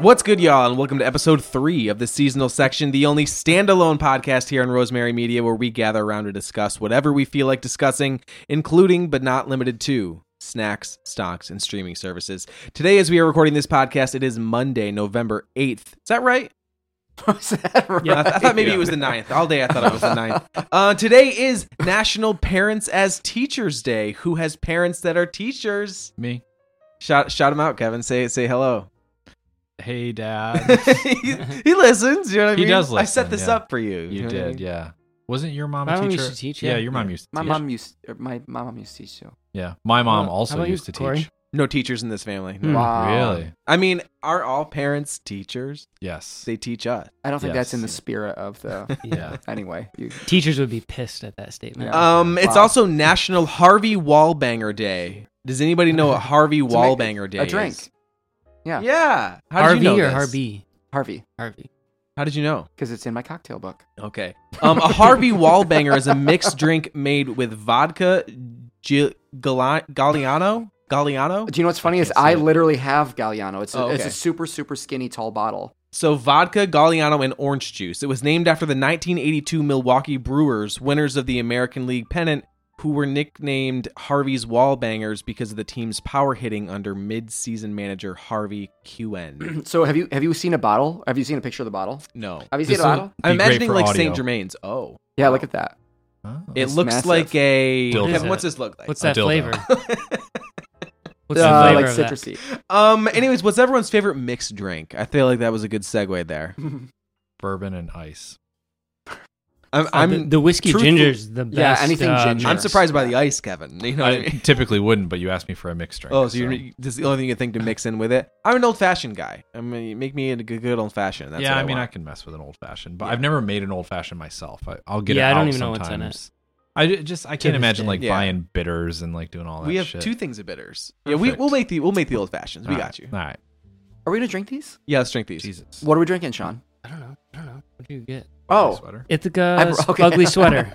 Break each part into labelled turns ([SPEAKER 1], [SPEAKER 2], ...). [SPEAKER 1] What's good, y'all, and welcome to episode three of the seasonal section, the only standalone podcast here on Rosemary Media where we gather around to discuss whatever we feel like discussing, including but not limited to snacks, stocks, and streaming services. Today, as we are recording this podcast, it is Monday, November 8th. Is that right?
[SPEAKER 2] Is that right?
[SPEAKER 1] Yeah, I, th- I thought maybe it was the 9th. All day I thought it was the 9th. Uh, today is National Parents as Teachers Day. Who has parents that are teachers?
[SPEAKER 3] Me.
[SPEAKER 1] Shout, shout them out, Kevin. Say, say hello.
[SPEAKER 3] Hey, Dad.
[SPEAKER 1] he, he listens. You know what I
[SPEAKER 3] He
[SPEAKER 1] mean?
[SPEAKER 3] does
[SPEAKER 1] I set
[SPEAKER 3] listen,
[SPEAKER 1] this
[SPEAKER 3] yeah.
[SPEAKER 1] up for you.
[SPEAKER 3] you
[SPEAKER 1] know what I mean?
[SPEAKER 3] did, yeah. Wasn't your mom
[SPEAKER 4] My
[SPEAKER 3] a
[SPEAKER 4] mom
[SPEAKER 3] teacher?
[SPEAKER 4] used to teach,
[SPEAKER 3] Yeah,
[SPEAKER 4] yeah.
[SPEAKER 3] your mom used to
[SPEAKER 2] My
[SPEAKER 3] teach.
[SPEAKER 2] mom used or my, my mom used to teach so.
[SPEAKER 3] yeah, my mom
[SPEAKER 4] How
[SPEAKER 3] also
[SPEAKER 4] about you,
[SPEAKER 3] used to
[SPEAKER 4] Corey?
[SPEAKER 3] teach.
[SPEAKER 1] No teachers in this family. No.
[SPEAKER 4] Hmm.
[SPEAKER 2] Wow.
[SPEAKER 3] Really?
[SPEAKER 1] I mean, are all parents teachers?
[SPEAKER 3] Yes.
[SPEAKER 1] They teach us.
[SPEAKER 2] I don't think that's in the
[SPEAKER 3] Yes.
[SPEAKER 2] spirit of the.
[SPEAKER 3] Yeah.
[SPEAKER 2] anyway, you,
[SPEAKER 4] Teachers would be pissed at that statement.
[SPEAKER 2] Yeah. Uh,
[SPEAKER 1] Um, it's
[SPEAKER 2] Wow.
[SPEAKER 1] also National Harvey Wallbanger Day. Does anybody know what Harvey
[SPEAKER 2] It's a ma-
[SPEAKER 1] Wallbanger Day
[SPEAKER 2] a drink.
[SPEAKER 1] is?
[SPEAKER 2] Yeah.
[SPEAKER 1] Yeah. How
[SPEAKER 4] Harvey
[SPEAKER 1] did you know
[SPEAKER 4] or
[SPEAKER 1] this?
[SPEAKER 4] Harvey?
[SPEAKER 2] Harvey,
[SPEAKER 4] Harvey.
[SPEAKER 1] How did you know?
[SPEAKER 2] because it's in my cocktail book.
[SPEAKER 1] Okay. Um, a Harvey Wallbanger is a mixed drink made with vodka, G- Gal- Galliano, Galliano,
[SPEAKER 2] Do you know what's funny is
[SPEAKER 3] can't
[SPEAKER 2] I
[SPEAKER 3] see it.
[SPEAKER 2] literally have Galliano. It's a,
[SPEAKER 1] Oh,
[SPEAKER 2] it's a
[SPEAKER 1] okay.
[SPEAKER 2] super super skinny tall bottle.
[SPEAKER 1] So vodka, Galliano, and orange juice. It was named after the 1982 Milwaukee Brewers, winners of the American League pennant, who were nicknamed Harvey's Wallbangers because of the team's power hitting under mid-season manager Harvey QN.
[SPEAKER 2] so have you have you seen a bottle? Have you seen a picture of the bottle?
[SPEAKER 1] No,
[SPEAKER 2] Have you seen a
[SPEAKER 3] This'll
[SPEAKER 2] bottle?
[SPEAKER 3] be
[SPEAKER 1] I'm
[SPEAKER 3] great
[SPEAKER 1] imagining
[SPEAKER 3] for
[SPEAKER 1] like
[SPEAKER 3] audio.
[SPEAKER 1] Saint Germain's. Oh,
[SPEAKER 2] Yeah, look at that.
[SPEAKER 3] Oh.
[SPEAKER 1] it
[SPEAKER 2] It's
[SPEAKER 1] looks
[SPEAKER 2] massive.
[SPEAKER 1] like a.
[SPEAKER 3] Dildo.
[SPEAKER 1] Kevin, what's this look like?
[SPEAKER 4] What's
[SPEAKER 3] A
[SPEAKER 4] that
[SPEAKER 3] dildo.
[SPEAKER 4] flavor? What's
[SPEAKER 3] Uh,
[SPEAKER 4] the flavor
[SPEAKER 2] like
[SPEAKER 4] of that?
[SPEAKER 2] citrusy.
[SPEAKER 1] Um. Anyways, what's everyone's favorite mixed drink? I feel like that was a good segue there.
[SPEAKER 3] Bourbon and ice.
[SPEAKER 1] I'm.
[SPEAKER 4] Uh,
[SPEAKER 1] I'm
[SPEAKER 4] the, the whiskey
[SPEAKER 1] truthful-
[SPEAKER 4] ginger's the
[SPEAKER 2] Yeah,
[SPEAKER 4] best.
[SPEAKER 2] anything
[SPEAKER 4] uh,
[SPEAKER 2] ginger.
[SPEAKER 1] I'm
[SPEAKER 4] mix.
[SPEAKER 1] surprised by the ice, Kevin. You know what I
[SPEAKER 3] I
[SPEAKER 1] mean?
[SPEAKER 3] typically wouldn't, but you asked me for a mixed drink.
[SPEAKER 1] Oh, so you're, this is the only thing you think to mix in with it? I'm an old fashioned guy. I mean, make me a good, good old fashioned. That's
[SPEAKER 3] yeah,
[SPEAKER 1] what
[SPEAKER 3] I mean, I
[SPEAKER 1] want.
[SPEAKER 3] can mess with an old fashioned, but I've never made an old fashioned myself. I, I'll get
[SPEAKER 4] Yeah,
[SPEAKER 3] it
[SPEAKER 4] I don't
[SPEAKER 3] out
[SPEAKER 4] even know what's in it.
[SPEAKER 3] sometimes. I ju- just I can't
[SPEAKER 4] this
[SPEAKER 3] imagine
[SPEAKER 4] day.
[SPEAKER 3] like
[SPEAKER 1] Yeah.
[SPEAKER 3] buying bitters and like doing all that.
[SPEAKER 1] we have
[SPEAKER 3] shit.
[SPEAKER 1] two things of bitters. Yeah, we,
[SPEAKER 3] Perfect.
[SPEAKER 1] we'll make the we'll make the old fashions. We
[SPEAKER 3] All
[SPEAKER 1] got you.
[SPEAKER 3] right. All right,
[SPEAKER 2] Are we gonna drink these?
[SPEAKER 1] Yeah, let's drink these.
[SPEAKER 3] Jesus.
[SPEAKER 2] What are we drinking, Sean?
[SPEAKER 4] I don't know. I don't know. What do you get?
[SPEAKER 2] Oh,
[SPEAKER 3] Sweater.
[SPEAKER 2] I
[SPEAKER 4] Ithaca's
[SPEAKER 2] br- okay.
[SPEAKER 4] ugly sweater.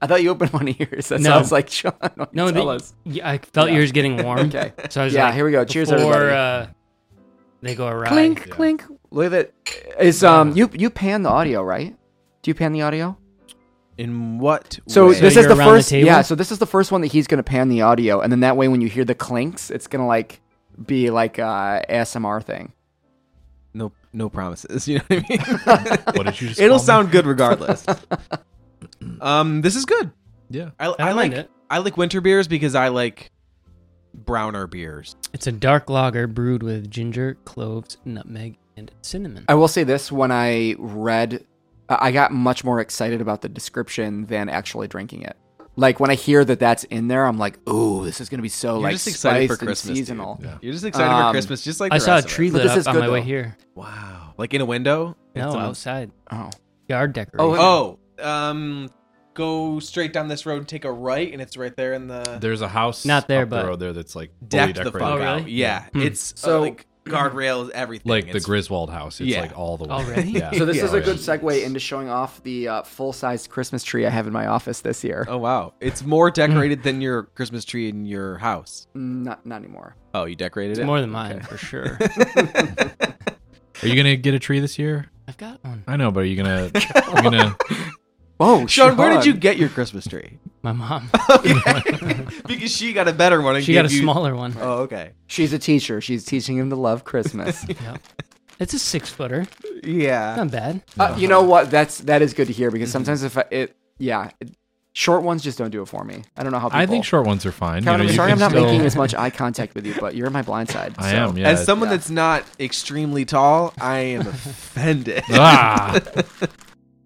[SPEAKER 2] I thought you opened one of yours. That
[SPEAKER 4] No.
[SPEAKER 2] sounds like Sean.
[SPEAKER 4] No,
[SPEAKER 2] tell
[SPEAKER 4] the-
[SPEAKER 2] us.
[SPEAKER 4] yeah, I felt
[SPEAKER 2] Yeah.
[SPEAKER 4] yours getting warm.
[SPEAKER 2] Okay.
[SPEAKER 4] So I was
[SPEAKER 2] yeah,
[SPEAKER 4] like,
[SPEAKER 2] here we go. Cheers,
[SPEAKER 4] before,
[SPEAKER 2] everybody.
[SPEAKER 4] Uh, they go awry.
[SPEAKER 2] clink
[SPEAKER 3] Yeah.
[SPEAKER 2] clink look at that is um you you pan the audio right do you pan the audio
[SPEAKER 1] In what?
[SPEAKER 2] so
[SPEAKER 1] way?
[SPEAKER 4] So
[SPEAKER 2] this is
[SPEAKER 4] you're
[SPEAKER 2] the
[SPEAKER 4] around the
[SPEAKER 2] first
[SPEAKER 4] table?
[SPEAKER 2] yeah so this is the first one that he's gonna pan the audio and then that way when you hear the clinks it's gonna like be like a asmr thing
[SPEAKER 1] no no promises. You know what I
[SPEAKER 3] What did you? Just
[SPEAKER 1] mean? It'll
[SPEAKER 3] call me?
[SPEAKER 1] sound good regardless. um, this is good.
[SPEAKER 3] Yeah.
[SPEAKER 1] I,
[SPEAKER 4] I,
[SPEAKER 1] I, like
[SPEAKER 4] like it.
[SPEAKER 1] I like winter beers because I like browner beers.
[SPEAKER 4] It's a dark lager brewed with ginger, cloves, nutmeg, and cinnamon.
[SPEAKER 2] i will say this when i read i I got much more excited about the description than actually drinking it like when i hear that that's in there i'm like ooh this is gonna be so
[SPEAKER 1] You're
[SPEAKER 2] like
[SPEAKER 1] just excited
[SPEAKER 2] spiced
[SPEAKER 1] for
[SPEAKER 2] and
[SPEAKER 1] Christmas. dude.
[SPEAKER 2] seasonal
[SPEAKER 3] Yeah.
[SPEAKER 1] You're just excited for
[SPEAKER 2] Um,
[SPEAKER 1] Christmas, just like
[SPEAKER 4] I
[SPEAKER 1] the
[SPEAKER 4] saw a
[SPEAKER 1] rest of
[SPEAKER 4] tree
[SPEAKER 1] it.
[SPEAKER 2] But
[SPEAKER 4] lit
[SPEAKER 2] this
[SPEAKER 4] up
[SPEAKER 2] is
[SPEAKER 4] on
[SPEAKER 2] good,
[SPEAKER 4] my way
[SPEAKER 2] though.
[SPEAKER 4] here.
[SPEAKER 1] Wow, like in a window.
[SPEAKER 4] No,
[SPEAKER 1] It's on-
[SPEAKER 4] outside.
[SPEAKER 2] oh
[SPEAKER 4] Yard decoration.
[SPEAKER 1] Oh, um, go straight down this road, take a right, and it's right there in the
[SPEAKER 3] There's a house
[SPEAKER 4] Not there,
[SPEAKER 3] up
[SPEAKER 4] but-
[SPEAKER 3] the road there that's like fully
[SPEAKER 1] deck the
[SPEAKER 3] decorated.
[SPEAKER 1] fuck
[SPEAKER 4] Oh,
[SPEAKER 1] out.
[SPEAKER 4] really?
[SPEAKER 1] Yeah,
[SPEAKER 4] Hmm.
[SPEAKER 1] it's so
[SPEAKER 2] So-
[SPEAKER 1] like guardrails, everything.
[SPEAKER 3] like the
[SPEAKER 1] It's-
[SPEAKER 3] Griswold house. It's
[SPEAKER 1] Yeah.
[SPEAKER 3] like all the way.
[SPEAKER 4] Already?
[SPEAKER 3] Yeah.
[SPEAKER 2] so this is
[SPEAKER 3] Oh,
[SPEAKER 2] a
[SPEAKER 3] yeah.
[SPEAKER 2] good segue into showing off the uh, full-sized christmas tree i have in my office this year
[SPEAKER 1] Oh wow, it's
[SPEAKER 4] Hmm.
[SPEAKER 1] more decorated than your Christmas tree in your house.
[SPEAKER 2] Not not anymore.
[SPEAKER 1] Oh, you decorated
[SPEAKER 4] It's
[SPEAKER 1] it
[SPEAKER 4] more than mine, for sure.
[SPEAKER 3] Are you gonna get a tree this year?
[SPEAKER 4] I've got one.
[SPEAKER 3] I know, but are you gonna? you're gonna.
[SPEAKER 2] Oh,
[SPEAKER 1] Sean, where did you get your Christmas tree?
[SPEAKER 4] My mom.
[SPEAKER 1] because she got a better one. and
[SPEAKER 4] She got a
[SPEAKER 1] gave you-
[SPEAKER 4] smaller one.
[SPEAKER 1] Oh, okay.
[SPEAKER 2] She's a teacher. She's teaching him to love Christmas.
[SPEAKER 4] Yep. It's a six footer.
[SPEAKER 1] Yeah.
[SPEAKER 4] Not bad.
[SPEAKER 2] uh, you know what? That's that is good to hear because sometimes if I, it, yeah, it- short ones just don't do it for me. I don't know how. People,
[SPEAKER 3] I think short ones are
[SPEAKER 2] Kevin,
[SPEAKER 3] fine. you know,
[SPEAKER 2] I'm
[SPEAKER 3] you
[SPEAKER 2] sorry,
[SPEAKER 3] can
[SPEAKER 2] I'm not
[SPEAKER 3] still-
[SPEAKER 2] making as much eye contact with you, but you're my blind side.
[SPEAKER 3] I
[SPEAKER 2] so.
[SPEAKER 3] am. Yeah.
[SPEAKER 1] As someone
[SPEAKER 2] yeah.
[SPEAKER 1] that's not extremely tall, I am offended.
[SPEAKER 3] ah,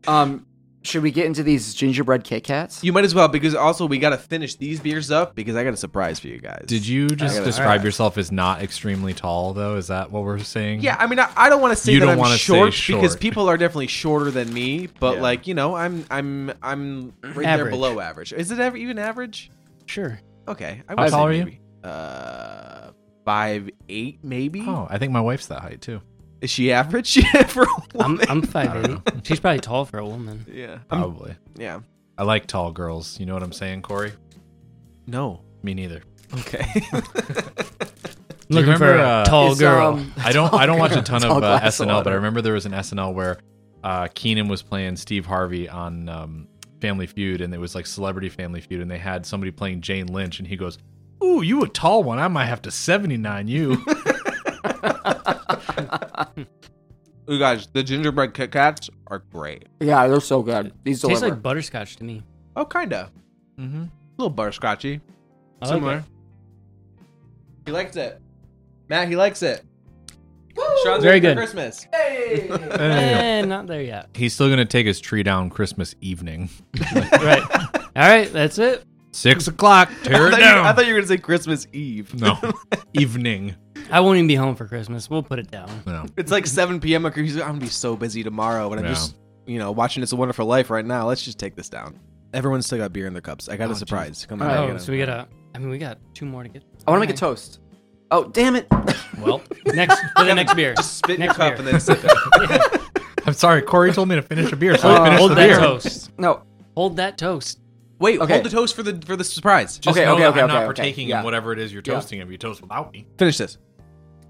[SPEAKER 2] Um, should we get into these gingerbread Kit Kats?
[SPEAKER 1] you might as well, because also we got to finish these beers up because I got a surprise for you guys.
[SPEAKER 3] did you just
[SPEAKER 1] gotta-
[SPEAKER 3] describe
[SPEAKER 1] alright.
[SPEAKER 3] yourself as not extremely tall, though? Is that what we're saying?
[SPEAKER 1] Yeah, I mean, I, I don't want to say
[SPEAKER 3] You
[SPEAKER 1] that
[SPEAKER 3] don't
[SPEAKER 1] I'm
[SPEAKER 3] wanna say
[SPEAKER 1] short, because
[SPEAKER 3] short.
[SPEAKER 1] people are definitely shorter than me. But
[SPEAKER 3] Yeah.
[SPEAKER 1] like, you know, I'm I'm I'm right there
[SPEAKER 4] Average.
[SPEAKER 1] below average. Is it ever, even average?
[SPEAKER 4] Sure.
[SPEAKER 1] Okay, I
[SPEAKER 3] How
[SPEAKER 1] would
[SPEAKER 3] tall
[SPEAKER 1] say
[SPEAKER 3] are you?
[SPEAKER 1] maybe, Uh, five eight maybe.
[SPEAKER 3] Oh, I think my wife's that height too.
[SPEAKER 1] Is she average for a
[SPEAKER 4] I'm
[SPEAKER 1] woman?
[SPEAKER 4] I'm
[SPEAKER 3] I
[SPEAKER 4] five eight.
[SPEAKER 3] don't know.
[SPEAKER 4] She's probably tall for a woman.
[SPEAKER 1] yeah, I'm-
[SPEAKER 3] Probably.
[SPEAKER 1] yeah.
[SPEAKER 3] I like tall girls. You know what I'm saying, Corey?
[SPEAKER 1] No.
[SPEAKER 3] Me neither.
[SPEAKER 1] Okay.
[SPEAKER 3] Do you
[SPEAKER 4] Looking for
[SPEAKER 3] remember,
[SPEAKER 4] a
[SPEAKER 3] uh,
[SPEAKER 4] tall
[SPEAKER 2] Is,
[SPEAKER 4] girl.
[SPEAKER 2] um,
[SPEAKER 3] I don't. I don't watch a ton
[SPEAKER 2] Tall
[SPEAKER 3] of uh,
[SPEAKER 2] glass of
[SPEAKER 3] SNL, but
[SPEAKER 2] water.
[SPEAKER 3] I remember there was an SNL where uh, Keenan was playing Steve Harvey on um, Family Feud, and it was like Celebrity Family Feud, and they had somebody playing Jane Lynch, and he goes, "Ooh, you a tall one? I might have to seventy nine you."
[SPEAKER 1] You guys, the gingerbread Kit Kats are great.
[SPEAKER 2] Yeah, they're so good. These
[SPEAKER 4] Tastes
[SPEAKER 2] deliver.
[SPEAKER 4] like butterscotch to me.
[SPEAKER 1] Oh, kinda.
[SPEAKER 3] mm-hmm.
[SPEAKER 1] A little butterscotchy.
[SPEAKER 4] I like
[SPEAKER 1] Similar. He likes it. Matt, he likes it. Sean's ready for
[SPEAKER 4] Very good.
[SPEAKER 1] Christmas.
[SPEAKER 4] it. Eh, not there yet.
[SPEAKER 3] He's still gonna take his tree down Christmas evening,
[SPEAKER 4] Right. All right, that's it.
[SPEAKER 3] six o'clock. Tear
[SPEAKER 1] I
[SPEAKER 3] it
[SPEAKER 1] thought, you,
[SPEAKER 3] down.
[SPEAKER 1] I thought you were gonna say Christmas Eve.
[SPEAKER 3] no, evening.
[SPEAKER 4] I won't even be home for Christmas. We'll put it down.
[SPEAKER 3] No.
[SPEAKER 1] It's like 7 p.m. Like, he's like, I'm gonna be so busy tomorrow, but I'm
[SPEAKER 3] Yeah.
[SPEAKER 1] just, you know, watching It's a Wonderful Life right now. Let's just take this down. Everyone's still got beer in their cups. I got
[SPEAKER 3] Oh,
[SPEAKER 1] a surprise. Come on. I
[SPEAKER 4] Oh,
[SPEAKER 1] gotta-
[SPEAKER 4] so we gotta. I mean, we got two more to get.
[SPEAKER 2] I want to make a toast. Oh, damn it.
[SPEAKER 4] Well, next for the next beer.
[SPEAKER 1] Just spit in your
[SPEAKER 4] Next
[SPEAKER 1] cup
[SPEAKER 4] beer.
[SPEAKER 1] and then sip it.
[SPEAKER 3] I'm sorry. Corey told me to finish a beer, so
[SPEAKER 2] Oh,
[SPEAKER 3] I finished
[SPEAKER 4] Hold
[SPEAKER 3] the
[SPEAKER 4] that
[SPEAKER 3] beer.
[SPEAKER 4] toast.
[SPEAKER 2] No.
[SPEAKER 4] Hold that toast.
[SPEAKER 1] Wait,
[SPEAKER 2] Okay.
[SPEAKER 1] hold the toast for the for the surprise. Just
[SPEAKER 3] Just
[SPEAKER 2] Okay,
[SPEAKER 3] know
[SPEAKER 2] okay,
[SPEAKER 3] that
[SPEAKER 2] okay,
[SPEAKER 3] I'm
[SPEAKER 2] okay,
[SPEAKER 3] not
[SPEAKER 2] okay.
[SPEAKER 3] partaking
[SPEAKER 2] Yeah.
[SPEAKER 3] in whatever it is you're
[SPEAKER 2] Yeah.
[SPEAKER 3] toasting. If you toast without me,
[SPEAKER 1] finish this.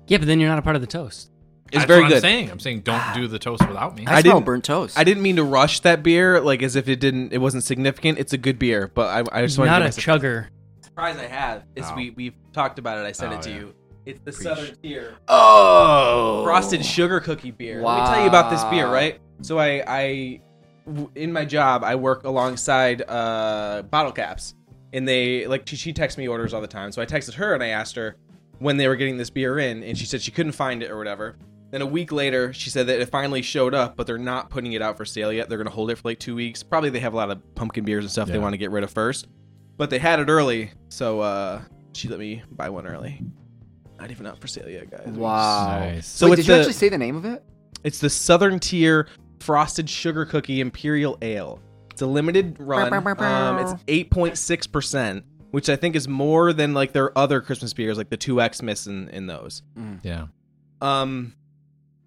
[SPEAKER 4] Yeah, but then you're not a part of the toast.
[SPEAKER 1] It's
[SPEAKER 3] That's
[SPEAKER 1] very
[SPEAKER 3] what
[SPEAKER 1] good.
[SPEAKER 3] I'm saying. I'm saying don't do the toast without me.
[SPEAKER 2] I,
[SPEAKER 1] I
[SPEAKER 2] smell
[SPEAKER 1] didn't-
[SPEAKER 2] burnt toast.
[SPEAKER 1] I didn't mean to rush that beer, like as if it didn't, it wasn't significant. It's a good beer, but I, I just wanted
[SPEAKER 4] not
[SPEAKER 1] to
[SPEAKER 4] a
[SPEAKER 1] give us
[SPEAKER 4] chugger.
[SPEAKER 1] surprise I have is
[SPEAKER 3] Oh.
[SPEAKER 1] we we've talked about it. I sent
[SPEAKER 3] Oh,
[SPEAKER 1] it to
[SPEAKER 3] yeah.
[SPEAKER 1] you. It's the
[SPEAKER 3] Preach.
[SPEAKER 1] Southern Tier
[SPEAKER 2] Oh.
[SPEAKER 1] Frosted Sugar Cookie beer. Let me tell you about this beer,
[SPEAKER 2] Wow.
[SPEAKER 1] right? So I I w- in my job I work alongside uh, bottle caps, and they like she, she texts me orders all the time. So I texted her and I asked her when they were getting this beer in, and she said she couldn't find it or whatever. Then a week later, she said that it finally showed up, but they're not putting it out for sale yet. They're going to hold it for like two weeks. Probably they have a lot of pumpkin beers and stuff they
[SPEAKER 3] Yeah.
[SPEAKER 1] want to get rid of first. But they had it early, so uh, she let me buy one early. Not even out for sale yet, guys.
[SPEAKER 2] Wow.
[SPEAKER 1] So
[SPEAKER 2] So Wait,
[SPEAKER 1] it's
[SPEAKER 2] did you
[SPEAKER 1] the-
[SPEAKER 2] actually say the name of it?
[SPEAKER 1] It's the Southern Tier Frosted Sugar Cookie Imperial Ale. It's a limited run.
[SPEAKER 2] Bow, bow, bow, bow.
[SPEAKER 1] Um, it's 8.6%, which I think is more than like their other Christmas beers, like the 2X miss in, in those.
[SPEAKER 3] Yeah.
[SPEAKER 1] Um,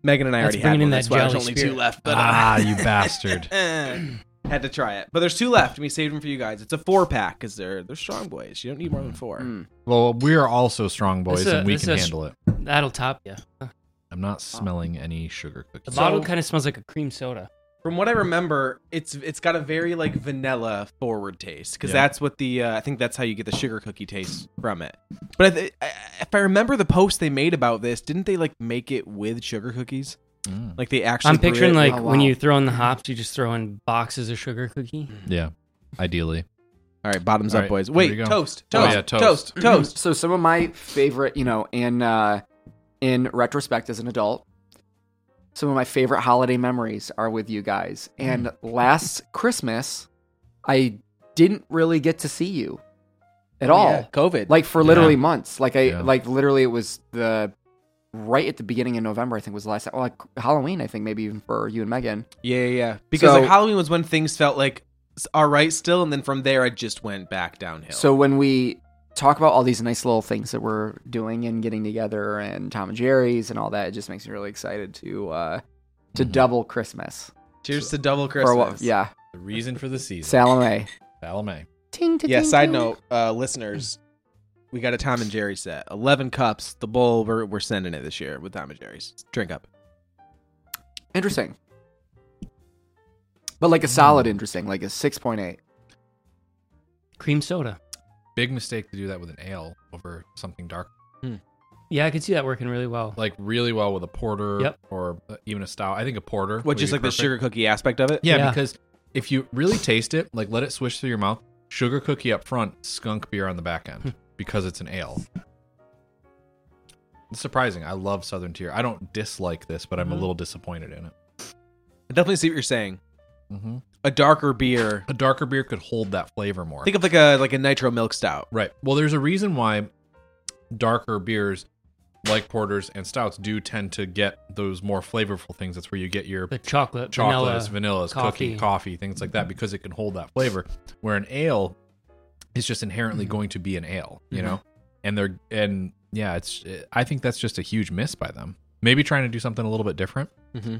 [SPEAKER 1] Megan and I
[SPEAKER 4] That's
[SPEAKER 1] already had
[SPEAKER 4] bringing
[SPEAKER 1] one.
[SPEAKER 4] in that
[SPEAKER 1] That's why there's
[SPEAKER 4] jolly
[SPEAKER 1] only two
[SPEAKER 4] spirit.
[SPEAKER 1] left. But, uh,
[SPEAKER 3] ah, you bastard.
[SPEAKER 1] had to try it. But there's two left, and we saved them for you guys. It's a four pack because they're, they're strong boys. You don't need more than four.
[SPEAKER 2] Mm.
[SPEAKER 3] Well, we are also strong boys,
[SPEAKER 4] This is a-
[SPEAKER 3] and we
[SPEAKER 4] this
[SPEAKER 3] can
[SPEAKER 4] is a-
[SPEAKER 3] handle it.
[SPEAKER 4] That'll top you.
[SPEAKER 3] I'm not smelling any sugar
[SPEAKER 4] The
[SPEAKER 3] cookies.
[SPEAKER 4] bottle
[SPEAKER 1] So-
[SPEAKER 4] kind of smells like a cream soda.
[SPEAKER 1] From what I remember, it's it's got a very like vanilla forward taste because
[SPEAKER 3] Yeah.
[SPEAKER 1] that's what the uh, I think that's how you get the sugar cookie taste from it. But I th- I, if I remember the post they made about this, didn't they like make it with sugar cookies?
[SPEAKER 3] Mm.
[SPEAKER 1] Like they actually.
[SPEAKER 4] I'm
[SPEAKER 1] brew
[SPEAKER 4] picturing
[SPEAKER 1] it-
[SPEAKER 4] like
[SPEAKER 2] Oh,
[SPEAKER 4] when
[SPEAKER 2] wow.
[SPEAKER 4] you throw in the hops, you just throw in boxes of sugar cookie.
[SPEAKER 3] Yeah, ideally.
[SPEAKER 1] All right, bottoms
[SPEAKER 3] All
[SPEAKER 1] up,
[SPEAKER 3] right,
[SPEAKER 1] boys.
[SPEAKER 3] here we
[SPEAKER 1] Wait,
[SPEAKER 3] go.
[SPEAKER 1] toast,
[SPEAKER 3] Oh,
[SPEAKER 1] toast,
[SPEAKER 3] yeah,
[SPEAKER 1] toast,
[SPEAKER 3] toast.
[SPEAKER 2] Mm-hmm.
[SPEAKER 1] toast, toast.
[SPEAKER 2] So some of my favorite, you know, in uh, in retrospect as an adult, some of my favorite holiday memories are with you guys. And last Christmas, I didn't really get to see you at
[SPEAKER 1] Oh,
[SPEAKER 2] all.
[SPEAKER 1] COVID.
[SPEAKER 2] Like for literally
[SPEAKER 3] Yeah.
[SPEAKER 2] months. Like I
[SPEAKER 3] Yeah.
[SPEAKER 2] like literally it was the right at the beginning of November, I think was the last time. Well, like Halloween, I think maybe even for you and Megan.
[SPEAKER 1] yeah, yeah, yeah. Because
[SPEAKER 2] So-
[SPEAKER 1] like Halloween was when things felt like s- all right still, and then from there I just went back downhill.
[SPEAKER 2] So when we talk about all these nice little things that we're doing and getting together and Tom and Jerry's and all that, it just makes me really excited to uh to
[SPEAKER 3] Mhm.
[SPEAKER 2] double Christmas.
[SPEAKER 1] cheers to double
[SPEAKER 2] For a while-
[SPEAKER 1] Christmas.
[SPEAKER 2] yeah.
[SPEAKER 3] The reason for the season.
[SPEAKER 2] Salome.
[SPEAKER 3] Salome.
[SPEAKER 2] Ting, ting,
[SPEAKER 1] yeah
[SPEAKER 2] ting,
[SPEAKER 1] side
[SPEAKER 2] ting.
[SPEAKER 1] note uh listeners we got a tom and jerry set 11 cups the bowl we're, we're sending it this year with tom and jerry's drink up
[SPEAKER 2] Interesting. But like a solid interesting, like a six point eight.
[SPEAKER 4] Cream soda.
[SPEAKER 3] Big mistake to do that with an ale over something dark,
[SPEAKER 4] Yeah, I could see that working really well.
[SPEAKER 3] like really well with a porter
[SPEAKER 4] Yep.
[SPEAKER 3] or uh, even a stout. I think a porter.
[SPEAKER 1] what
[SPEAKER 3] would
[SPEAKER 1] just
[SPEAKER 3] be
[SPEAKER 1] like the
[SPEAKER 3] perfect.
[SPEAKER 1] sugar cookie aspect of it
[SPEAKER 3] Yeah,
[SPEAKER 4] Yeah.
[SPEAKER 3] because if you really taste it, like let it swish through your mouth. Sugar cookie up front, skunk beer on the back end because it's an ale. It's surprising. I love Southern Tier. I don't dislike this, but I'm a
[SPEAKER 4] Mhm.
[SPEAKER 3] little disappointed in it.
[SPEAKER 1] i definitely see what you're saying
[SPEAKER 3] Mm-hmm.
[SPEAKER 1] a darker beer
[SPEAKER 3] A darker beer could hold that flavor more.
[SPEAKER 1] think of like a like a nitro milk stout
[SPEAKER 3] Right. Well, there's a reason why darker beers like porters and stouts do tend to get those more flavorful things. That's where you get your
[SPEAKER 4] The chocolate,
[SPEAKER 3] chocolates,
[SPEAKER 4] vanilla.
[SPEAKER 3] vanillas,
[SPEAKER 4] coffee.
[SPEAKER 3] cookie, coffee, things like that, because it can hold that flavor. Where an ale is just inherently
[SPEAKER 4] Mm-hmm.
[SPEAKER 3] going to be an ale, you know? And they're, and yeah, it's, I think that's just a huge miss by them. Maybe trying to do something a little bit different.
[SPEAKER 1] mm-hmm.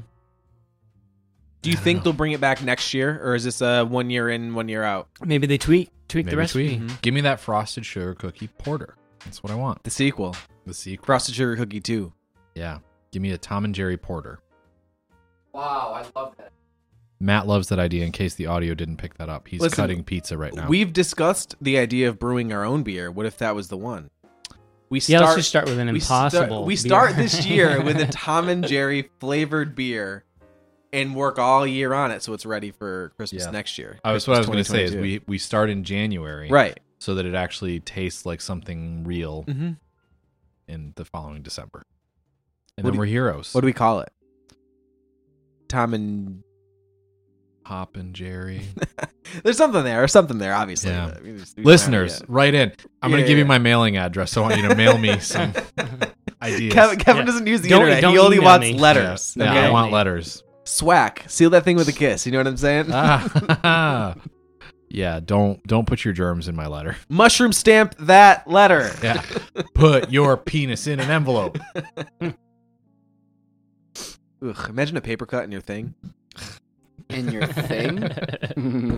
[SPEAKER 1] do you think they'll bring it back next year or is this uh one year in one year out
[SPEAKER 4] Maybe they tweak tweak
[SPEAKER 3] Maybe
[SPEAKER 4] the recipe. Mm-hmm.
[SPEAKER 3] tweak. Give me that frosted sugar cookie porter. That's what I want.
[SPEAKER 1] the sequel
[SPEAKER 3] The sequel.
[SPEAKER 1] Frosted Sugar Cookie 2.
[SPEAKER 3] Yeah. Give me a Tom and Jerry Porter.
[SPEAKER 2] Wow, I love that.
[SPEAKER 3] Matt loves that idea in case the audio didn't pick that up. He's
[SPEAKER 1] Listen,
[SPEAKER 3] cutting pizza right now.
[SPEAKER 1] We've discussed the idea of brewing our own beer. What if that was the one? We
[SPEAKER 4] Yeah, let's just start with an
[SPEAKER 1] we start-
[SPEAKER 4] impossible
[SPEAKER 1] We
[SPEAKER 4] beer.
[SPEAKER 1] start, this year with a Tom and Jerry flavored beer and work all year on it so it's ready for Christmas
[SPEAKER 3] Yeah.
[SPEAKER 1] next year.
[SPEAKER 3] I was what I was
[SPEAKER 1] Christmas
[SPEAKER 3] going to say is
[SPEAKER 1] 2022.
[SPEAKER 3] we we start in January,
[SPEAKER 1] Right.
[SPEAKER 3] So that it actually tastes like something real
[SPEAKER 1] Mm-hmm.
[SPEAKER 3] in the following December, and
[SPEAKER 1] What
[SPEAKER 3] then
[SPEAKER 1] do-
[SPEAKER 3] we're heroes.
[SPEAKER 1] What do we call it? Tom and
[SPEAKER 3] Hop and Jerry.
[SPEAKER 1] there's something there, or something there, obviously.
[SPEAKER 3] Yeah.
[SPEAKER 1] but we just- we don't have it
[SPEAKER 3] Listeners,
[SPEAKER 1] yet.
[SPEAKER 3] write in. I'm going
[SPEAKER 1] Yeah,
[SPEAKER 3] to give
[SPEAKER 1] yeah.
[SPEAKER 3] you my mailing address. I want you to mail me some ideas.
[SPEAKER 1] Kevin, Kevin
[SPEAKER 4] Yeah.
[SPEAKER 1] doesn't use the
[SPEAKER 4] Don't-
[SPEAKER 1] internet.
[SPEAKER 4] don't
[SPEAKER 1] he only
[SPEAKER 4] email
[SPEAKER 1] wants
[SPEAKER 4] me.
[SPEAKER 1] letters.
[SPEAKER 3] Yeah,
[SPEAKER 1] okay?
[SPEAKER 3] I want letters.
[SPEAKER 1] Swack. Seal that thing with a kiss. You know what I'm saying?
[SPEAKER 4] Uh.
[SPEAKER 3] Ah. yeah, don't don't put your germs in my letter.
[SPEAKER 1] Mushroom stamp that letter.
[SPEAKER 3] Yeah. put your penis in an envelope.
[SPEAKER 1] Ugh, imagine a paper cut in your thing.
[SPEAKER 2] In your thing? Hmm.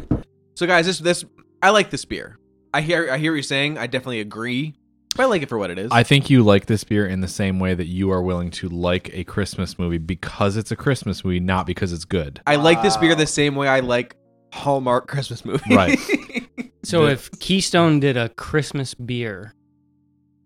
[SPEAKER 1] So guys, this this I like this beer. I hear I hear what you're saying. I definitely agree. But I like it for what it is.
[SPEAKER 3] I think you like this beer in the same way that you are willing to like a Christmas movie because it's a Christmas movie, not because it's good.
[SPEAKER 1] I like this beer
[SPEAKER 2] Wow.
[SPEAKER 1] the same way I like Hallmark Christmas movies.
[SPEAKER 3] Right.
[SPEAKER 4] so
[SPEAKER 3] Yeah.
[SPEAKER 4] if Keystone did a Christmas beer,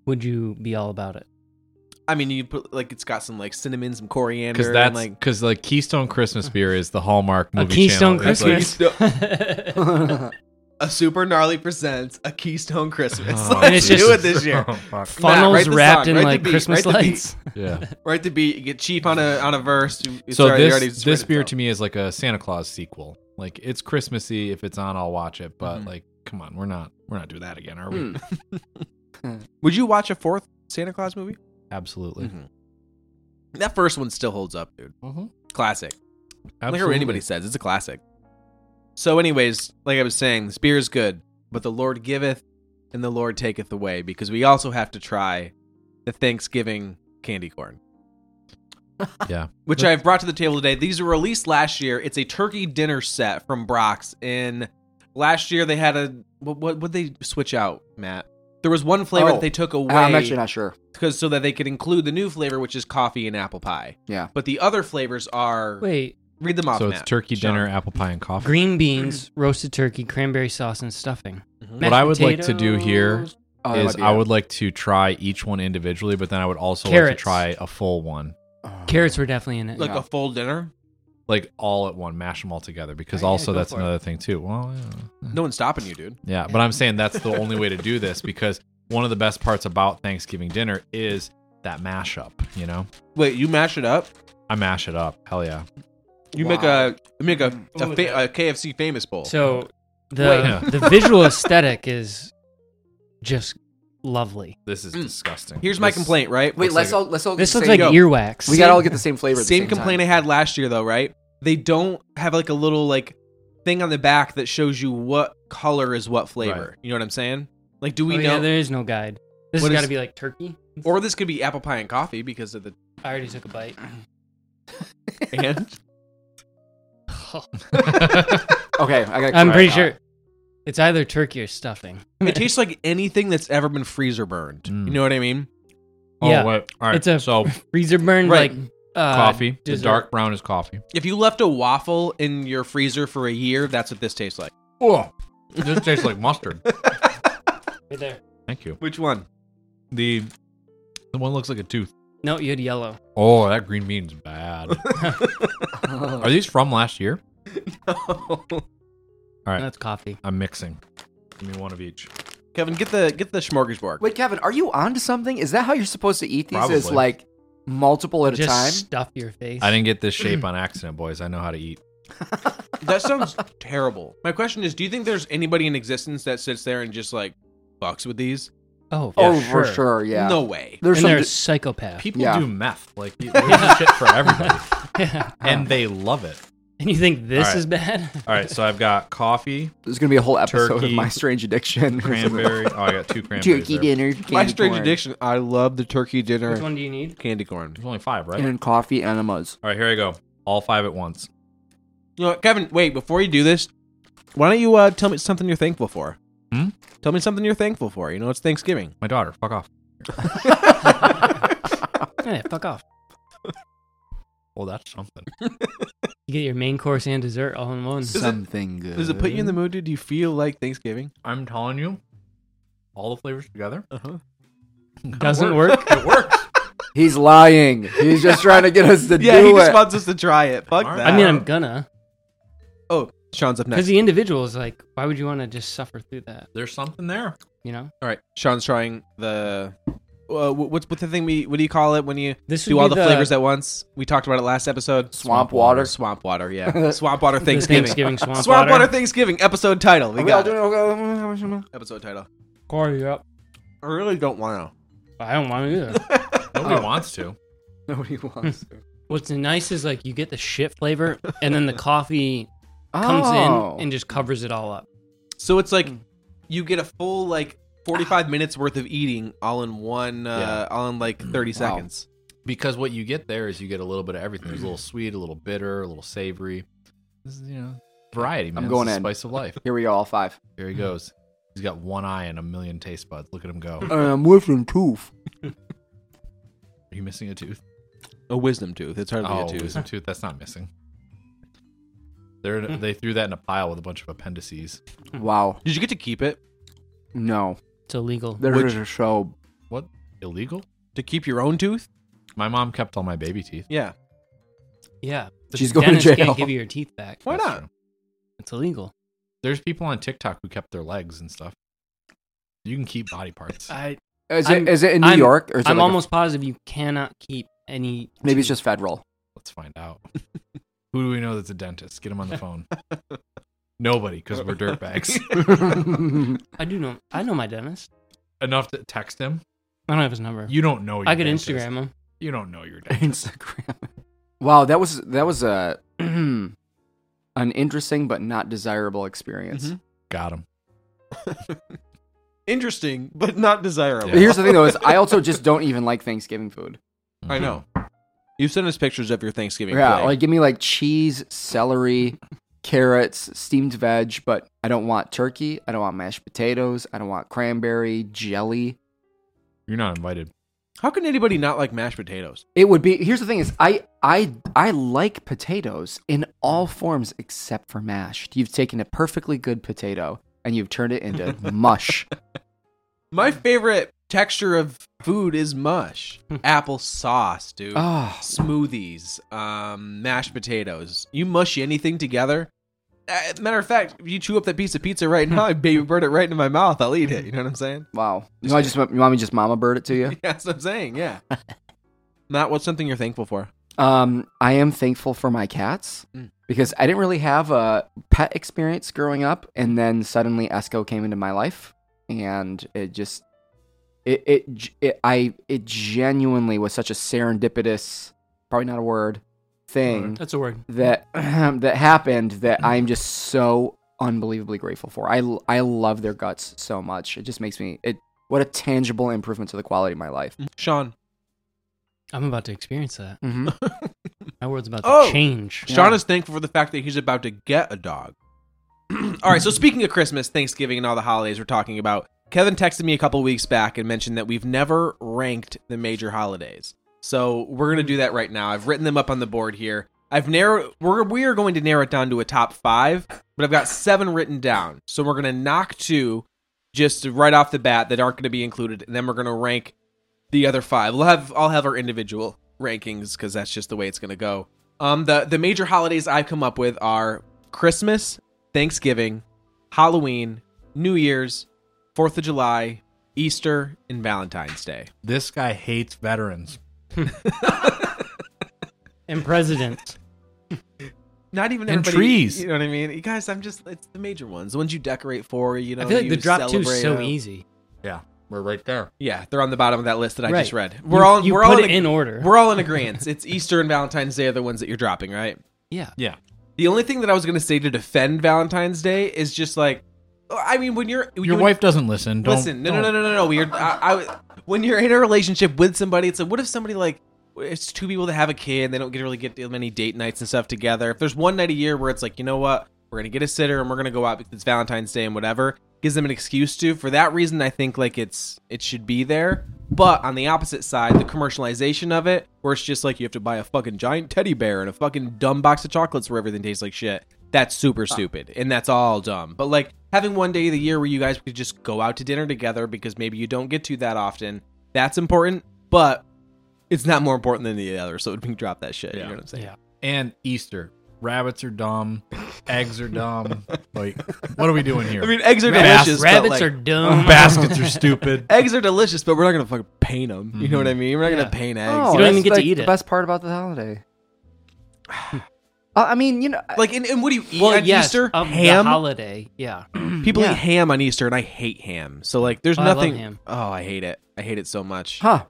[SPEAKER 4] would you be all about it?
[SPEAKER 1] I mean, you put like it's got some like cinnamon, some coriander,
[SPEAKER 3] Because that's
[SPEAKER 1] and, like
[SPEAKER 3] because like Keystone Christmas beer is the Hallmark movie.
[SPEAKER 4] a Keystone
[SPEAKER 3] channel. It's like-
[SPEAKER 4] Christmas.
[SPEAKER 1] a super gnarly presents a Keystone Christmas.
[SPEAKER 3] Oh,
[SPEAKER 1] Let's
[SPEAKER 4] And it's
[SPEAKER 1] do
[SPEAKER 4] just-
[SPEAKER 1] it this year.
[SPEAKER 3] Oh, fuck.
[SPEAKER 1] Matt, write
[SPEAKER 4] Funnels
[SPEAKER 1] the
[SPEAKER 4] wrapped
[SPEAKER 1] song,
[SPEAKER 4] in
[SPEAKER 1] write the
[SPEAKER 4] like
[SPEAKER 1] beat,
[SPEAKER 4] Christmas
[SPEAKER 1] write the beat.
[SPEAKER 4] lights.
[SPEAKER 3] yeah.
[SPEAKER 1] Right to beat, you get cheap on a on a verse. You- it's
[SPEAKER 3] So
[SPEAKER 1] already- already
[SPEAKER 3] this
[SPEAKER 1] spread
[SPEAKER 3] this beer
[SPEAKER 1] itself.
[SPEAKER 3] to me is like a Santa Claus sequel. Like it's Christmassy. If it's on, I'll watch it. But
[SPEAKER 1] Mhm.
[SPEAKER 3] like, come on, we're not we're not doing that again, are we?
[SPEAKER 2] Hmm.
[SPEAKER 1] Mm. Would you watch a fourth Santa Claus movie?
[SPEAKER 3] Absolutely.
[SPEAKER 1] Mm-hmm. That first one still holds up, dude.
[SPEAKER 3] Mm-hmm.
[SPEAKER 1] Classic. I don't care
[SPEAKER 3] Absolutely.
[SPEAKER 1] what anybody says. It's a classic. So, anyways, like I was saying, this beer is good, but the Lord giveth and the Lord taketh away because we also have to try the Thanksgiving candy corn.
[SPEAKER 3] Yeah.
[SPEAKER 1] Which I've brought to the table today. These were released last year. It's a turkey dinner set from Brock's. And last year they had a. What what would they switch out, Matt? There was one flavor
[SPEAKER 2] Oh,
[SPEAKER 1] that they took away
[SPEAKER 2] I'm actually not sure.
[SPEAKER 1] because so that they could include the new flavor, which is coffee and apple pie.
[SPEAKER 2] Yeah.
[SPEAKER 1] But the other flavors are
[SPEAKER 4] Wait,
[SPEAKER 1] read them off.
[SPEAKER 3] So it's
[SPEAKER 1] Matt.
[SPEAKER 3] turkey
[SPEAKER 1] Sean.
[SPEAKER 3] dinner, apple pie, and coffee.
[SPEAKER 4] green beans, roasted turkey, cranberry sauce, and stuffing.
[SPEAKER 2] Mm-hmm.
[SPEAKER 1] Mhm.
[SPEAKER 3] What
[SPEAKER 4] Mashed
[SPEAKER 3] I would like to do here
[SPEAKER 4] potatoes.
[SPEAKER 2] Oh, that
[SPEAKER 3] is
[SPEAKER 2] might be
[SPEAKER 3] I
[SPEAKER 2] it.
[SPEAKER 3] would like to try each one individually, but then I would also like
[SPEAKER 4] Carrots.
[SPEAKER 3] to try a full one,
[SPEAKER 2] Oh.
[SPEAKER 4] Carrots were definitely in it.
[SPEAKER 1] like
[SPEAKER 2] Yeah.
[SPEAKER 1] a full dinner.
[SPEAKER 3] like all at one, mash them all together, because
[SPEAKER 1] Oh,
[SPEAKER 4] Yeah, yeah,
[SPEAKER 3] also
[SPEAKER 4] go
[SPEAKER 3] that's
[SPEAKER 4] for it.
[SPEAKER 3] another thing too. Well, yeah.
[SPEAKER 1] No one's stopping you, dude.
[SPEAKER 3] Yeah, but I'm saying that's the only way to do this because one of the best parts about Thanksgiving dinner is that mashup. You know,
[SPEAKER 1] Wait, you mash it up.
[SPEAKER 3] I mash it up. Hell yeah.
[SPEAKER 1] You
[SPEAKER 2] Wow.
[SPEAKER 1] make a you make a,
[SPEAKER 4] Ooh,
[SPEAKER 1] a, fa- a KFC famous bowl.
[SPEAKER 4] So
[SPEAKER 3] Wait,
[SPEAKER 4] the
[SPEAKER 3] huh.
[SPEAKER 4] the visual aesthetic is just lovely.
[SPEAKER 3] This is
[SPEAKER 1] Mm.
[SPEAKER 3] disgusting.
[SPEAKER 1] here's my
[SPEAKER 3] This-
[SPEAKER 1] complaint. Right,
[SPEAKER 2] Wait,
[SPEAKER 3] Looks
[SPEAKER 2] let's
[SPEAKER 3] like
[SPEAKER 2] all let's all.
[SPEAKER 4] This
[SPEAKER 2] get
[SPEAKER 4] looks
[SPEAKER 2] the
[SPEAKER 4] like
[SPEAKER 2] same,
[SPEAKER 1] yo,
[SPEAKER 4] earwax.
[SPEAKER 2] we gotta all get the same flavor. At the
[SPEAKER 1] same,
[SPEAKER 2] same,
[SPEAKER 1] complaint I had last year though. Right, they don't have like a little like thing on the back that shows you what color is what flavor.
[SPEAKER 3] Right.
[SPEAKER 1] You know what I'm saying? Like, do
[SPEAKER 4] Oh,
[SPEAKER 1] we
[SPEAKER 4] yeah,
[SPEAKER 1] know?
[SPEAKER 4] there is no guide. This
[SPEAKER 1] What
[SPEAKER 4] has got to
[SPEAKER 1] is-
[SPEAKER 4] be like turkey.
[SPEAKER 1] or this could be apple pie and coffee because of the
[SPEAKER 4] I already took a bite.
[SPEAKER 1] and
[SPEAKER 3] Oh,
[SPEAKER 2] Okay, I got.
[SPEAKER 4] I'm pretty sure it's either turkey or stuffing.
[SPEAKER 1] it tastes like anything that's ever been freezer burned.
[SPEAKER 3] Mm.
[SPEAKER 1] You know what I mean?
[SPEAKER 3] oh,
[SPEAKER 4] yeah,
[SPEAKER 3] wait. All right.
[SPEAKER 4] it's a-
[SPEAKER 3] so
[SPEAKER 4] freezer burn
[SPEAKER 1] Right.
[SPEAKER 4] like uh,
[SPEAKER 3] coffee. The
[SPEAKER 4] dessert.
[SPEAKER 3] dark brown is coffee.
[SPEAKER 1] If you left a waffle in your freezer for a year, that's what this tastes like.
[SPEAKER 3] Oh, this tastes like mustard.
[SPEAKER 4] Right there.
[SPEAKER 3] Thank you.
[SPEAKER 1] Which one?
[SPEAKER 3] The the one looks like a tooth.
[SPEAKER 4] No, you had yellow.
[SPEAKER 3] Oh, that green bean's bad. Are these from last year? All right.
[SPEAKER 4] That's coffee.
[SPEAKER 3] I'm mixing. Give me one of each.
[SPEAKER 1] Kevin, get the get the smorgasbord.
[SPEAKER 2] Wait, Kevin, are you onto something? Is that how you're supposed to eat these? Is
[SPEAKER 3] Probably.
[SPEAKER 2] like multiple at a
[SPEAKER 4] Just
[SPEAKER 2] time?
[SPEAKER 4] stuff your face.
[SPEAKER 3] I didn't get this shape on accident, boys. I know how to eat.
[SPEAKER 1] That sounds terrible. My question is, do you think there's anybody in existence that sits there and just like fucks with these?
[SPEAKER 4] Oh,
[SPEAKER 2] oh,
[SPEAKER 4] yeah,
[SPEAKER 2] for sure. Yeah.
[SPEAKER 1] No way.
[SPEAKER 2] There's
[SPEAKER 4] and
[SPEAKER 2] some.
[SPEAKER 4] they're a psychopath.
[SPEAKER 3] People
[SPEAKER 2] Yeah.
[SPEAKER 3] do meth. Like there's a shit for everybody,
[SPEAKER 4] Yeah.
[SPEAKER 3] and they love it.
[SPEAKER 4] And you think this
[SPEAKER 3] All right.
[SPEAKER 4] is bad?
[SPEAKER 3] All right, so I've got coffee,
[SPEAKER 2] there's gonna be a whole episode of
[SPEAKER 3] Turkey,
[SPEAKER 2] My Strange Addiction.
[SPEAKER 3] cranberry. Oh, I got two cranberries.
[SPEAKER 2] Turkey
[SPEAKER 3] there.
[SPEAKER 2] dinner.
[SPEAKER 1] My
[SPEAKER 2] candy
[SPEAKER 1] strange
[SPEAKER 2] corn,
[SPEAKER 1] addiction. I love the turkey dinner
[SPEAKER 4] Which one do you need?
[SPEAKER 1] candy corn.
[SPEAKER 3] There's only five, right?
[SPEAKER 2] And coffee enemas.
[SPEAKER 3] All right, here I go. All five at once.
[SPEAKER 1] You know, what, Kevin, wait before you do this. Why don't you uh, tell me something you're thankful for?
[SPEAKER 3] Hmm?
[SPEAKER 1] Tell me something you're thankful for. You know, it's Thanksgiving.
[SPEAKER 3] My daughter, fuck off.
[SPEAKER 4] Yeah, fuck off.
[SPEAKER 3] Well, that's something.
[SPEAKER 4] You get your main course and dessert all in one.
[SPEAKER 1] it-
[SPEAKER 2] Something good.
[SPEAKER 1] Does it put you in the
[SPEAKER 2] Uh-huh.
[SPEAKER 1] mood? dude? Do you feel like Thanksgiving?
[SPEAKER 3] I'm telling you, all the flavors together
[SPEAKER 1] Uh-huh.
[SPEAKER 4] Doesn't work.
[SPEAKER 3] It works.
[SPEAKER 2] He's lying. He's just trying to get us to
[SPEAKER 1] Yeah,
[SPEAKER 2] do
[SPEAKER 1] he
[SPEAKER 2] it.
[SPEAKER 1] just wants us to try it. Fuck
[SPEAKER 3] Alright.
[SPEAKER 1] that.
[SPEAKER 4] I mean, I'm gonna.
[SPEAKER 1] oh, Sean's up
[SPEAKER 4] Because
[SPEAKER 1] next.
[SPEAKER 4] the individual is like, why would you want to just suffer through that?
[SPEAKER 3] There's something there.
[SPEAKER 4] You know?
[SPEAKER 1] all right, Sean's trying the. Uh, wh- what's what's the thing we what do you call it when you
[SPEAKER 4] This would
[SPEAKER 1] do all
[SPEAKER 4] be
[SPEAKER 1] the, flavors at once? We talked about it last episode.
[SPEAKER 2] Swamp water.
[SPEAKER 1] Swamp water. Yeah. Swamp water.
[SPEAKER 4] the
[SPEAKER 1] Thanksgiving.
[SPEAKER 4] Thanksgiving swamp,
[SPEAKER 1] Swamp water.
[SPEAKER 4] water.
[SPEAKER 1] Thanksgiving episode title. We
[SPEAKER 2] Are we all
[SPEAKER 1] got it.
[SPEAKER 2] doing okay?
[SPEAKER 1] episode title.
[SPEAKER 4] Corey, you're up.
[SPEAKER 1] I really don't want
[SPEAKER 4] I don't want to either.
[SPEAKER 3] Nobody wants to.
[SPEAKER 2] Nobody wants to.
[SPEAKER 4] What's nice is like you get the shit flavor, and then the coffee comes
[SPEAKER 2] oh.
[SPEAKER 4] in and just covers it all up.
[SPEAKER 1] to. So it's like
[SPEAKER 4] Hmm.
[SPEAKER 1] you get a full like 45 minutes worth of eating all in one, uh, all in like 30
[SPEAKER 2] Wow.
[SPEAKER 1] seconds.
[SPEAKER 3] Because what you get there is you get a little bit of everything. There's a little sweet, a little bitter, a little savory. This is, you know, variety, man. It's
[SPEAKER 2] going
[SPEAKER 3] the
[SPEAKER 2] in.
[SPEAKER 3] Spice of life.
[SPEAKER 2] Here we go, all five.
[SPEAKER 3] Here he goes. He's got one eye and a million taste buds. Look at him go. Are
[SPEAKER 2] I'm missing Um, tooth.
[SPEAKER 3] you missing a tooth?
[SPEAKER 1] A wisdom tooth. It's hardly
[SPEAKER 3] Oh,
[SPEAKER 1] a tooth.
[SPEAKER 3] wisdom tooth. That's not missing. They're, they threw that in a pile with a bunch of appendices.
[SPEAKER 2] Wow.
[SPEAKER 1] Did you get to keep it?
[SPEAKER 2] No.
[SPEAKER 4] It's illegal.
[SPEAKER 2] There's
[SPEAKER 1] Which-
[SPEAKER 2] a show.
[SPEAKER 3] What? Illegal?
[SPEAKER 1] To keep your own tooth?
[SPEAKER 3] My mom kept all my baby teeth.
[SPEAKER 1] Yeah.
[SPEAKER 4] yeah, but
[SPEAKER 2] She's
[SPEAKER 4] the
[SPEAKER 2] going to
[SPEAKER 4] dentist
[SPEAKER 2] jail.
[SPEAKER 4] Can't give you your teeth back.
[SPEAKER 1] Why
[SPEAKER 3] That's
[SPEAKER 1] not?
[SPEAKER 3] true.
[SPEAKER 4] It's illegal.
[SPEAKER 3] There's people on TikTok who kept their legs and stuff. You can keep body parts.
[SPEAKER 4] I,
[SPEAKER 2] Is
[SPEAKER 4] I'm-
[SPEAKER 2] it, is it in New
[SPEAKER 4] I'm-
[SPEAKER 2] York? Or is it
[SPEAKER 4] I'm
[SPEAKER 2] like a-
[SPEAKER 4] almost positive you cannot keep any.
[SPEAKER 2] maybe it's just federal.
[SPEAKER 3] Let's find out. Who do we know that's a dentist? Get him on the phone. Nobody, because we're dirtbags.
[SPEAKER 4] I do know. I know my dentist.
[SPEAKER 3] Enough to text him.
[SPEAKER 4] I don't have his number.
[SPEAKER 3] You don't know. Your
[SPEAKER 4] I could
[SPEAKER 3] dentist.
[SPEAKER 4] Instagram him.
[SPEAKER 3] You don't know your dentist.
[SPEAKER 2] Instagram. Wow, that was that was a an interesting but not desirable experience.
[SPEAKER 1] Mhm.
[SPEAKER 3] Got him.
[SPEAKER 1] Interesting, but not desirable.
[SPEAKER 3] Yeah.
[SPEAKER 2] Here's the thing though: is I also just don't even like Thanksgiving food.
[SPEAKER 3] Mm-hmm.
[SPEAKER 1] I know. You sent us pictures of your Thanksgiving.
[SPEAKER 2] Mm-hmm. Yeah,
[SPEAKER 1] plate.
[SPEAKER 2] like give me like cheese, celery, carrots, steamed veg, but I don't want turkey. I don't want mashed potatoes. I don't want cranberry jelly.
[SPEAKER 3] You're not invited.
[SPEAKER 1] how can anybody not like mashed potatoes?
[SPEAKER 2] It would be. Here's the thing: is I I I like potatoes in all forms except for mashed. You've taken a perfectly good potato and you've turned it into mush.
[SPEAKER 1] My
[SPEAKER 2] Mm.
[SPEAKER 1] favorite texture of food is mush. Apple sauce, dude.
[SPEAKER 2] Hmm. Oh,
[SPEAKER 1] Smoothies, um, mashed potatoes. You mush anything together. Uh, matter of fact, if you chew up that piece of pizza
[SPEAKER 2] Hmm.
[SPEAKER 1] right now, I baby bird it right into my mouth. I'll eat it. You know what I'm saying?
[SPEAKER 2] wow. You want just you want me to just mama bird it to you?
[SPEAKER 1] That's what I'm saying. Yeah. Matt, what's something you're thankful for?
[SPEAKER 2] Um, I am thankful for my cats
[SPEAKER 1] Mm.
[SPEAKER 2] because I didn't really have a pet experience growing up, and then suddenly Esco came into my life, and it just it it, g- it I it genuinely was such a serendipitous, probably not a word, thing
[SPEAKER 4] That's a word.
[SPEAKER 2] that that happened that I'm just so unbelievably grateful for. I l- I love their guts so much. It just makes me it what a tangible improvement to the quality of my life.
[SPEAKER 1] Sean.
[SPEAKER 4] I'm about to experience that.
[SPEAKER 2] Mm-hmm.
[SPEAKER 4] My world's about to
[SPEAKER 1] Oh!
[SPEAKER 4] change.
[SPEAKER 2] Yeah.
[SPEAKER 1] Sean is thankful for the fact that he's about to get a dog. All right, so speaking of Christmas, Thanksgiving, and all the holidays we're talking about, Kevin texted me a couple weeks back and mentioned that we've never ranked the major holidays. So we're going to do that right now. I've written them up on the board here. I've narrowed, we're, we are going to narrow it down to a top five, but I've got seven written down. So we're going to knock two just right off the bat that aren't going to be included, and then we're going to rank the other five. We'll have, I'll have our individual rankings because that's just the way it's going to go. Um, the the major holidays I've come up with are Christmas, Thanksgiving, Halloween, New Year's, Fourth of July, Easter, and Valentine's Day.
[SPEAKER 3] This guy hates veterans.
[SPEAKER 4] And presidents.
[SPEAKER 1] Not even
[SPEAKER 3] And
[SPEAKER 1] everybody.
[SPEAKER 3] trees.
[SPEAKER 1] You know what I mean? You guys, I'm just it's the major ones, the ones you decorate for. You know,
[SPEAKER 4] I feel like
[SPEAKER 1] you
[SPEAKER 4] the drop two
[SPEAKER 1] celebrate uh,
[SPEAKER 4] is so
[SPEAKER 1] them.
[SPEAKER 4] easy.
[SPEAKER 3] Yeah, we're right there.
[SPEAKER 1] Yeah, they're on the bottom of that list that I
[SPEAKER 4] Right.
[SPEAKER 1] just read. We're
[SPEAKER 4] You-
[SPEAKER 1] all
[SPEAKER 4] you
[SPEAKER 1] we're
[SPEAKER 4] put
[SPEAKER 1] all
[SPEAKER 4] it in order.
[SPEAKER 1] We're all in agreement. it's Easter and Valentine's Day are the ones that you're dropping, right?
[SPEAKER 4] Yeah.
[SPEAKER 3] Yeah.
[SPEAKER 1] The only thing that I was gonna say to defend Valentine's Day is just like, I mean, when you're
[SPEAKER 3] Your
[SPEAKER 1] when-
[SPEAKER 3] wife doesn't listen. Don't,
[SPEAKER 1] Listen, no,
[SPEAKER 3] don't-
[SPEAKER 1] no, no, no, no, no. We're I, I, when you're in a relationship with somebody, it's like, what if somebody like it's two people that have a kid, and they don't get really get many date nights and stuff together. If there's one night a year where it's like, you know what, We're gonna get a sitter and we're gonna go out because it's Valentine's Day and whatever. Gives them an excuse to. For that reason, I think like it's it should be there. But on the opposite side, the commercialization of it, where it's just like you have to buy a fucking giant teddy bear and a fucking dumb box of chocolates where everything tastes like shit. That's super stupid and that's all dumb. But like having one day of the year where you guys could just go out to dinner together because maybe you don't get to that often, that's important. But it's not more important than the other, so we can drop that shit. You
[SPEAKER 3] Yeah.
[SPEAKER 1] know what I'm saying?
[SPEAKER 4] Yeah.
[SPEAKER 3] and Easter. Rabbits are dumb. Eggs are dumb. like, what are we doing here?
[SPEAKER 1] I mean, eggs are
[SPEAKER 4] Rabbits,
[SPEAKER 1] delicious. but,
[SPEAKER 4] rabbits
[SPEAKER 1] like, um,
[SPEAKER 4] are dumb.
[SPEAKER 3] Baskets are stupid.
[SPEAKER 1] eggs are delicious, but we're not gonna fucking paint them. You know what I mean? We're not
[SPEAKER 4] Mm-hmm. Yeah.
[SPEAKER 1] gonna paint eggs.
[SPEAKER 2] Oh,
[SPEAKER 4] You don't
[SPEAKER 2] that's
[SPEAKER 4] even get to
[SPEAKER 2] like
[SPEAKER 4] eat
[SPEAKER 2] the
[SPEAKER 4] it.
[SPEAKER 2] best part about the holiday. Uh, I mean, you know, I-
[SPEAKER 1] like, and, and what do you eat
[SPEAKER 4] well,
[SPEAKER 1] on
[SPEAKER 4] yes,
[SPEAKER 1] Easter?
[SPEAKER 4] of the
[SPEAKER 1] Ham.
[SPEAKER 4] holiday. Yeah.
[SPEAKER 1] People
[SPEAKER 2] Yeah.
[SPEAKER 1] eat ham on Easter, and I hate ham. So like, there's
[SPEAKER 4] Oh, I love
[SPEAKER 1] nothing.
[SPEAKER 4] ham.
[SPEAKER 1] Oh, I hate it. I hate it so much.
[SPEAKER 2] huh?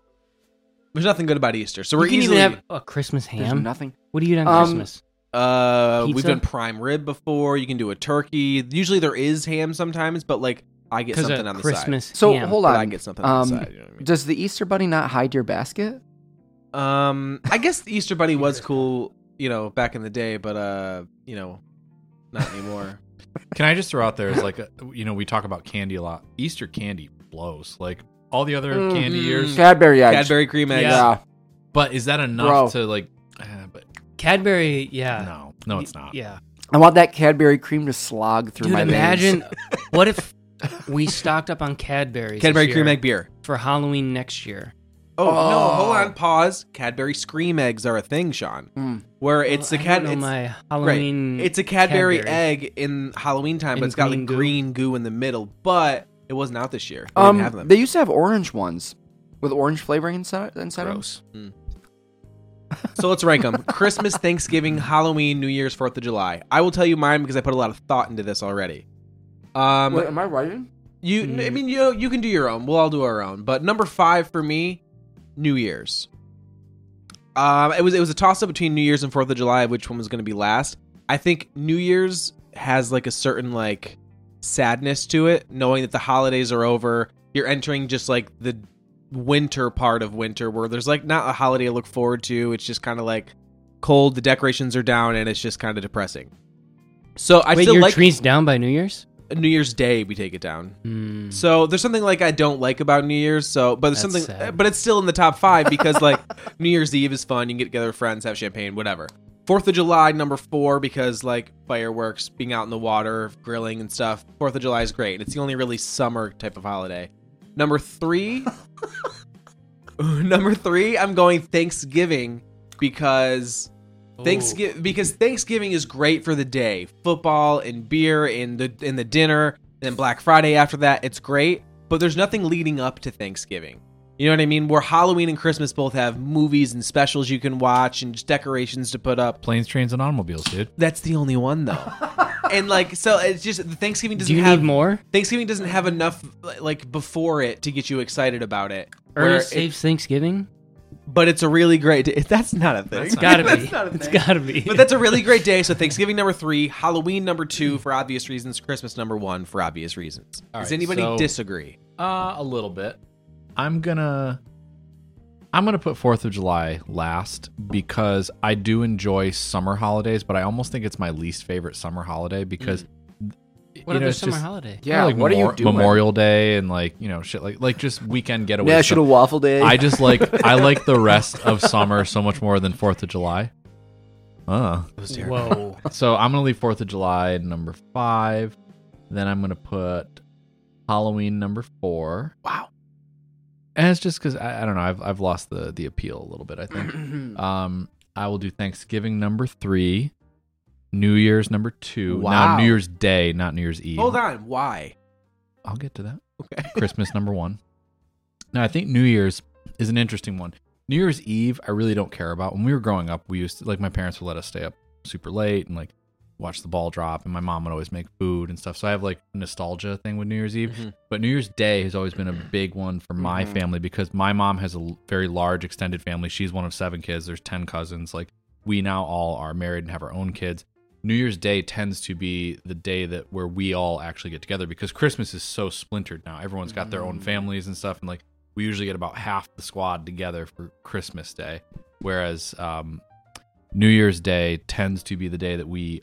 [SPEAKER 1] There's nothing good about Easter. So we're
[SPEAKER 4] you can
[SPEAKER 1] easily.
[SPEAKER 4] even have a Christmas
[SPEAKER 2] There's
[SPEAKER 4] ham.
[SPEAKER 2] nothing.
[SPEAKER 4] What do you eat on
[SPEAKER 2] Um,
[SPEAKER 4] Christmas?
[SPEAKER 1] uh, we've
[SPEAKER 4] Pizza?
[SPEAKER 1] done prime rib before. You can do a turkey. Usually there is ham sometimes, but like I get
[SPEAKER 4] Because
[SPEAKER 1] something on
[SPEAKER 4] of
[SPEAKER 1] the side.
[SPEAKER 4] uh, Christmas
[SPEAKER 2] So
[SPEAKER 4] ham.
[SPEAKER 2] hold
[SPEAKER 1] But
[SPEAKER 2] on.
[SPEAKER 1] I get something on the
[SPEAKER 2] Um,
[SPEAKER 1] side. You know what I mean?
[SPEAKER 2] Does the Easter bunny not hide your basket?
[SPEAKER 1] Um, I guess the Easter Bunny was cool, you know, back in the day, but uh, you know, not anymore.
[SPEAKER 3] Can I just throw out there is like, a, you know, we talk about candy a lot. Easter candy blows. Like all the other
[SPEAKER 1] Mm-hmm.
[SPEAKER 2] Mm.
[SPEAKER 3] candy years,
[SPEAKER 2] Cadbury eggs.
[SPEAKER 1] Cadbury cream eggs.
[SPEAKER 3] Yeah.
[SPEAKER 2] Yeah.
[SPEAKER 3] but is that enough to like? Uh, but
[SPEAKER 4] Cadbury. Yeah.
[SPEAKER 3] no, no, it's not.
[SPEAKER 4] Yeah.
[SPEAKER 2] I want that Cadbury cream to slog through
[SPEAKER 4] Dude,
[SPEAKER 2] my
[SPEAKER 4] imagine
[SPEAKER 2] veins.
[SPEAKER 4] what if we stocked up on Cadbury's
[SPEAKER 1] Cadbury
[SPEAKER 4] this
[SPEAKER 1] cream
[SPEAKER 4] year
[SPEAKER 1] egg beer.
[SPEAKER 4] for Halloween next year.
[SPEAKER 1] Oh, no,
[SPEAKER 2] Oh.
[SPEAKER 1] hold on, pause. Cadbury scream eggs are a thing, Sean.
[SPEAKER 2] Mm.
[SPEAKER 1] Where it's
[SPEAKER 4] Well,
[SPEAKER 1] a
[SPEAKER 4] Oh, I
[SPEAKER 1] cad
[SPEAKER 4] don't know
[SPEAKER 1] it's,
[SPEAKER 4] my
[SPEAKER 1] right.
[SPEAKER 4] Halloween.
[SPEAKER 1] it's a Cadbury,
[SPEAKER 4] Cadbury.
[SPEAKER 1] egg in Halloween time, but
[SPEAKER 4] And
[SPEAKER 1] it's got
[SPEAKER 4] green
[SPEAKER 1] like
[SPEAKER 4] goo.
[SPEAKER 1] green goo in the middle, but it wasn't out this year. We didn't have
[SPEAKER 2] Um,
[SPEAKER 1] them.
[SPEAKER 2] they used to have orange ones with orange flavoring inside. Inside them.
[SPEAKER 1] Gross. Mm. so let's rank them: Christmas, Thanksgiving, Halloween, New Year's, Fourth of July. I will tell you mine because I put a lot of thought into this already. Um,
[SPEAKER 2] Wait, am I writing?
[SPEAKER 1] You,
[SPEAKER 4] Mm.
[SPEAKER 1] I mean, you you can do your own. We'll all do our own. But number five for me, New Year's. Um, it was it was a toss up between New Year's and Fourth of July, which one was going to be last. I think New Year's has like a certain like sadness to it, knowing that the holidays are over. You're entering just like the winter part of winter, where there's like not a holiday to look forward to. It's just kind of like cold. The decorations are down, and it's just kind of depressing. So I
[SPEAKER 4] Wait,
[SPEAKER 1] still
[SPEAKER 4] your
[SPEAKER 1] like
[SPEAKER 4] tree's down by New Year's.
[SPEAKER 1] New Year's Day. We take it down.
[SPEAKER 4] Hmm.
[SPEAKER 1] So there's something like I don't like about New Year's. So, but there's
[SPEAKER 4] That's
[SPEAKER 1] something,
[SPEAKER 4] sad.
[SPEAKER 1] but it's still in the top five because like New Year's Eve is fun. You can get together with friends, have champagne, whatever. Fourth of July number four because like fireworks, being out in the water, grilling and stuff. Fourth of July is great. It's the only really summer type of holiday. Number three, number three, I'm going Thanksgiving because
[SPEAKER 4] Oh.
[SPEAKER 1] Thanksgiving because Thanksgiving is great for the day, football and beer and the and the dinner, and then Black Friday after that. It's great, but there's nothing leading up to Thanksgiving. You know what I mean? Where Halloween and Christmas both have movies and specials you can watch and just decorations to put up.
[SPEAKER 3] Planes, trains, and automobiles, dude.
[SPEAKER 1] That's the only one though. and like so it's just Thanksgiving
[SPEAKER 4] Do
[SPEAKER 1] doesn't
[SPEAKER 4] you
[SPEAKER 1] have
[SPEAKER 4] need more?
[SPEAKER 1] Thanksgiving doesn't have enough like before it to get you excited about it. Where
[SPEAKER 4] Ernest
[SPEAKER 1] it-
[SPEAKER 4] saves Thanksgiving.
[SPEAKER 1] but it's a really great day. That's not a thing.
[SPEAKER 3] That's
[SPEAKER 4] It's gotta
[SPEAKER 1] That's
[SPEAKER 4] be.
[SPEAKER 1] not a
[SPEAKER 4] It's
[SPEAKER 1] thing.
[SPEAKER 4] gotta be.
[SPEAKER 1] But that's a really great day. So Thanksgiving number three, Halloween number two for obvious reasons, Christmas number one for obvious reasons.
[SPEAKER 3] All
[SPEAKER 1] Does
[SPEAKER 3] right,
[SPEAKER 1] anybody
[SPEAKER 3] so-
[SPEAKER 1] disagree?
[SPEAKER 3] Uh, a little bit. I'm gonna I'm gonna put Fourth of July last because I do enjoy summer holidays, but I almost think it's my least favorite summer holiday because
[SPEAKER 4] what
[SPEAKER 3] you know,
[SPEAKER 4] other
[SPEAKER 3] it's
[SPEAKER 4] summer
[SPEAKER 3] just-
[SPEAKER 4] holiday?
[SPEAKER 2] Yeah.
[SPEAKER 3] like
[SPEAKER 2] what
[SPEAKER 3] Memor-
[SPEAKER 2] are you doing?
[SPEAKER 3] Memorial Day and like you know shit like like just weekend getaways.
[SPEAKER 2] National Waffle Day.
[SPEAKER 3] I just like I like the rest of summer so much more than Fourth of July. Uh,
[SPEAKER 1] It was terrible.
[SPEAKER 4] Whoa.
[SPEAKER 3] so I'm gonna leave Fourth of July at number five. Then I'm gonna put Halloween number four.
[SPEAKER 2] wow.
[SPEAKER 3] And it's just because I, I don't know. I've I've lost the the appeal a little bit. I think. um, I will do Thanksgiving number three, New Year's number two. Now
[SPEAKER 1] Wow.
[SPEAKER 3] New Year's Day, not New Year's Eve.
[SPEAKER 1] Hold on. Why?
[SPEAKER 3] I'll get to that.
[SPEAKER 1] Okay.
[SPEAKER 3] Christmas number one. Now I think New Year's is an interesting one. New Year's Eve, I really don't care about. When we were growing up, we used to, like my parents would let us stay up super late and like watch the ball drop, and my mom would always make food and stuff. So I have like nostalgia thing with New Year's Eve,
[SPEAKER 1] Mhm.
[SPEAKER 3] but New Year's Day has always been a big one for my
[SPEAKER 2] Mhm.
[SPEAKER 3] family because my mom has a l- very large extended family. She's one of seven kids. There's ten cousins. Like we now all are married and have our own kids. New Year's Day tends to be the day that where we all actually get together because Christmas is so splintered now. Everyone's got their
[SPEAKER 1] Mm.
[SPEAKER 3] own families and stuff, and like we usually get about half the squad together for Christmas Day, whereas um, New Year's Day tends to be the day that we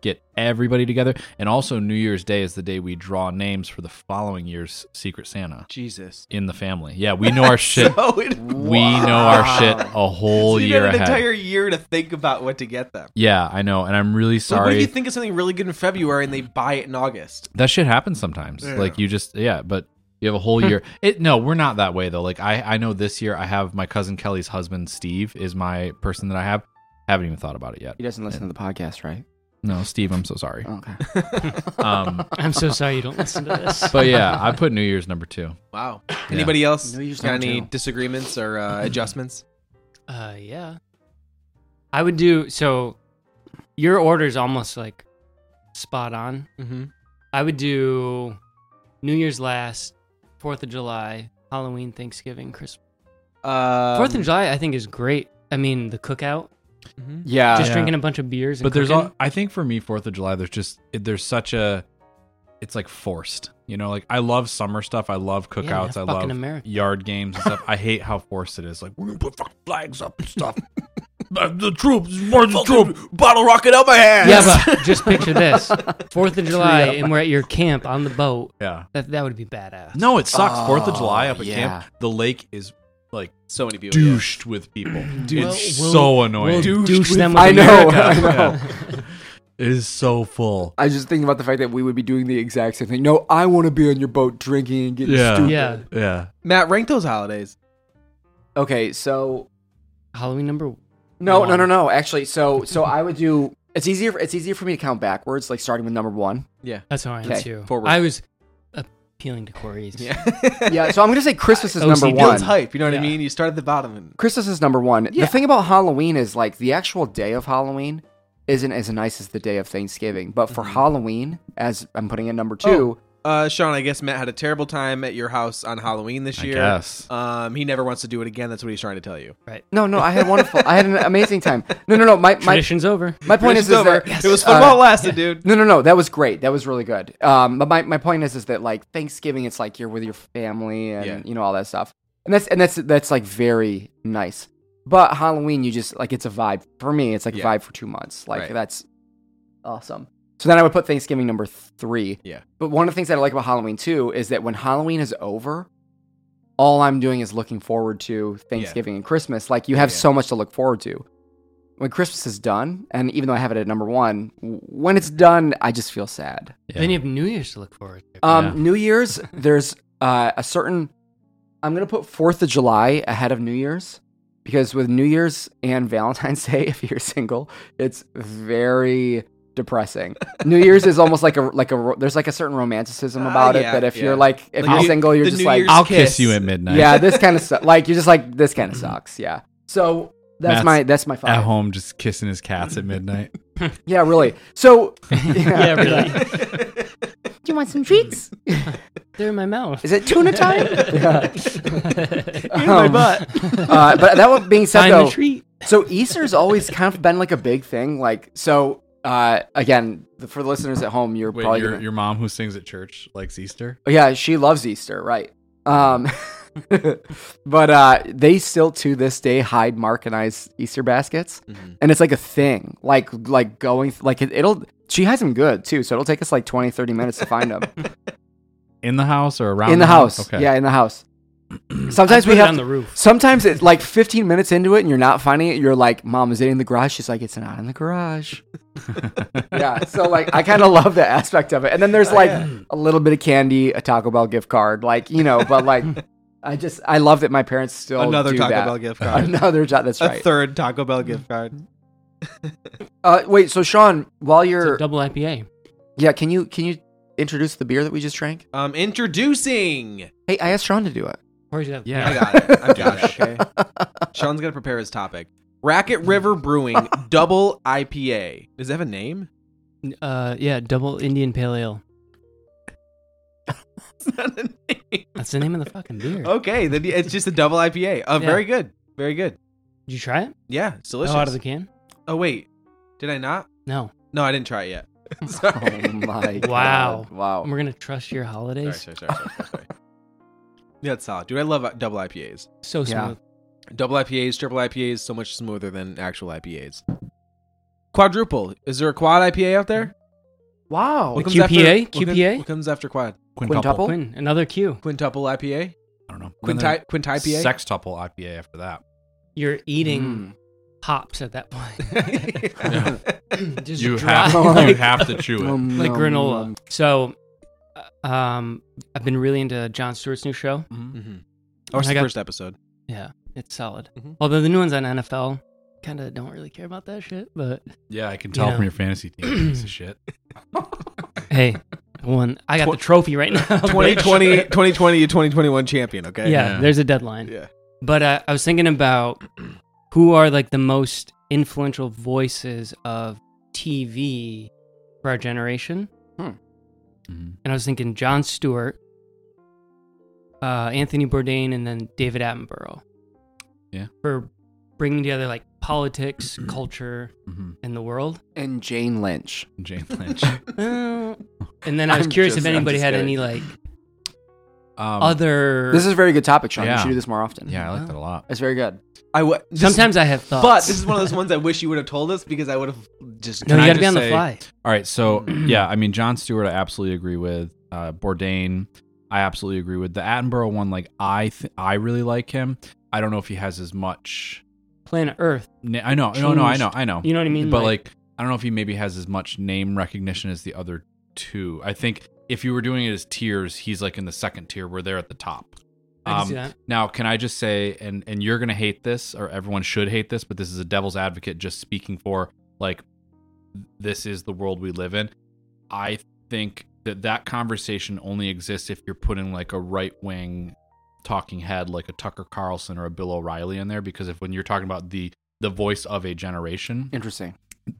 [SPEAKER 3] get everybody together. And also, New Year's Day is the day we draw names for the following year's Secret Santa
[SPEAKER 1] Jesus.
[SPEAKER 3] in the family. Yeah, we know our shit.
[SPEAKER 1] So it-
[SPEAKER 3] we know our shit a whole
[SPEAKER 1] so you
[SPEAKER 3] year
[SPEAKER 1] got an
[SPEAKER 3] ahead.
[SPEAKER 1] entire year to think about what to get them.
[SPEAKER 3] yeah, I know, and I'm really
[SPEAKER 1] So what
[SPEAKER 3] sorry.
[SPEAKER 1] if you think of something really good in February and they buy it in August?
[SPEAKER 3] that shit happens sometimes.
[SPEAKER 1] Yeah.
[SPEAKER 3] Like you just yeah, but you have a whole year. It no, we're not that way though. Like I I know this year I have my cousin Kelly's husband Steve is my person that I have. Haven't even thought about it yet.
[SPEAKER 2] He doesn't listen to the podcast, right?
[SPEAKER 3] No, Steve, I'm so sorry.
[SPEAKER 2] Oh, Okay.
[SPEAKER 3] Um,
[SPEAKER 4] I'm so sorry you don't listen to this.
[SPEAKER 3] but yeah, I put New Year's number two.
[SPEAKER 1] Wow. Anybody else
[SPEAKER 2] No, you just
[SPEAKER 1] got
[SPEAKER 2] don't
[SPEAKER 1] any
[SPEAKER 2] tell.
[SPEAKER 1] disagreements or uh, adjustments?
[SPEAKER 4] Uh, yeah. I would do so. Your order's almost like spot on.
[SPEAKER 1] Mm-hmm.
[SPEAKER 4] I would do New Year's last, Fourth of July, Halloween, Thanksgiving, Christmas.
[SPEAKER 1] Um,
[SPEAKER 4] Fourth of July, I think, is great. I mean, the cookout,
[SPEAKER 1] mhm.
[SPEAKER 2] Yeah.
[SPEAKER 4] just
[SPEAKER 3] yeah.
[SPEAKER 4] drinking a bunch of beers. And
[SPEAKER 3] But there's
[SPEAKER 4] cooking.
[SPEAKER 3] all I think for me Fourth of July there's just it- there's such a it's like forced. You know, like I love summer stuff. I love
[SPEAKER 4] Yeah,
[SPEAKER 3] cookouts.
[SPEAKER 4] that's
[SPEAKER 3] I
[SPEAKER 4] fucking
[SPEAKER 3] love
[SPEAKER 4] America.
[SPEAKER 3] yard games and stuff. I hate how forced it is. Like we're gonna put fucking flags up and stuff. Uh, the troops, for the troops.
[SPEAKER 1] Bottle rocket up my ass.
[SPEAKER 4] Yeah, but just picture this: Fourth of July, and we're at your camp on the boat.
[SPEAKER 3] Yeah.
[SPEAKER 4] That that would be badass.
[SPEAKER 3] No, it sucks. Fourth of July
[SPEAKER 2] Oh,
[SPEAKER 3] up at
[SPEAKER 2] yeah.
[SPEAKER 3] camp, the lake is like
[SPEAKER 1] so many people. yeah.
[SPEAKER 3] douched with people. it's so annoying.
[SPEAKER 4] We'll
[SPEAKER 1] Douched
[SPEAKER 4] douche
[SPEAKER 1] with-
[SPEAKER 4] them. With
[SPEAKER 2] I know.
[SPEAKER 4] America.
[SPEAKER 2] I know.
[SPEAKER 3] It is so full.
[SPEAKER 2] I just think about the fact that we would be doing the exact same thing. No, I want to be on your boat drinking and getting
[SPEAKER 3] Yeah.
[SPEAKER 2] stupid.
[SPEAKER 4] Yeah,
[SPEAKER 3] Yeah.
[SPEAKER 1] Matt, rank those holidays.
[SPEAKER 2] Okay, so
[SPEAKER 4] Halloween number.
[SPEAKER 2] no, no,
[SPEAKER 4] One.
[SPEAKER 2] no, no. Actually, so so I would do. It's easier. It's easier for me to count backwards, like starting with number one.
[SPEAKER 4] That's how I am
[SPEAKER 2] Okay,
[SPEAKER 4] too.
[SPEAKER 1] forward.
[SPEAKER 4] I was appealing to Corey's.
[SPEAKER 1] Yeah.
[SPEAKER 2] Yeah, so I'm gonna say Christmas is
[SPEAKER 3] Oh,
[SPEAKER 4] OCD.
[SPEAKER 2] number
[SPEAKER 4] Bill's
[SPEAKER 2] one.
[SPEAKER 1] Builds hype. You know what I
[SPEAKER 4] Yeah.
[SPEAKER 1] mean? You start at the bottom. And,
[SPEAKER 2] Christmas is number one.
[SPEAKER 1] Yeah.
[SPEAKER 2] The thing about Halloween is like the actual day of Halloween isn't as nice as the day of Thanksgiving. But
[SPEAKER 1] Mm-hmm.
[SPEAKER 2] for Halloween, as I'm putting in number two,
[SPEAKER 1] uh, Sean, I guess Matt had a terrible time at your house on Halloween this
[SPEAKER 3] I
[SPEAKER 1] year.
[SPEAKER 3] guess.
[SPEAKER 1] Um, he never wants to do it again. That's what he's trying to tell you.
[SPEAKER 2] no, no, I had wonderful. I had an amazing time. No, no, no. My my,
[SPEAKER 4] Tradition's over.
[SPEAKER 2] my point is,
[SPEAKER 1] Tradition's
[SPEAKER 2] is
[SPEAKER 1] over.
[SPEAKER 2] that
[SPEAKER 1] It was fun
[SPEAKER 2] uh,
[SPEAKER 1] while it lasted, dude.
[SPEAKER 2] No, no, no. That was great. That was really good. Um, but my, my point is, is that like Thanksgiving, it's like you're with your family and
[SPEAKER 1] Yeah.
[SPEAKER 2] you know all that stuff, and that's and that's that's like very nice. But Halloween, you just like it's a vibe for me. It's like
[SPEAKER 1] Yeah.
[SPEAKER 2] a vibe for two months. Like
[SPEAKER 1] Right.
[SPEAKER 2] that's awesome. So then I would put Thanksgiving number three.
[SPEAKER 1] Yeah.
[SPEAKER 2] But one of the things that I like about Halloween too is that when Halloween is over, all I'm doing is looking forward to Thanksgiving and Christmas. Like you have
[SPEAKER 1] Yeah.
[SPEAKER 2] so much to look forward to. When Christmas is done, and even though I have it at number one, w- when it's done, I just feel sad.
[SPEAKER 3] Yeah.
[SPEAKER 4] Then you have New Year's to look forward to.
[SPEAKER 2] Um,
[SPEAKER 3] Yeah.
[SPEAKER 2] New Year's, there's uh, a certain. I'm gonna put Fourth of July ahead of New Year's because with New Year's and Valentine's Day, if you're single, it's very depressing. New Year's is almost like a like a ro- there's like a certain romanticism
[SPEAKER 1] Ah,
[SPEAKER 2] about
[SPEAKER 1] yeah,
[SPEAKER 2] it that if
[SPEAKER 1] yeah.
[SPEAKER 2] you're like if
[SPEAKER 1] Like
[SPEAKER 2] you're
[SPEAKER 1] the-
[SPEAKER 2] single, you're
[SPEAKER 1] the
[SPEAKER 2] just
[SPEAKER 1] New
[SPEAKER 2] like
[SPEAKER 1] Year's
[SPEAKER 3] I'll kiss.
[SPEAKER 1] kiss.
[SPEAKER 3] you at midnight.
[SPEAKER 2] yeah, this kind of stuff. Like you're just like this kind of
[SPEAKER 1] Mm-hmm.
[SPEAKER 2] sucks. Yeah. So that's
[SPEAKER 3] Matt's
[SPEAKER 2] my that's my five.
[SPEAKER 3] At home, just kissing his cats at midnight.
[SPEAKER 2] Yeah, really. So
[SPEAKER 4] yeah, really.
[SPEAKER 2] Do you want some treats?
[SPEAKER 4] They're in my mouth.
[SPEAKER 2] Is it tuna time? yeah.
[SPEAKER 4] In
[SPEAKER 2] my
[SPEAKER 4] butt.
[SPEAKER 2] Uh, but that one being said
[SPEAKER 4] Um, Find
[SPEAKER 2] though,
[SPEAKER 4] the treat.
[SPEAKER 2] so Easter's always kind of been like a big thing. Like so uh again, the, for the listeners at home, you're
[SPEAKER 3] Wait,
[SPEAKER 2] probably
[SPEAKER 3] your,
[SPEAKER 2] gonna-
[SPEAKER 3] your mom who sings at church likes Easter?
[SPEAKER 2] Oh, yeah, she loves Easter, right? Um but uh they still to this day hide Mark and I's Easter baskets.
[SPEAKER 1] Mhm.
[SPEAKER 2] and it's like a thing like like going th- like it, it'll she has them good too so it'll take us like 20 30 minutes to find them
[SPEAKER 3] In the house or around
[SPEAKER 2] in the house yeah in the house sometimes
[SPEAKER 4] I
[SPEAKER 2] we
[SPEAKER 4] put it
[SPEAKER 2] have
[SPEAKER 4] on
[SPEAKER 2] to-
[SPEAKER 4] the roof.
[SPEAKER 2] sometimes it's like 15 minutes into it and you're not finding it you're like mom is it in the garage she's like it's not in the garage yeah so like i kind of love the aspect of it and then there's like a little bit of candy a taco bell gift card like you know but like i just i love that my parents still
[SPEAKER 1] Another
[SPEAKER 2] do
[SPEAKER 1] Taco
[SPEAKER 2] that.
[SPEAKER 1] Bell gift card.
[SPEAKER 2] another job that's
[SPEAKER 1] A
[SPEAKER 2] right
[SPEAKER 1] third Taco Bell gift card.
[SPEAKER 2] uh, wait so sean while
[SPEAKER 4] It's a
[SPEAKER 2] you're
[SPEAKER 4] double IPA.
[SPEAKER 2] Yeah, can you can you introduce the beer that we just drank?
[SPEAKER 1] Um, introducing.
[SPEAKER 2] Hey, I asked Sean to do it.
[SPEAKER 4] Corey's got-
[SPEAKER 3] Yeah.
[SPEAKER 1] I got it. I've got it.
[SPEAKER 3] Gosh.
[SPEAKER 1] Okay. Sean's gonna prepare his topic. Racket River Brewing Double IPA. Does it have a name?
[SPEAKER 4] Uh, yeah, double Indian Pale Ale.
[SPEAKER 1] It's not a name.
[SPEAKER 4] That's the name of the fucking beer.
[SPEAKER 3] Oh.
[SPEAKER 1] Okay, then it's just a double IPA. Uh,
[SPEAKER 4] Yeah.
[SPEAKER 1] Very good. Very good.
[SPEAKER 4] Did you try it?
[SPEAKER 1] Yeah, it's delicious.
[SPEAKER 4] Oh, out of the can?
[SPEAKER 1] Oh, wait. Did I not?
[SPEAKER 4] No.
[SPEAKER 1] No, I didn't try it yet. sorry.
[SPEAKER 2] Oh my
[SPEAKER 4] Wow.
[SPEAKER 2] God. Wow.
[SPEAKER 3] Oh.
[SPEAKER 4] We're gonna trust your
[SPEAKER 1] Sorry,
[SPEAKER 4] holidays.
[SPEAKER 1] sorry, sorry, sorry, sorry, sorry. Yeah, it's solid. Dude, I love uh, double IPAs.
[SPEAKER 4] So
[SPEAKER 2] Yeah.
[SPEAKER 4] smooth.
[SPEAKER 1] Double IPAs, triple IPAs, so much smoother than actual IPAs. Quadruple. Is there a quad IPA out there?
[SPEAKER 2] Wow.
[SPEAKER 4] Like- QPA?
[SPEAKER 1] After, what comes-
[SPEAKER 4] QPA?
[SPEAKER 1] What comes after quad?
[SPEAKER 2] Quintuple?
[SPEAKER 4] Quinn, another Q.
[SPEAKER 1] Quintuple IPA?
[SPEAKER 3] I don't know.
[SPEAKER 1] Quinti- Quinti IPA?
[SPEAKER 3] Sextuple IPA after that.
[SPEAKER 4] You're eating
[SPEAKER 2] Mm.
[SPEAKER 1] Mm.
[SPEAKER 4] hops at that point.
[SPEAKER 1] Yeah.
[SPEAKER 4] Just
[SPEAKER 3] You
[SPEAKER 4] dry,
[SPEAKER 3] have, you
[SPEAKER 4] like,
[SPEAKER 3] have to chew it.
[SPEAKER 4] like granola. So, uh, um, I've been really into John Stewart's new show.
[SPEAKER 3] Mm-hmm.
[SPEAKER 1] Mhm. Oh, it's the
[SPEAKER 4] I got-
[SPEAKER 1] first episode.
[SPEAKER 4] Yeah, it's solid.
[SPEAKER 3] Mm-hmm.
[SPEAKER 1] Mhm.
[SPEAKER 4] Although the new ones on NFL, kind of don't really care about that shit. But
[SPEAKER 3] Yeah, I can tell
[SPEAKER 4] Yeah.
[SPEAKER 3] from your fantasy team. piece of shit.
[SPEAKER 4] hey, I won. I got the trophy right now. but-
[SPEAKER 1] 2020, 2020 to 2021 champion,
[SPEAKER 4] Yeah,
[SPEAKER 1] okay?
[SPEAKER 3] Yeah.
[SPEAKER 4] there's a deadline.
[SPEAKER 1] Yeah.
[SPEAKER 4] But uh, I was thinking about who are like the most influential voices of TV for our generation.
[SPEAKER 3] Mhm.
[SPEAKER 4] and I was thinking John Stewart, uh, Anthony Bourdain, and then David Attenborough.
[SPEAKER 3] Yeah.
[SPEAKER 4] For bringing together like politics, culture,
[SPEAKER 3] Mhm.
[SPEAKER 4] and the world.
[SPEAKER 2] And Jane Lynch.
[SPEAKER 3] Jane Lynch. Um,
[SPEAKER 4] Uh, and then I was
[SPEAKER 2] I'm
[SPEAKER 4] curious
[SPEAKER 2] just-
[SPEAKER 4] if
[SPEAKER 2] I'm
[SPEAKER 4] anybody
[SPEAKER 2] just
[SPEAKER 4] had
[SPEAKER 2] kidding.
[SPEAKER 4] any like
[SPEAKER 3] Um,
[SPEAKER 4] other.
[SPEAKER 2] This is a very good topic, Sean. You
[SPEAKER 3] Yeah.
[SPEAKER 2] should do this more often.
[SPEAKER 3] yeah, I like that a lot.
[SPEAKER 2] It's very good.
[SPEAKER 1] I w- this-
[SPEAKER 4] Sometimes I have thoughts.
[SPEAKER 1] But this is one of those ones I wish you would have told us because I would have just.
[SPEAKER 4] No,
[SPEAKER 3] Can
[SPEAKER 4] you
[SPEAKER 3] I
[SPEAKER 4] got to be
[SPEAKER 3] just
[SPEAKER 4] on the
[SPEAKER 3] say-
[SPEAKER 4] fly.
[SPEAKER 3] All right, so
[SPEAKER 4] Mm.
[SPEAKER 3] yeah, I mean, John Stewart, I absolutely agree with. Uh, Bourdain, I absolutely agree with. The Attenborough one, like I, th- I really like him. I don't know if he has as much.
[SPEAKER 4] Planet Earth.
[SPEAKER 3] Na- I know, no, no, I
[SPEAKER 4] Changed.
[SPEAKER 3] know, I know.
[SPEAKER 4] You know what I mean?
[SPEAKER 3] But like, I don't know if he maybe has as much name recognition as the other two. I think if you were doing it as tiers, he's like in the second tier where they're at the top.
[SPEAKER 4] I can see
[SPEAKER 3] Um,
[SPEAKER 4] that.
[SPEAKER 3] now, can I just say, and and you're gonna hate this, or everyone should hate this, but this is a devil's advocate, just speaking for like, this is the world we live in. I think that that conversation only exists if you're putting like a right wing talking head, like a Tucker Carlson or a Bill O'Reilly, in there, because if when you're talking about the the voice of a generation,
[SPEAKER 2] Interesting.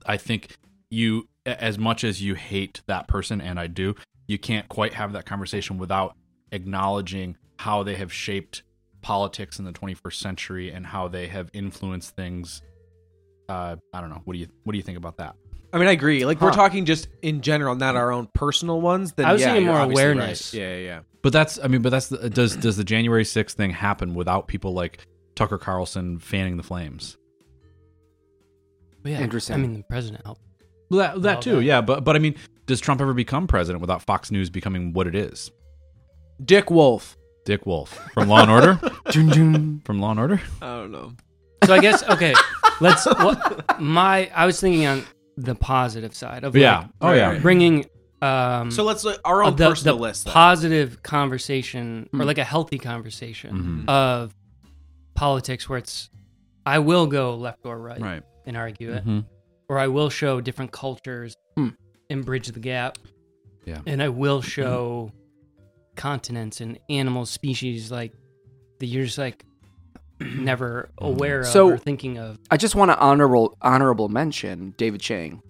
[SPEAKER 3] I think you, a- as much as you hate that person, and I do, you can't quite have that conversation without acknowledging how they have shaped politics in the 21st century and how they have influenced things. Uh, I don't know. What do you What do you think about that?
[SPEAKER 1] I mean, I agree. Like we're
[SPEAKER 2] Huh.
[SPEAKER 1] talking just in general, not our own personal ones. Then
[SPEAKER 4] I was
[SPEAKER 1] yeah,
[SPEAKER 4] thinking
[SPEAKER 1] you're
[SPEAKER 4] more
[SPEAKER 1] obviously right.
[SPEAKER 4] awareness.
[SPEAKER 1] Yeah, yeah, yeah.
[SPEAKER 3] But that's I mean, but that's the, does does the January 6th thing happen without people like Tucker Carlson fanning the flames?
[SPEAKER 4] Yeah,
[SPEAKER 2] Interesting.
[SPEAKER 4] I mean, the president helped.
[SPEAKER 3] Well, that that
[SPEAKER 4] Well,
[SPEAKER 3] too,
[SPEAKER 4] that-
[SPEAKER 3] yeah. But but I mean, does Trump ever become president without Fox News becoming what it is?
[SPEAKER 1] Dick Wolf.
[SPEAKER 3] Dick Wolf from Law and Order.
[SPEAKER 2] Dun, dun.
[SPEAKER 3] From Law and Order.
[SPEAKER 1] I don't know.
[SPEAKER 4] So I guess okay. let's. What, my I was thinking on the positive side of like,
[SPEAKER 3] Yeah. Oh yeah.
[SPEAKER 4] bringing um
[SPEAKER 1] Mm. So let's look our own
[SPEAKER 4] of the,
[SPEAKER 1] personal
[SPEAKER 4] the
[SPEAKER 1] list. then.
[SPEAKER 4] positive conversation
[SPEAKER 2] Hmm.
[SPEAKER 4] or like a healthy conversation
[SPEAKER 1] Mm-hmm.
[SPEAKER 3] Mhm.
[SPEAKER 4] of politics where it's i will go left or right,
[SPEAKER 3] Right.
[SPEAKER 1] Mm-hmm.
[SPEAKER 4] and argue it
[SPEAKER 3] Mhm.
[SPEAKER 4] or i will show different cultures
[SPEAKER 2] Hmm. Mm-hmm.
[SPEAKER 4] and bridge the gap
[SPEAKER 3] Yeah.
[SPEAKER 4] and i will show continents and animal species like that you're just like never aware of
[SPEAKER 2] Mm-hmm. So-
[SPEAKER 4] or thinking of
[SPEAKER 2] I just want to honorable honorable mention David Chang.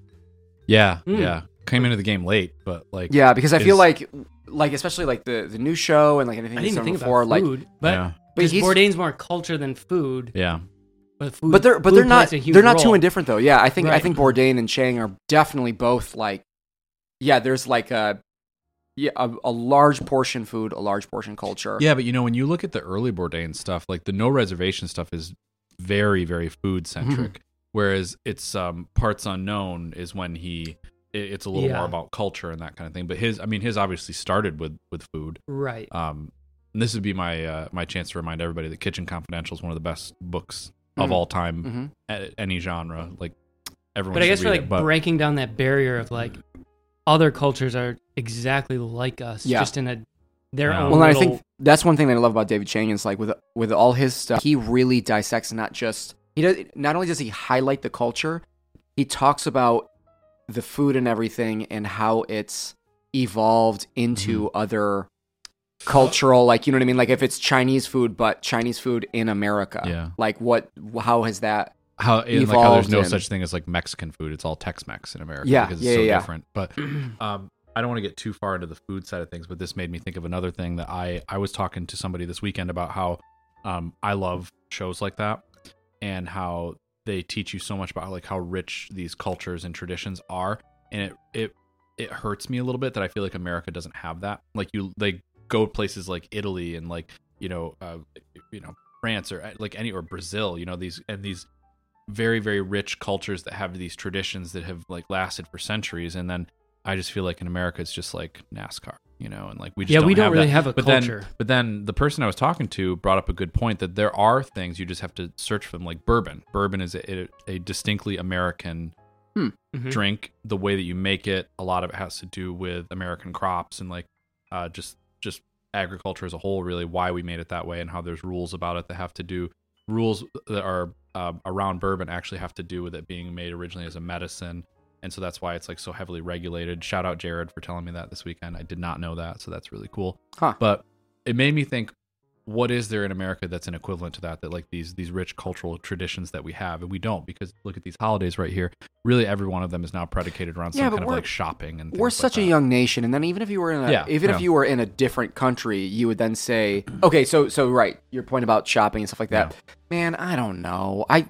[SPEAKER 3] Yeah,
[SPEAKER 4] Mm.
[SPEAKER 3] yeah. Came into the game late, but like
[SPEAKER 2] Yeah, because I
[SPEAKER 3] Is-
[SPEAKER 2] feel like like especially like the the new show and like anything
[SPEAKER 4] i
[SPEAKER 2] he's
[SPEAKER 4] didn't even
[SPEAKER 2] done
[SPEAKER 4] think
[SPEAKER 2] before.
[SPEAKER 4] about
[SPEAKER 2] Like,
[SPEAKER 4] food but
[SPEAKER 3] yeah,
[SPEAKER 2] but
[SPEAKER 4] because
[SPEAKER 2] he's
[SPEAKER 4] bourdain's more culture than food
[SPEAKER 3] yeah.
[SPEAKER 4] but food
[SPEAKER 2] but they're but
[SPEAKER 4] food
[SPEAKER 2] they're not
[SPEAKER 4] plays a huge
[SPEAKER 2] they're not too
[SPEAKER 4] role.
[SPEAKER 2] indifferent though. Yeah, I think I
[SPEAKER 4] Right.
[SPEAKER 2] think Bourdain and Chang are definitely both like yeah. There's like a yeah a, a large portion food, a large portion culture.
[SPEAKER 3] Yeah, but you know when you look at the early Bourdain stuff, like the no reservation stuff is very very food
[SPEAKER 4] Hmm.
[SPEAKER 3] centric, whereas it's um parts unknown is when he i- it's a little
[SPEAKER 4] Yeah.
[SPEAKER 3] more about culture and that kind of thing. But his I mean his obviously started with with food.
[SPEAKER 4] right
[SPEAKER 3] Um and this would be my uh, my chance to remind everybody that Kitchen Confidential is one of the best books of
[SPEAKER 2] Mhm.
[SPEAKER 3] all time
[SPEAKER 2] hmm
[SPEAKER 3] a- any genre. Like everyone
[SPEAKER 4] But I
[SPEAKER 3] should
[SPEAKER 4] guess we're
[SPEAKER 3] read
[SPEAKER 4] like
[SPEAKER 3] it, but-
[SPEAKER 4] breaking down that barrier of like other cultures are exactly like us,
[SPEAKER 2] Yeah.
[SPEAKER 4] just in a their
[SPEAKER 3] Yeah.
[SPEAKER 4] own.
[SPEAKER 2] Well, and I
[SPEAKER 4] little-
[SPEAKER 2] think that's one thing that I love about David Chang is like with with all his stuff, he really dissects not just he does not only does he highlight the culture, he talks about the food and everything and how it's evolved into other cultural like you know what I mean like if it's Chinese food but Chinese food in America
[SPEAKER 3] Yeah.
[SPEAKER 2] like what how has that
[SPEAKER 3] how and like how there's
[SPEAKER 2] evolved
[SPEAKER 3] no
[SPEAKER 2] in.
[SPEAKER 3] such thing as like Mexican food. It's all Tex-Mex in America
[SPEAKER 2] Yeah,
[SPEAKER 3] because it's
[SPEAKER 2] yeah,
[SPEAKER 3] so
[SPEAKER 2] yeah.
[SPEAKER 3] different. But um, I don't want to get too far into the food side of things. But this made me think of another thing that I I was talking to somebody this weekend about how um, I love shows like that and how they teach you so much about like how rich these cultures and traditions are. And it it it hurts me a little bit that I feel like America doesn't have that. Like you they go places like Italy and like you know uh, you know France or uh, like any or Brazil. You know these and these very very rich cultures that have these traditions that have like lasted for centuries and then i just feel like in america it's just like nascar you know and like we just
[SPEAKER 4] yeah,
[SPEAKER 3] don't
[SPEAKER 4] we don't
[SPEAKER 3] have
[SPEAKER 4] really
[SPEAKER 3] that.
[SPEAKER 4] have a
[SPEAKER 3] but
[SPEAKER 4] culture.
[SPEAKER 3] then but then the person i was talking to brought up a good point that there are things you just have to search for them like bourbon bourbon is a, a, a distinctly american
[SPEAKER 4] Mhm.
[SPEAKER 3] drink the way that you make it a lot of it has to do with american crops and like uh, just just agriculture as a whole really why we made it that way and how there's rules about it that have to do rules that are um, around bourbon actually have to do with it being made originally as a medicine and so that's why it's like so heavily regulated shout out jared for telling me that this weekend i did not know that so that's really cool
[SPEAKER 2] Huh.
[SPEAKER 3] but it made me think what is there in america that's an equivalent to that that like these these rich cultural traditions that we have and we don't because look at these holidays right here really every one of them is now predicated around
[SPEAKER 2] Yeah,
[SPEAKER 3] some
[SPEAKER 2] but
[SPEAKER 3] kind of
[SPEAKER 2] we're-
[SPEAKER 3] like shopping and things
[SPEAKER 2] We're
[SPEAKER 3] like
[SPEAKER 2] such
[SPEAKER 3] that.
[SPEAKER 2] a young nation, and then even if you were in a,
[SPEAKER 3] Yeah,
[SPEAKER 2] even if
[SPEAKER 3] yeah.
[SPEAKER 2] you were in a different country, you would then say, okay, so so right, your point about shopping and stuff like that. Man, I don't know. I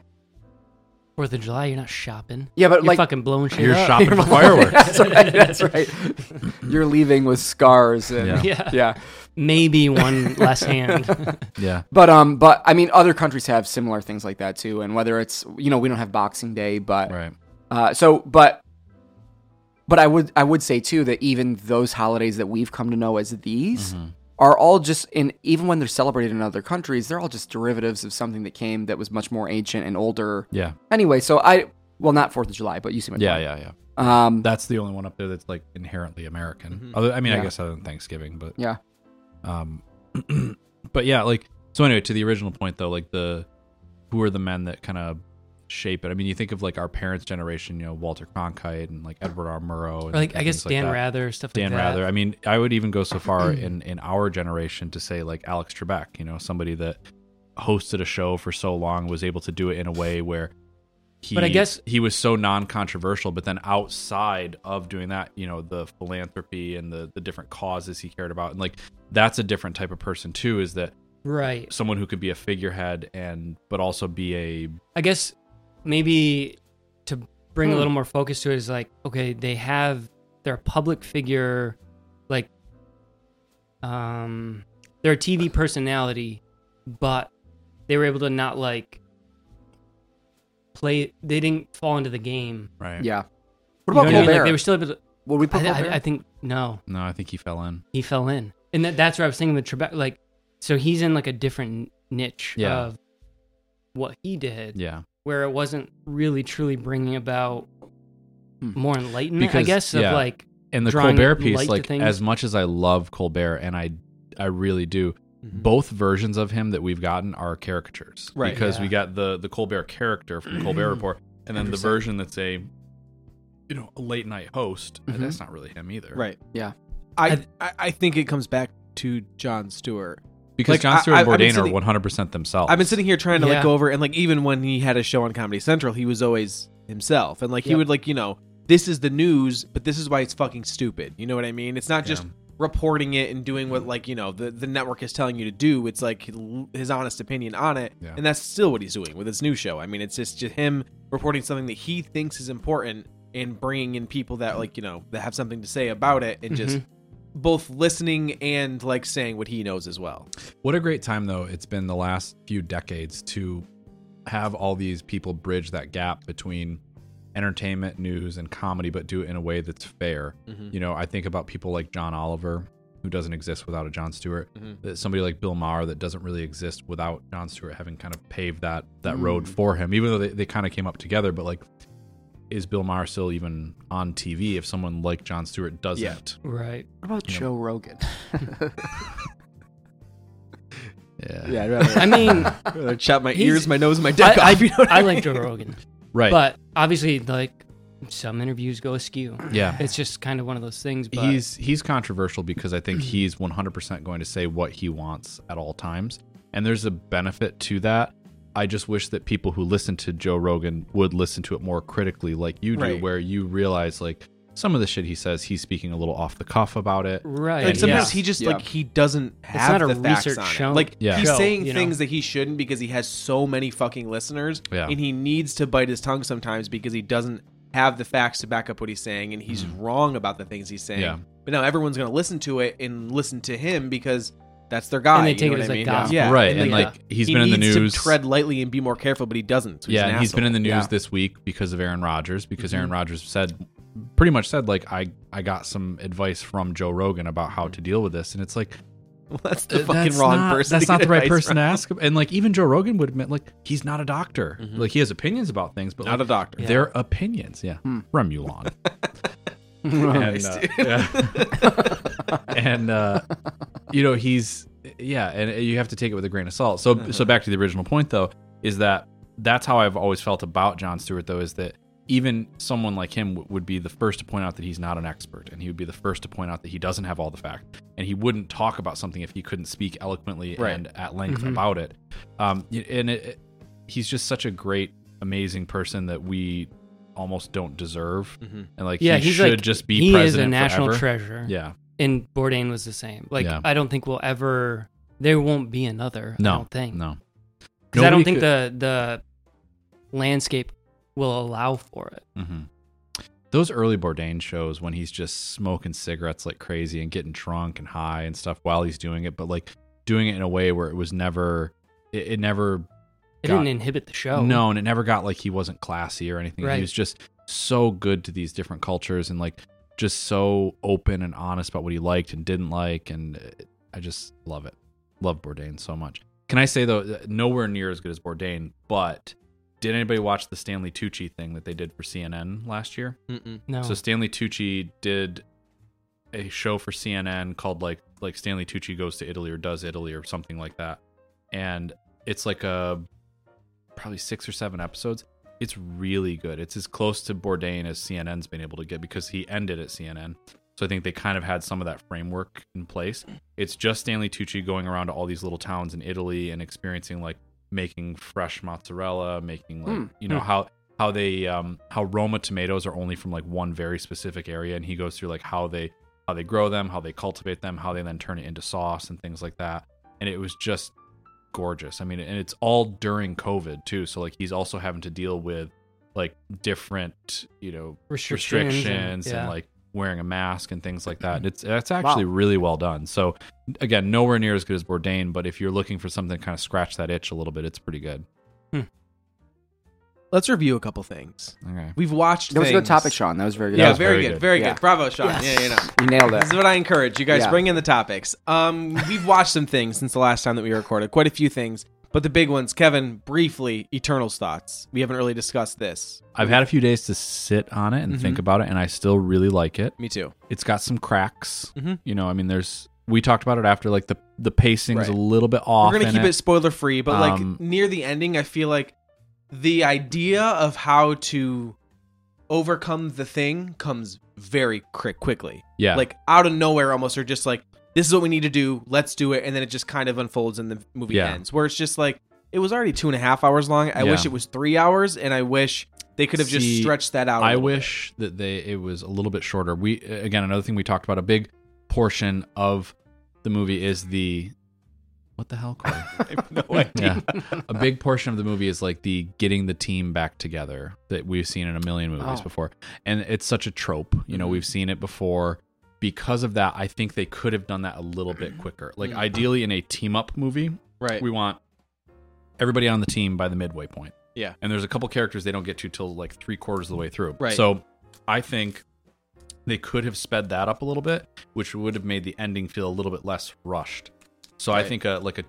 [SPEAKER 4] Fourth of July, you're not shopping.
[SPEAKER 2] yeah, but
[SPEAKER 4] You're
[SPEAKER 2] like
[SPEAKER 4] fucking blowing shit
[SPEAKER 3] You're
[SPEAKER 4] up.
[SPEAKER 3] shopping for fireworks.
[SPEAKER 2] that's right. That's right. You're leaving with scars and
[SPEAKER 3] Yeah.
[SPEAKER 4] Yeah.
[SPEAKER 2] yeah.
[SPEAKER 4] Maybe one less hand.
[SPEAKER 3] Yeah.
[SPEAKER 2] But um, but I mean, other countries have similar things like that too. And whether it's you know we don't have Boxing Day, but
[SPEAKER 3] Right.
[SPEAKER 2] uh, so but but I would I would say too that even those holidays that we've come to know as these are all just in even when they're celebrated in other countries, they're all just derivatives of something that came that was much more ancient and older.
[SPEAKER 3] Yeah.
[SPEAKER 2] Anyway, so I well not Fourth of July, but you see my
[SPEAKER 3] Yeah. Yeah. Yeah.
[SPEAKER 2] point. Um,
[SPEAKER 3] That's the only one up there that's like inherently American. Other, I mean,
[SPEAKER 2] Yeah.
[SPEAKER 3] I guess other than Thanksgiving, but
[SPEAKER 2] yeah,
[SPEAKER 3] um, but yeah, like so. Anyway, to the original point though, like the who are the men that kind of shape it? I mean, you think of like our parents' generation, you know, Walter Cronkite and like Edward R. Murrow, and,
[SPEAKER 4] Or like I
[SPEAKER 3] and
[SPEAKER 4] guess
[SPEAKER 3] things like
[SPEAKER 4] Dan
[SPEAKER 3] that.
[SPEAKER 4] Rather stuff
[SPEAKER 3] Dan
[SPEAKER 4] like that.
[SPEAKER 3] Rather. I mean, I would even go so far in in our generation to say like Alex Trebek, you know, somebody that hosted a show for so long was able to do it in a way where he
[SPEAKER 4] But I guess-
[SPEAKER 3] he was so non-controversial, but then outside of doing that, you know, the philanthropy and the the different causes he cared about and like that's a different type of person too is that
[SPEAKER 4] Right.
[SPEAKER 3] someone who could be a figurehead and but also be a
[SPEAKER 4] I guess maybe to bring a
[SPEAKER 2] Hmm.
[SPEAKER 4] little more focus to it is like okay, they have they're a public figure, like um, they're a TV personality, but they were able to not like play. They didn't fall into the game.
[SPEAKER 3] right.
[SPEAKER 2] yeah. What
[SPEAKER 4] You
[SPEAKER 2] about
[SPEAKER 4] know what I mean? Like,
[SPEAKER 2] Colbert?
[SPEAKER 4] they were still able to.
[SPEAKER 2] Would we put
[SPEAKER 4] I,
[SPEAKER 2] Colbert?
[SPEAKER 4] I, I think no.
[SPEAKER 3] No, I think he fell in.
[SPEAKER 4] he fell in, and that, that's where I was thinking with Trebek. Like, so he's in like a different niche
[SPEAKER 3] Yeah.
[SPEAKER 4] of what he did,
[SPEAKER 3] Yeah.
[SPEAKER 4] where it wasn't really truly bringing about
[SPEAKER 2] Hmm.
[SPEAKER 4] more enlightenment, I
[SPEAKER 3] Because-
[SPEAKER 4] guess. Of
[SPEAKER 3] yeah.
[SPEAKER 4] like,
[SPEAKER 3] and the
[SPEAKER 4] drawing
[SPEAKER 3] Colbert
[SPEAKER 4] light
[SPEAKER 3] piece,
[SPEAKER 4] to
[SPEAKER 3] like
[SPEAKER 4] things.
[SPEAKER 3] as much as I love Colbert, and I, I really do.
[SPEAKER 1] Mm-hmm.
[SPEAKER 3] Both versions of him that we've gotten are caricatures,
[SPEAKER 1] Right. Mm-hmm.
[SPEAKER 3] Because we
[SPEAKER 4] Yeah.
[SPEAKER 3] got the the Colbert character from Colbert Report, and then the
[SPEAKER 2] 100%.
[SPEAKER 3] version that's a, you know, a late night host. and
[SPEAKER 2] Mhm.
[SPEAKER 3] That's not really him either,
[SPEAKER 1] Mm-hmm. Right.
[SPEAKER 2] Yeah.
[SPEAKER 1] I, I I think it comes back to John Stewart.
[SPEAKER 3] Because
[SPEAKER 1] Like,
[SPEAKER 3] John
[SPEAKER 1] I-
[SPEAKER 3] Stewart
[SPEAKER 1] I- I've
[SPEAKER 3] and
[SPEAKER 1] been
[SPEAKER 3] Bourdain are
[SPEAKER 1] sitting-
[SPEAKER 3] one hundred percent themselves.
[SPEAKER 1] I've been sitting here trying to
[SPEAKER 4] Yeah.
[SPEAKER 1] like go over and like even when he had a show on Comedy Central, he was always himself and like he
[SPEAKER 2] Yep.
[SPEAKER 1] would like you know this is the news, but this is why it's fucking stupid. You know what I mean? It's not just
[SPEAKER 3] Yeah.
[SPEAKER 1] reporting it and doing what like you know the the network is telling you to do. It's like l- his honest opinion on it,
[SPEAKER 3] Yeah.
[SPEAKER 1] and that's still what he's doing with his new show. I mean, it's just, just him reporting something that he thinks is important and bringing in people that like you know that have something to say about it and just.
[SPEAKER 4] Mm-hmm.
[SPEAKER 1] Both listening and like saying what he knows as well.
[SPEAKER 3] What a great time though it's been the last few decades to have all these people bridge that gap between entertainment, news, and comedy, but do it in a way that's fair. You know, I think about people like John Oliver, who doesn't exist without a John Stewart. That somebody like Bill Maher that doesn't really exist without John Stewart having kind of paved that that road for him, even though they, they kind of came up together, but like is Bill Maher still even on TV if someone like John Stewart doesn't?
[SPEAKER 1] Yeah.
[SPEAKER 4] right?
[SPEAKER 2] what about Joe Rogan?
[SPEAKER 3] Yeah.
[SPEAKER 4] I mean,
[SPEAKER 1] I chop my
[SPEAKER 4] He's-
[SPEAKER 1] ears, my nose, and my
[SPEAKER 4] I,
[SPEAKER 1] dick
[SPEAKER 4] I,
[SPEAKER 1] off. You know what
[SPEAKER 4] I
[SPEAKER 1] mean?
[SPEAKER 4] like Joe Rogan,
[SPEAKER 3] Right.
[SPEAKER 4] but obviously, like some interviews go askew.
[SPEAKER 3] yeah.
[SPEAKER 4] It's just kind of one of those things. But
[SPEAKER 3] he's he's controversial because I think he's 100% going to say what he wants at all times, and there's a benefit to that. I just wish that people who listen to Joe Rogan would listen to it more critically, like you do,
[SPEAKER 1] Right.
[SPEAKER 3] where you realize like some of the shit he says, he's speaking a little off the cuff about it.
[SPEAKER 4] right,
[SPEAKER 1] Like
[SPEAKER 3] Yeah.
[SPEAKER 1] sometimes
[SPEAKER 4] yeah.
[SPEAKER 1] he just
[SPEAKER 2] Yeah.
[SPEAKER 1] like he doesn't have
[SPEAKER 4] not a
[SPEAKER 1] the facts
[SPEAKER 4] research
[SPEAKER 1] on
[SPEAKER 4] show-
[SPEAKER 1] it. Like
[SPEAKER 3] Yeah.
[SPEAKER 1] he's
[SPEAKER 4] show,
[SPEAKER 1] saying
[SPEAKER 4] you know?
[SPEAKER 1] things that he shouldn't because he has so many fucking listeners,
[SPEAKER 3] Yeah.
[SPEAKER 1] and he needs to bite his tongue sometimes because he doesn't have the facts to back up what he's saying, and he's wrong about the things he's saying.
[SPEAKER 3] Mm-hmm. Yeah.
[SPEAKER 1] But now everyone's gonna listen to it and listen to him because that's their guy.
[SPEAKER 4] And they
[SPEAKER 1] you
[SPEAKER 4] take
[SPEAKER 1] know
[SPEAKER 4] it
[SPEAKER 1] what
[SPEAKER 4] as
[SPEAKER 1] I
[SPEAKER 4] a
[SPEAKER 1] mean?
[SPEAKER 4] gospel.
[SPEAKER 1] Yeah,
[SPEAKER 3] Um, right, and
[SPEAKER 4] Yeah.
[SPEAKER 3] like he's
[SPEAKER 1] he
[SPEAKER 3] been in the
[SPEAKER 1] needs to
[SPEAKER 3] news.
[SPEAKER 1] tread lightly and be more careful, but he doesn't. So
[SPEAKER 3] yeah,
[SPEAKER 1] he's,
[SPEAKER 3] and
[SPEAKER 1] an
[SPEAKER 3] he's been in the
[SPEAKER 1] asshole.
[SPEAKER 3] news
[SPEAKER 2] Yeah.
[SPEAKER 3] this week because of Aaron Rodgers. Because Aaron
[SPEAKER 1] Mhm.
[SPEAKER 3] Rodgers said, pretty much said, like I I got some advice from Joe Rogan about
[SPEAKER 1] Mm-hmm.
[SPEAKER 3] how to deal with this, and it's like
[SPEAKER 1] Well, that's the
[SPEAKER 3] uh,
[SPEAKER 1] fucking
[SPEAKER 3] that's
[SPEAKER 1] wrong
[SPEAKER 3] not-
[SPEAKER 1] person.
[SPEAKER 3] That's
[SPEAKER 1] to
[SPEAKER 3] not
[SPEAKER 1] get
[SPEAKER 3] the right
[SPEAKER 1] advice
[SPEAKER 3] person
[SPEAKER 1] from.
[SPEAKER 3] to ask. And like even Joe Rogan would admit, like he's not a doctor.
[SPEAKER 1] Mm-hmm.
[SPEAKER 3] Like he has opinions about things, but
[SPEAKER 1] Not a
[SPEAKER 3] like,
[SPEAKER 1] doctor.
[SPEAKER 4] Yeah.
[SPEAKER 3] their opinions. Yeah,
[SPEAKER 2] Hmm.
[SPEAKER 3] Remulon. and, uh, yeah. and uh, you know he's yeah, and you have to take it with a grain of salt. So
[SPEAKER 1] Mm-hmm.
[SPEAKER 3] so back to the original point though is that that's how I've always felt about John Stewart though is that even someone like him w- would be the first to point out that he's not an expert and he would be the first to point out that he doesn't have all the facts and he wouldn't talk about something if he couldn't speak eloquently
[SPEAKER 1] Right.
[SPEAKER 3] and at length
[SPEAKER 4] Mhm.
[SPEAKER 3] about it um, y- and it, it- he's just such a great amazing person that we almost don't deserve
[SPEAKER 4] Mm-hmm.
[SPEAKER 1] Mhm.
[SPEAKER 3] and like
[SPEAKER 4] yeah,
[SPEAKER 3] he
[SPEAKER 4] he's
[SPEAKER 3] should
[SPEAKER 4] like,
[SPEAKER 3] just be
[SPEAKER 4] he is
[SPEAKER 3] president
[SPEAKER 4] a national
[SPEAKER 3] forever.
[SPEAKER 4] treasure.
[SPEAKER 3] yeah
[SPEAKER 4] And Bourdain was the same. Like
[SPEAKER 3] Yeah.
[SPEAKER 4] I don't think we'll ever there won't be another. I
[SPEAKER 3] no
[SPEAKER 4] don't think.
[SPEAKER 3] no
[SPEAKER 4] Because I don't think
[SPEAKER 3] Nobody
[SPEAKER 4] the the landscape will allow for it.
[SPEAKER 3] Mhm. Those early Bourdain shows when he's just smoking cigarettes like crazy and getting drunk and high and stuff while he's doing it, but like doing it in a way where it was never, it, it never,
[SPEAKER 4] It
[SPEAKER 3] Got
[SPEAKER 4] didn't
[SPEAKER 3] it.
[SPEAKER 4] inhibit the show.
[SPEAKER 3] known. It never got like he wasn't classy or anything.
[SPEAKER 4] Right.
[SPEAKER 3] He was just so good to these different cultures and like just so open and honest about what he liked and didn't like. And uh, I just love it. Love Bourdain so much. Can I say though, that nowhere near as good as Bourdain, but did anybody watch the Stanley Tucci thing that they did for CNN last year?
[SPEAKER 1] Mm-mm.
[SPEAKER 4] No.
[SPEAKER 3] So Stanley Tucci did a show for CNN called like like Stanley Tucci goes to Italy or does Italy or something like that. And it's like a probably 6 or 7 episodes. It's really good. It's as close to Bourdain as CNN's been able to get because he ended at CNN. So I think they kind of had some of that framework in place. It's just Stanley Tucci going around to all these little towns in Italy and experiencing like making fresh mozzarella, making like,
[SPEAKER 2] Hmm.
[SPEAKER 3] you know, how how they um how Roma tomatoes are only from like one very specific area and he goes through like how they how they grow them, how they cultivate them, how they then turn it into sauce and things like that. And it was just gorgeous. I mean, and it's all during COVID too. So like he's also having to deal with like different, you know,
[SPEAKER 4] restrictions,
[SPEAKER 3] restrictions, and,
[SPEAKER 4] and, yeah.
[SPEAKER 3] like wearing a mask and things like that. And it's that's actually really well done. So again, nowhere near as good as Bourdain, but if you're looking for something to kind of scratch that itch a little bit, it's pretty good.
[SPEAKER 1] Let's review a couple things.
[SPEAKER 3] Okay.
[SPEAKER 1] We've watched.
[SPEAKER 2] That was a good
[SPEAKER 1] things.
[SPEAKER 2] topic, Sean. That was very good.
[SPEAKER 1] Yeah,
[SPEAKER 3] was
[SPEAKER 1] very,
[SPEAKER 3] very
[SPEAKER 1] good,
[SPEAKER 3] good.
[SPEAKER 1] very
[SPEAKER 2] Yeah.
[SPEAKER 1] good. Bravo, Sean. Yeah, you know.
[SPEAKER 2] you nailed
[SPEAKER 1] This is
[SPEAKER 2] it.
[SPEAKER 1] what I encourage. You guys
[SPEAKER 2] Yeah.
[SPEAKER 1] bring in the topics. Um, we've watched some things since the last time that we recorded, quite a few things, but the big ones, Kevin, briefly, Eternals thoughts. We haven't really discussed this.
[SPEAKER 3] I've had a few days to sit on it and think about it, and I still really like it.
[SPEAKER 1] Me too.
[SPEAKER 3] It's got some cracks.
[SPEAKER 1] Mhm.
[SPEAKER 3] You know, I mean, there's we talked about it after like the the pacing's a
[SPEAKER 1] Right.
[SPEAKER 3] little bit off.
[SPEAKER 1] We're gonna
[SPEAKER 3] in
[SPEAKER 1] keep it, spoiler free, but
[SPEAKER 3] Um,
[SPEAKER 1] like near the ending, I feel like the idea of how to overcome the thing comes very quick, quickly,
[SPEAKER 3] yeah,
[SPEAKER 1] like out of nowhere, almost. Or just like this is what we need to do. Let's do it, and then it just kind of unfolds, and the movie
[SPEAKER 3] Yeah.
[SPEAKER 1] ends. Where it's just like it was already two and a half hours long. I
[SPEAKER 3] Yeah.
[SPEAKER 1] wish it was three hours, and I wish they could have just
[SPEAKER 3] See,
[SPEAKER 1] stretched that out. I
[SPEAKER 3] I wish that they it was a little bit shorter. We again another thing we talked about a big portion of the movie is the what the hell Corey?
[SPEAKER 1] have no idea.
[SPEAKER 3] Yeah. a big portion of the movie is like the getting the team back together that we've seen in a million movies
[SPEAKER 2] Oh.
[SPEAKER 3] before. And it's such a trope. You know,
[SPEAKER 1] Mhm.
[SPEAKER 3] we've seen it before. Because of that, I think they could have done that a little bit quicker. Like,
[SPEAKER 1] Mhm.
[SPEAKER 3] ideally, in a team up movie,
[SPEAKER 1] Right.
[SPEAKER 3] we want everybody on the team by the midway point.
[SPEAKER 1] Yeah.
[SPEAKER 3] And there's a couple characters they don't get to till like three quarters of the way through.
[SPEAKER 1] Right.
[SPEAKER 3] So I think they could have sped that up a little bit, which would have made the ending feel a little bit less rushed. So I
[SPEAKER 1] Right.
[SPEAKER 3] think a, like a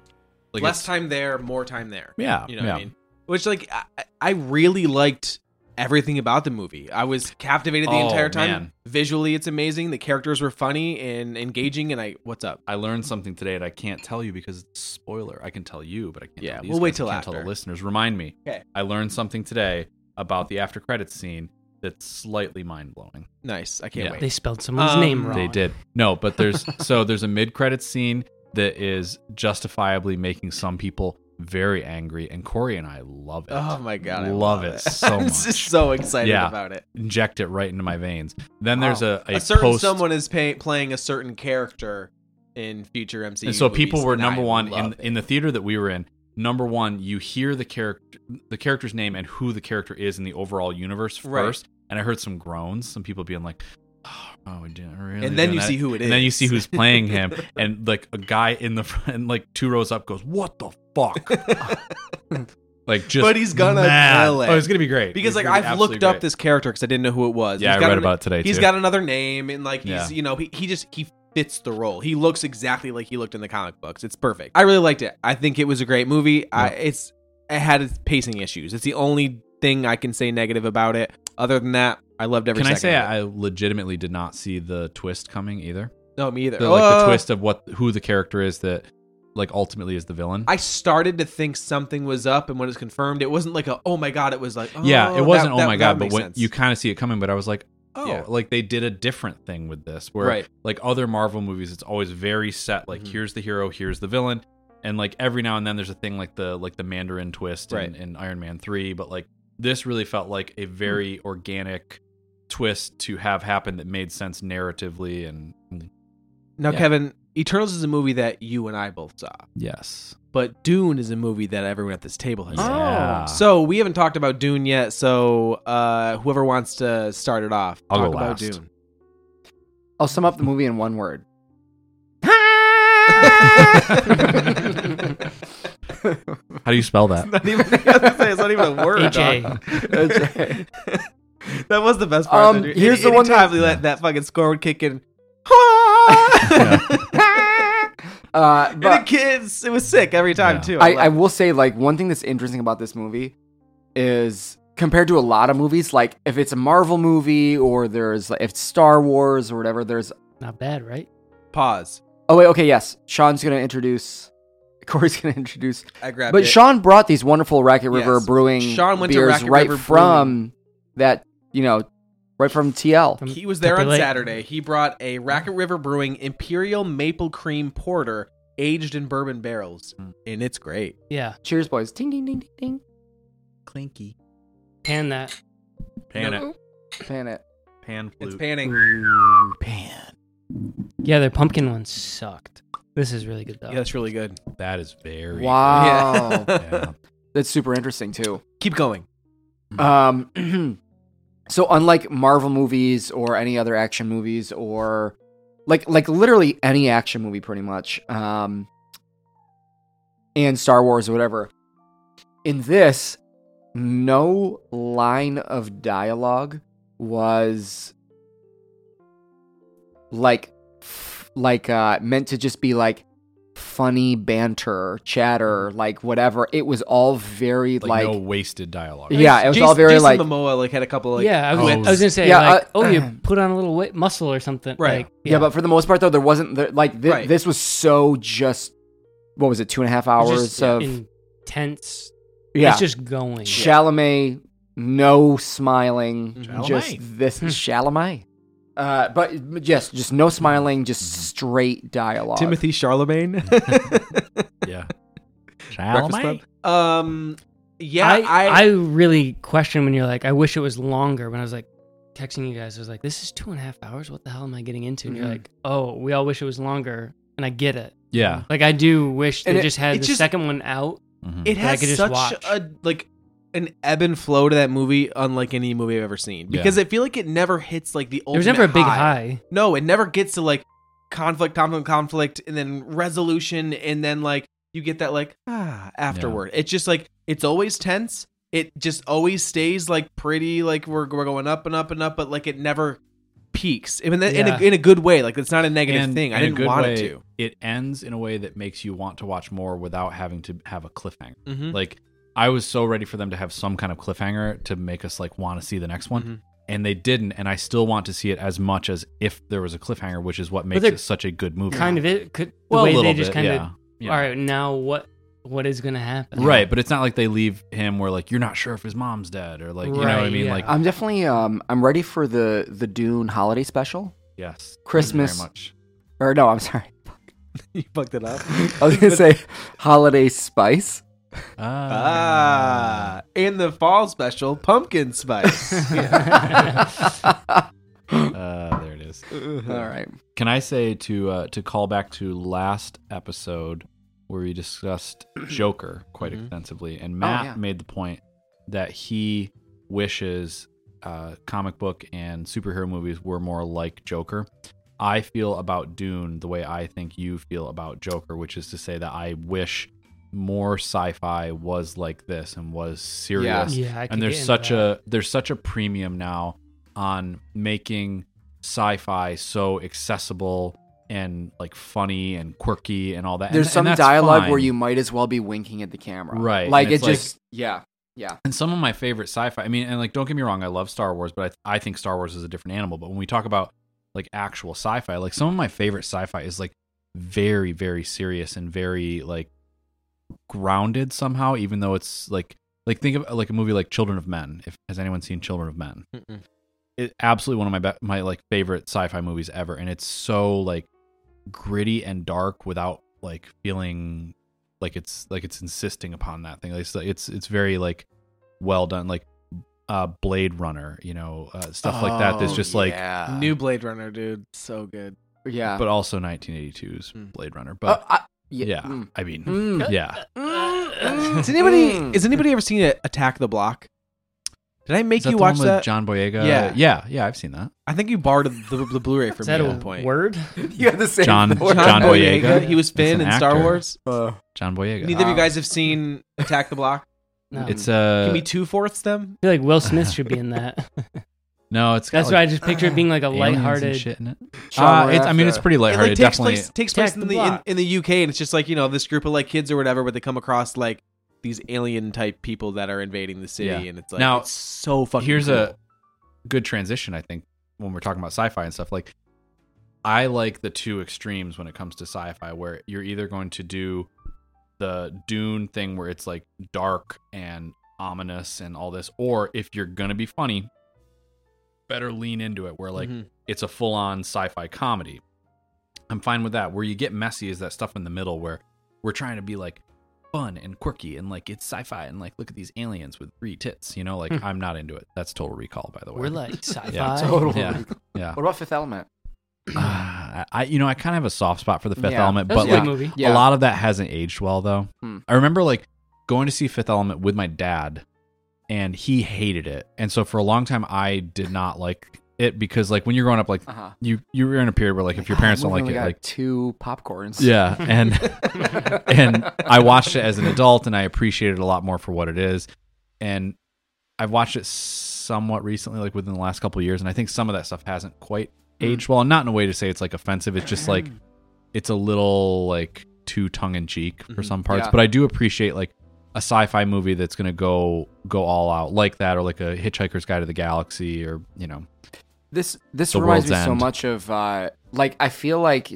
[SPEAKER 3] like
[SPEAKER 1] Less
[SPEAKER 3] a-
[SPEAKER 1] time there, more time there.
[SPEAKER 3] Yeah.
[SPEAKER 1] You know
[SPEAKER 3] yeah.
[SPEAKER 1] what I mean? Which like I, I really liked everything about the movie. I was captivated the
[SPEAKER 3] Oh,
[SPEAKER 1] entire time.
[SPEAKER 3] man.
[SPEAKER 1] Visually, it's amazing. The characters were funny and engaging. And I, what's up?
[SPEAKER 3] I learned something today and I can't tell you because it's a spoiler. I can tell you, but I can't
[SPEAKER 1] Yeah,
[SPEAKER 3] tell these
[SPEAKER 1] we'll wait
[SPEAKER 3] guys. I
[SPEAKER 1] till
[SPEAKER 3] can't tell
[SPEAKER 1] after.
[SPEAKER 3] the listeners. Remind me.
[SPEAKER 1] Okay.
[SPEAKER 3] I learned something today about the after credits scene that's slightly mind blowing.
[SPEAKER 1] Nice. I can't
[SPEAKER 3] Yeah.
[SPEAKER 1] wait.
[SPEAKER 4] they spelled someone's
[SPEAKER 1] Um,
[SPEAKER 4] name wrong.
[SPEAKER 3] They did. No, but there's so there's a mid credits scene that is justifiably making some people very angry and Corey and I love it.
[SPEAKER 1] Oh my god, I
[SPEAKER 3] Love it so
[SPEAKER 1] I'm
[SPEAKER 3] much.
[SPEAKER 1] just so excited
[SPEAKER 3] Yeah.
[SPEAKER 1] about it.
[SPEAKER 3] Inject it right into my veins. Then there's a, a,
[SPEAKER 1] A, certain
[SPEAKER 3] post
[SPEAKER 1] someone is pay- playing a certain character in future MCU.
[SPEAKER 3] and so people
[SPEAKER 1] movies,
[SPEAKER 3] were
[SPEAKER 1] and
[SPEAKER 3] number
[SPEAKER 1] I
[SPEAKER 3] one in
[SPEAKER 1] love
[SPEAKER 3] in the theater that we were in. Number one, you hear the character, the character's name, and who the character is in the overall universe
[SPEAKER 1] Right.
[SPEAKER 3] first. And I heard some groans, some people being like, Oh, yeah, really
[SPEAKER 1] and then
[SPEAKER 3] doing
[SPEAKER 1] you
[SPEAKER 3] that?
[SPEAKER 1] see who it is.
[SPEAKER 3] And then you see who's playing him, and like a guy in the front, like two rows up, goes, "What the fuck?" Like just,
[SPEAKER 1] But he's gonna
[SPEAKER 3] mad.
[SPEAKER 1] nail it.
[SPEAKER 3] Oh, it's gonna be great
[SPEAKER 1] because
[SPEAKER 3] It's
[SPEAKER 1] like
[SPEAKER 3] gonna be
[SPEAKER 1] I've
[SPEAKER 3] absolutely
[SPEAKER 1] looked up
[SPEAKER 3] great.
[SPEAKER 1] this character because I didn't know who it was.
[SPEAKER 3] Yeah,
[SPEAKER 1] He's
[SPEAKER 3] I
[SPEAKER 1] got
[SPEAKER 3] read
[SPEAKER 1] an-
[SPEAKER 3] about it today.
[SPEAKER 1] He's
[SPEAKER 3] too.
[SPEAKER 1] got another name, and like he's
[SPEAKER 3] Yeah.
[SPEAKER 1] you know he, he just he fits the role. He looks exactly like he looked in the comic books. It's perfect. I really liked it. I think it was a great movie. I it's it had its pacing issues. It's the only thing I can say negative about it. Other than that, I loved every.
[SPEAKER 3] Can I
[SPEAKER 1] second
[SPEAKER 3] say
[SPEAKER 1] of it.
[SPEAKER 3] I legitimately did not see the twist coming either?
[SPEAKER 1] no me either?
[SPEAKER 3] The, like the
[SPEAKER 1] Oh,
[SPEAKER 3] twist of what who the character is that like ultimately is the villain.
[SPEAKER 1] I started to think something was up, and when it's confirmed, it wasn't like a oh my god. It was like oh,
[SPEAKER 3] yeah, it wasn't
[SPEAKER 1] that-
[SPEAKER 3] oh
[SPEAKER 1] that-
[SPEAKER 3] my
[SPEAKER 1] that
[SPEAKER 3] god, but
[SPEAKER 1] makes
[SPEAKER 3] when
[SPEAKER 1] sense.
[SPEAKER 3] you kind of see it coming, but I was like, oh,
[SPEAKER 1] Yeah.
[SPEAKER 3] like they did a different thing with this, where
[SPEAKER 1] Right.
[SPEAKER 3] like other Marvel movies, it's always very set, like
[SPEAKER 1] Mhm.
[SPEAKER 3] here's the hero, here's the villain, and like every now and then there's a thing like the like the Mandarin twist in,
[SPEAKER 1] Right.
[SPEAKER 3] in Iron Man three, but like this really felt like a very organic twist to have happen that made sense narratively and
[SPEAKER 1] now
[SPEAKER 3] yeah.
[SPEAKER 1] Kevin, Eternals is a movie that you and I both saw,
[SPEAKER 3] yes, Oh.
[SPEAKER 1] but Dune is a movie that everyone at this table has. seen.
[SPEAKER 3] yeah.
[SPEAKER 1] So we haven't talked about Dune yet. So uh, whoever wants to start it off,
[SPEAKER 3] I'll
[SPEAKER 1] talk
[SPEAKER 3] go
[SPEAKER 1] about
[SPEAKER 3] last.
[SPEAKER 1] Dune.
[SPEAKER 2] I'll sum up the movie in one word. Uh,
[SPEAKER 3] how do you spell that?
[SPEAKER 1] It's not even. I was gonna say, it's not even a word.
[SPEAKER 4] HA.
[SPEAKER 1] dog. that was the best part.
[SPEAKER 2] Um,
[SPEAKER 1] of Dune.
[SPEAKER 2] here's
[SPEAKER 1] Any-
[SPEAKER 2] the one
[SPEAKER 1] anytime
[SPEAKER 2] that-
[SPEAKER 1] we let that fucking score would kick in.
[SPEAKER 2] Uh,
[SPEAKER 1] And the
[SPEAKER 2] but
[SPEAKER 1] kids, it was sick every time
[SPEAKER 3] Yeah.
[SPEAKER 1] too.
[SPEAKER 2] I, I
[SPEAKER 1] loved
[SPEAKER 2] will say, like, one thing that's interesting about this movie is compared to a lot of movies, like, if it's a Marvel movie or there's, like, if it's Star Wars or whatever, there's.
[SPEAKER 4] Not bad,
[SPEAKER 1] it.
[SPEAKER 4] right?
[SPEAKER 1] pause.
[SPEAKER 2] Oh, wait, okay, yes. Sean's going to introduce. Corey's going to introduce.
[SPEAKER 1] I grabbed
[SPEAKER 2] But
[SPEAKER 1] it.
[SPEAKER 2] Sean brought these wonderful Racket River
[SPEAKER 1] Yes.
[SPEAKER 2] Brewing
[SPEAKER 1] Sean went to
[SPEAKER 2] beers
[SPEAKER 1] Racket
[SPEAKER 2] right
[SPEAKER 1] River
[SPEAKER 2] from that, you know, right from TL.
[SPEAKER 4] From
[SPEAKER 1] he was there on
[SPEAKER 4] Um, Pepper Lake.
[SPEAKER 1] Saturday. He brought a Racket River Brewing Imperial Maple Cream Porter aged in bourbon barrels,
[SPEAKER 4] Hmm.
[SPEAKER 3] Mm.
[SPEAKER 1] and it's great.
[SPEAKER 4] Yeah,
[SPEAKER 2] Cheers, boys. Ding, ding, ding, ding, ding.
[SPEAKER 3] Clinky.
[SPEAKER 4] pan that.
[SPEAKER 3] Pan it.
[SPEAKER 2] Planet.
[SPEAKER 3] Pan
[SPEAKER 1] It's
[SPEAKER 3] flute.
[SPEAKER 1] panning.
[SPEAKER 3] pan.
[SPEAKER 4] Yeah, their pumpkin one sucked. This is really good though.
[SPEAKER 1] Yeah, that's really good.
[SPEAKER 3] That is very
[SPEAKER 2] Wow.
[SPEAKER 1] Yeah.
[SPEAKER 2] Oh.
[SPEAKER 3] Yeah.
[SPEAKER 2] That's super interesting, too.
[SPEAKER 1] Keep going.
[SPEAKER 2] Um, so unlike Marvel movies or any other action movies or like like literally any action movie, pretty much, um, and Star Wars or whatever. In this, no line of dialogue was like f- like uh meant to just be like funny banter chatter like whatever it was all very like,
[SPEAKER 3] like, no wasted dialogue.
[SPEAKER 2] Yeah, it was all very,
[SPEAKER 1] Jason
[SPEAKER 2] like-
[SPEAKER 1] Momoa like had a couple like
[SPEAKER 4] yeah, I was,
[SPEAKER 3] Oh.
[SPEAKER 4] I was gonna say
[SPEAKER 2] Yeah,
[SPEAKER 4] like,
[SPEAKER 2] uh,
[SPEAKER 4] oh, you put on a little weight, muscle or something,
[SPEAKER 1] Right.
[SPEAKER 4] Like,
[SPEAKER 2] Yeah, but for the most part, though, there wasn't there, like thi-
[SPEAKER 1] Right.
[SPEAKER 2] this was so just what was it two and a half hours
[SPEAKER 4] just
[SPEAKER 2] of
[SPEAKER 4] intense.
[SPEAKER 2] yeah,
[SPEAKER 4] it's just going.
[SPEAKER 2] Chalamet, no smiling,
[SPEAKER 1] Mhm.
[SPEAKER 2] just
[SPEAKER 3] Chalamet.
[SPEAKER 2] this Chalamet. Uh, but yes, just no smiling, just straight dialogue.
[SPEAKER 1] Timothy Charlemagne.
[SPEAKER 3] Yeah.
[SPEAKER 1] Breakfast um yeah,
[SPEAKER 4] I,
[SPEAKER 1] I,
[SPEAKER 4] I really question when you're like, I wish it was longer. When I was like texting you guys, I was like, this is two and a half hours. What the hell am I getting into? And
[SPEAKER 3] Mm-hmm.
[SPEAKER 2] Mhm.
[SPEAKER 4] you're like, oh, we all wish it was longer, and I get it.
[SPEAKER 3] Yeah.
[SPEAKER 4] Like I do wish
[SPEAKER 2] And
[SPEAKER 4] they
[SPEAKER 2] it-
[SPEAKER 4] just had
[SPEAKER 1] it
[SPEAKER 4] the
[SPEAKER 1] just-
[SPEAKER 4] second one out.
[SPEAKER 3] Mm-hmm.
[SPEAKER 1] it
[SPEAKER 4] that I
[SPEAKER 1] has
[SPEAKER 4] could just
[SPEAKER 1] such
[SPEAKER 4] watch.
[SPEAKER 1] a like an ebb and flow to that movie unlike any movie I've ever seen because I feel like it never hits like the
[SPEAKER 4] There
[SPEAKER 1] ultimate
[SPEAKER 4] was never a big high.
[SPEAKER 1] No, it never gets to like conflict, conflict, conflict, and then resolution, and then like you get that like ah afterward. It's just like it's always tense. It just always stays like pretty, like we're we're going up and up and up, but like it never peaks. And then in,
[SPEAKER 4] Yeah.
[SPEAKER 1] a, in a good way, like it's not a negative thing. I
[SPEAKER 3] in a
[SPEAKER 1] didn't
[SPEAKER 3] good
[SPEAKER 1] want
[SPEAKER 3] way,
[SPEAKER 1] it to.
[SPEAKER 3] It ends in a way that makes you want to watch more without having to have a cliffhanger.
[SPEAKER 1] Mhm.
[SPEAKER 3] Like I was so ready for them to have some kind of cliffhanger to make us like want to see the next one.
[SPEAKER 1] Mhm.
[SPEAKER 3] And they didn't, and I still want to see it as much as if there was a cliffhanger, which is what makes
[SPEAKER 4] they're
[SPEAKER 3] it such a good movie.
[SPEAKER 4] Kind of it could the
[SPEAKER 3] well, a
[SPEAKER 4] way
[SPEAKER 3] little
[SPEAKER 4] they just
[SPEAKER 3] bit,
[SPEAKER 4] kind
[SPEAKER 3] yeah.
[SPEAKER 4] of
[SPEAKER 3] Yeah.
[SPEAKER 4] all right now what what is gonna happen?
[SPEAKER 3] Right, but it's not like they leave him where like you're not sure if his mom's dead or like you know what I
[SPEAKER 4] Right,
[SPEAKER 3] mean.
[SPEAKER 4] yeah.
[SPEAKER 3] Like
[SPEAKER 2] I'm definitely um I'm ready for the the Dune holiday special
[SPEAKER 3] yes,
[SPEAKER 2] Christmas
[SPEAKER 3] very much.
[SPEAKER 2] or no I'm sorry
[SPEAKER 1] you fucked it up. Oh,
[SPEAKER 2] I was gonna say holiday spice
[SPEAKER 1] ah, in the fall special, pumpkin spice.
[SPEAKER 3] Uh, there it is.
[SPEAKER 2] all right
[SPEAKER 3] Can I say to uh, to call back to last episode where we discussed Joker quite
[SPEAKER 1] Mhm.
[SPEAKER 3] extensively, and Matt
[SPEAKER 2] yeah.
[SPEAKER 3] made the point that he wishes uh, comic book and superhero movies were more like Joker. I feel about Dune the way I think you feel about Joker, which is to say that I wish more sci-fi was like this and was serious.
[SPEAKER 4] Yeah, I could
[SPEAKER 3] and
[SPEAKER 4] get
[SPEAKER 3] there's
[SPEAKER 4] into
[SPEAKER 3] such
[SPEAKER 4] that.
[SPEAKER 3] a there's such a premium now on making sci-fi so accessible and like funny and quirky and all that. And-
[SPEAKER 2] There's
[SPEAKER 3] and
[SPEAKER 2] some
[SPEAKER 3] that's
[SPEAKER 2] dialogue where
[SPEAKER 3] fine.
[SPEAKER 2] you might as well be winking at the camera.
[SPEAKER 3] Right, and
[SPEAKER 2] Like it
[SPEAKER 3] it's like-
[SPEAKER 2] just yeah. Yeah.
[SPEAKER 3] and some of my favorite sci-fi. I mean, and like, don't get me wrong, I love Star Wars, but I, I think Star Wars is a different animal. But when we talk about like actual sci-fi, like some of my favorite sci-fi is like very, very serious and very like grounded somehow. Even though it's like, like think of like a movie like Children of Men. If has anyone seen Children of Men?
[SPEAKER 1] Mm-mm.
[SPEAKER 3] It, absolutely one of my be- my like favorite sci-fi movies ever, and it's so like gritty and dark without like feeling like it's like it's insisting upon that thing. Like, it's it's it's very like well done, like uh Blade Runner, you know, uh, stuff like that. That's
[SPEAKER 2] Oh,
[SPEAKER 3] just like,
[SPEAKER 2] yeah.
[SPEAKER 1] New Blade Runner, dude, so good. Ah.
[SPEAKER 2] Yeah.
[SPEAKER 3] but also 1982's
[SPEAKER 1] Mm.
[SPEAKER 3] Blade Runner.
[SPEAKER 2] Oh,
[SPEAKER 3] But
[SPEAKER 2] I- yeah.
[SPEAKER 3] yeah,
[SPEAKER 1] Hmm.
[SPEAKER 2] Mm.
[SPEAKER 3] I mean,
[SPEAKER 2] Mm.
[SPEAKER 3] yeah.
[SPEAKER 1] Has
[SPEAKER 3] Hmm.
[SPEAKER 1] anybody
[SPEAKER 2] Mm.
[SPEAKER 1] has anybody ever seen a Attack the Block? Did I make
[SPEAKER 3] Is that
[SPEAKER 1] you
[SPEAKER 3] the
[SPEAKER 1] watch
[SPEAKER 3] one with
[SPEAKER 1] that?
[SPEAKER 3] John Boyega?
[SPEAKER 1] Yeah.
[SPEAKER 3] yeah, yeah. I've seen that.
[SPEAKER 1] I think you borrowed the, the Blu-ray from
[SPEAKER 4] Is
[SPEAKER 1] me
[SPEAKER 4] that
[SPEAKER 1] at
[SPEAKER 4] a
[SPEAKER 1] one point.
[SPEAKER 4] word?
[SPEAKER 2] You had the same
[SPEAKER 3] John-
[SPEAKER 2] word.
[SPEAKER 3] John Boyega?
[SPEAKER 1] He was Finn
[SPEAKER 3] That's
[SPEAKER 1] in
[SPEAKER 3] an
[SPEAKER 1] Star
[SPEAKER 3] actor.
[SPEAKER 1] Wars.
[SPEAKER 2] Uh,
[SPEAKER 3] John Boyega.
[SPEAKER 1] Neither of you
[SPEAKER 2] Wow.
[SPEAKER 1] guys have seen Attack the Block.
[SPEAKER 4] No.
[SPEAKER 3] it's uh,
[SPEAKER 1] Can we two fourths them?
[SPEAKER 4] I feel like Will Smith should be in that.
[SPEAKER 3] no, it's got,
[SPEAKER 4] That's
[SPEAKER 3] like,
[SPEAKER 4] why I just picture it being like a
[SPEAKER 3] aliens and
[SPEAKER 4] lighthearted.
[SPEAKER 3] shit in it.
[SPEAKER 2] John
[SPEAKER 3] Uh, it's, I mean, it's
[SPEAKER 2] Boyega.
[SPEAKER 3] pretty
[SPEAKER 1] It
[SPEAKER 3] lighthearted.
[SPEAKER 1] like takes
[SPEAKER 3] definitely,
[SPEAKER 1] place takes place
[SPEAKER 4] Attack
[SPEAKER 1] in
[SPEAKER 4] the
[SPEAKER 1] the in,
[SPEAKER 4] Block.
[SPEAKER 1] in the UK, and it's just like you know this group of like kids or whatever, but they come across like these alien type people that are invading the city,
[SPEAKER 3] Yeah.
[SPEAKER 1] and it's like
[SPEAKER 3] Now,
[SPEAKER 1] it's so fucking.
[SPEAKER 3] here's
[SPEAKER 1] cool.
[SPEAKER 3] a good transition i think when we're talking about sci-fi and stuff like i like the two extremes when it comes to sci-fi where you're either going to do the dune thing where it's like dark and ominous and all this or if you're gonna be funny better lean into it where like
[SPEAKER 1] Mhm.
[SPEAKER 3] it's a full-on sci-fi comedy i'm fine with that where you get messy is that stuff in the middle where we're trying to be like fun and quirky and like it's sci-fi and like look at these aliens with three tits you know like i'm not into it that's total recall by the way
[SPEAKER 4] We're like sci-fi.
[SPEAKER 3] Yeah,
[SPEAKER 2] Totally.
[SPEAKER 3] yeah yeah
[SPEAKER 2] What about Fifth Element?
[SPEAKER 3] Ah, i you know i kind of have a soft spot for the fifth
[SPEAKER 2] Yeah.
[SPEAKER 3] element
[SPEAKER 4] That was
[SPEAKER 3] but
[SPEAKER 4] a good
[SPEAKER 3] like
[SPEAKER 4] movie.
[SPEAKER 2] Yeah.
[SPEAKER 3] a lot of that hasn't aged well though
[SPEAKER 2] Hmm.
[SPEAKER 3] i remember like going to see fifth element with my dad and he hated it and so for a long time i did not like it because like when you're growing up like
[SPEAKER 4] Uh.
[SPEAKER 2] Uh-huh.
[SPEAKER 3] you you're in a period
[SPEAKER 4] Oh
[SPEAKER 3] where like if your parents don't
[SPEAKER 2] We've
[SPEAKER 3] like
[SPEAKER 2] only
[SPEAKER 3] it
[SPEAKER 2] got
[SPEAKER 3] like
[SPEAKER 2] two popcorns.
[SPEAKER 3] yeah and and I watched it as an adult and I appreciate it a lot more for what it is. And I've watched it somewhat recently, like within the last couple of years, and I think some of that stuff hasn't quite
[SPEAKER 2] Hmm.
[SPEAKER 3] aged well. And not in a way to say it's like offensive. It's just like it's a little like too tongue in cheek for
[SPEAKER 1] Mhm.
[SPEAKER 3] some parts.
[SPEAKER 2] Mm-hmm. Yeah.
[SPEAKER 3] But I do appreciate like a sci-fi movie that's gonna go go all out like that, or like a Hitchhiker's Guide to the Galaxy, or you know,
[SPEAKER 2] this this
[SPEAKER 3] The
[SPEAKER 2] reminds me
[SPEAKER 3] World's
[SPEAKER 2] so
[SPEAKER 3] End.
[SPEAKER 2] much of uh, like I feel like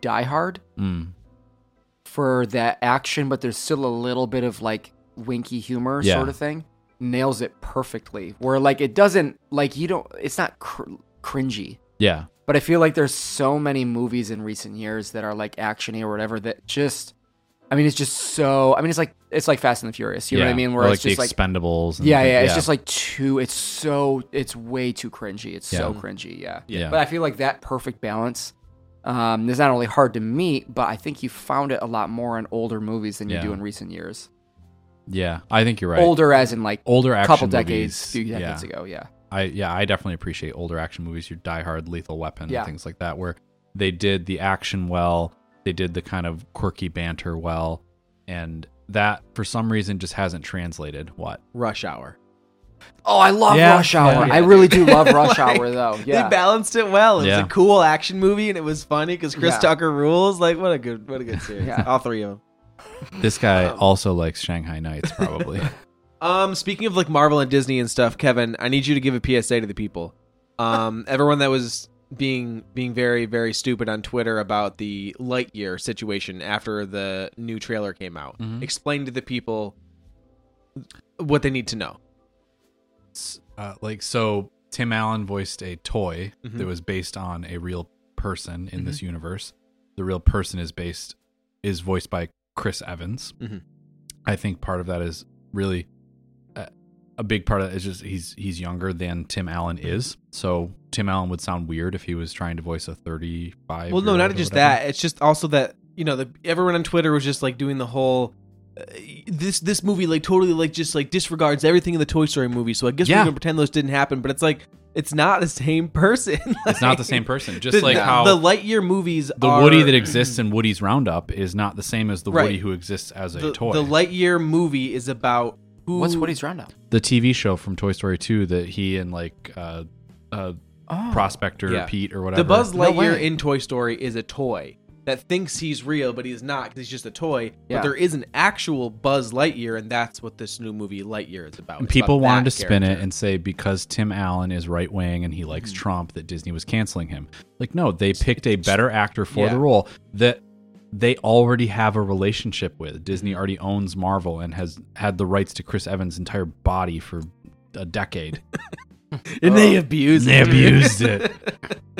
[SPEAKER 2] Die Hard
[SPEAKER 3] mm,
[SPEAKER 2] for that action, but there's still a little bit of like winky humor
[SPEAKER 3] Yeah.
[SPEAKER 2] sort of thing. Nails it perfectly. Where like it doesn't like you don't. It's not cr- cringy.
[SPEAKER 3] yeah,
[SPEAKER 2] But I feel like there's so many movies in recent years that are like actiony or whatever that just. I mean, it's just so. I mean, it's like it's like Fast and the Furious. You
[SPEAKER 3] yeah.
[SPEAKER 2] know what I mean?
[SPEAKER 3] Or,
[SPEAKER 2] Where
[SPEAKER 3] like
[SPEAKER 2] it's
[SPEAKER 3] the
[SPEAKER 2] just like
[SPEAKER 3] Expendables. and
[SPEAKER 2] Yeah,
[SPEAKER 3] things-
[SPEAKER 2] yeah, It's just like too. It's so. It's way too cringy. It's so
[SPEAKER 3] Yeah.
[SPEAKER 2] cringy. Yeah.
[SPEAKER 3] Yeah.
[SPEAKER 2] But I feel like that perfect balance um, is not only hard to meet, but I think you found it a lot more in older movies than you
[SPEAKER 3] Yeah.
[SPEAKER 2] do in recent years.
[SPEAKER 3] yeah. I think you're right.
[SPEAKER 2] Older, as in like
[SPEAKER 3] Older
[SPEAKER 2] a
[SPEAKER 3] action
[SPEAKER 2] couple decades,
[SPEAKER 3] movies,
[SPEAKER 2] few decades
[SPEAKER 3] yeah.
[SPEAKER 2] ago. Yeah.
[SPEAKER 3] I yeah, I definitely appreciate older action movies, your Die Hard, Lethal Weapon,
[SPEAKER 2] Yeah.
[SPEAKER 3] and things like that, where they did the action well, they did the kind of quirky banter well, and that for some reason just hasn't translated. What?
[SPEAKER 1] rush hour.
[SPEAKER 2] Oh, I love
[SPEAKER 3] Yeah.
[SPEAKER 2] Rush Hour.
[SPEAKER 3] Yeah.
[SPEAKER 2] I really do love
[SPEAKER 1] Like,
[SPEAKER 2] Rush Hour, though.
[SPEAKER 1] They
[SPEAKER 2] Yeah.
[SPEAKER 1] balanced it well. It was
[SPEAKER 3] Yeah.
[SPEAKER 1] a cool action movie, and it was funny because Chris
[SPEAKER 2] Yeah.
[SPEAKER 1] Tucker rules. Like, what a good, what a good series.
[SPEAKER 2] Yeah.
[SPEAKER 1] All three of them.
[SPEAKER 3] This guy
[SPEAKER 2] Um,
[SPEAKER 3] also likes Shanghai Nights, probably.
[SPEAKER 1] Um, speaking of like Marvel and Disney and stuff, Kevin, I need you to give a PSA to the people. Um, everyone that was being being very very stupid on Twitter about the Lightyear situation after the new trailer came out.
[SPEAKER 2] Mm-hmm.
[SPEAKER 3] Mhm.
[SPEAKER 1] Explain to the people what they need to know.
[SPEAKER 3] uh, like so Tim Allen voiced a toy
[SPEAKER 1] Mhm.
[SPEAKER 3] that was based on a real person in
[SPEAKER 1] Mm-hmm.
[SPEAKER 3] this universe. The real person is based is voiced by Chris Evans.
[SPEAKER 1] Mhm.
[SPEAKER 3] I think part of that is really uh, a big part of that is just he's he's younger than Tim Allen
[SPEAKER 1] Mm-hmm.
[SPEAKER 3] is. So Tim Allen would sound weird if he was trying to voice a 35
[SPEAKER 1] Well, no,
[SPEAKER 3] year
[SPEAKER 1] not
[SPEAKER 3] old or
[SPEAKER 1] just
[SPEAKER 3] whatever.
[SPEAKER 1] that. It's just also that you know the, everyone on Twitter was just like doing the whole uh, this this movie like totally like just like disregards everything in the Toy Story movie. So I guess
[SPEAKER 3] Yeah.
[SPEAKER 1] we're gonna pretend those didn't happen. But it's like it's not the same person.
[SPEAKER 3] It's not the
[SPEAKER 1] Like,
[SPEAKER 3] same person. Just
[SPEAKER 1] the,
[SPEAKER 3] like how
[SPEAKER 1] the
[SPEAKER 3] the,
[SPEAKER 1] Lightyear movies, are,
[SPEAKER 3] Woody that exists in Woody's Roundup is not the same as the
[SPEAKER 1] Right.
[SPEAKER 3] Woody who exists as a
[SPEAKER 1] the,
[SPEAKER 3] toy.
[SPEAKER 1] the Lightyear movie is about who.
[SPEAKER 2] What's Woody's roundup?
[SPEAKER 3] the TV show from Toy Story 2 that he and like uh, uh,
[SPEAKER 2] Oh,
[SPEAKER 3] Prospector
[SPEAKER 1] Yeah.
[SPEAKER 3] Pete or whatever.
[SPEAKER 1] The Buzz
[SPEAKER 2] No
[SPEAKER 1] Lightyear
[SPEAKER 2] way.
[SPEAKER 1] in Toy Story is a toy that thinks he's real, but he's not because he's just a toy.
[SPEAKER 2] Yeah.
[SPEAKER 1] But there is an actual Buzz Lightyear, and that's what this new movie Lightyear is about.
[SPEAKER 3] And
[SPEAKER 1] It's
[SPEAKER 3] People
[SPEAKER 1] about
[SPEAKER 3] wanted to
[SPEAKER 1] that
[SPEAKER 3] spin it
[SPEAKER 1] character.
[SPEAKER 3] and say because Tim Allen is right wing and he likes
[SPEAKER 1] Mm-hmm.
[SPEAKER 3] Trump that Disney was canceling him. Like, no, they picked a better actor for
[SPEAKER 1] yeah.
[SPEAKER 3] the role that they already have a relationship with. Disney already owns Marvel and has had the rights to Chris Evans' entire body for a decade.
[SPEAKER 1] and they abused
[SPEAKER 3] They
[SPEAKER 1] it.
[SPEAKER 3] abused it.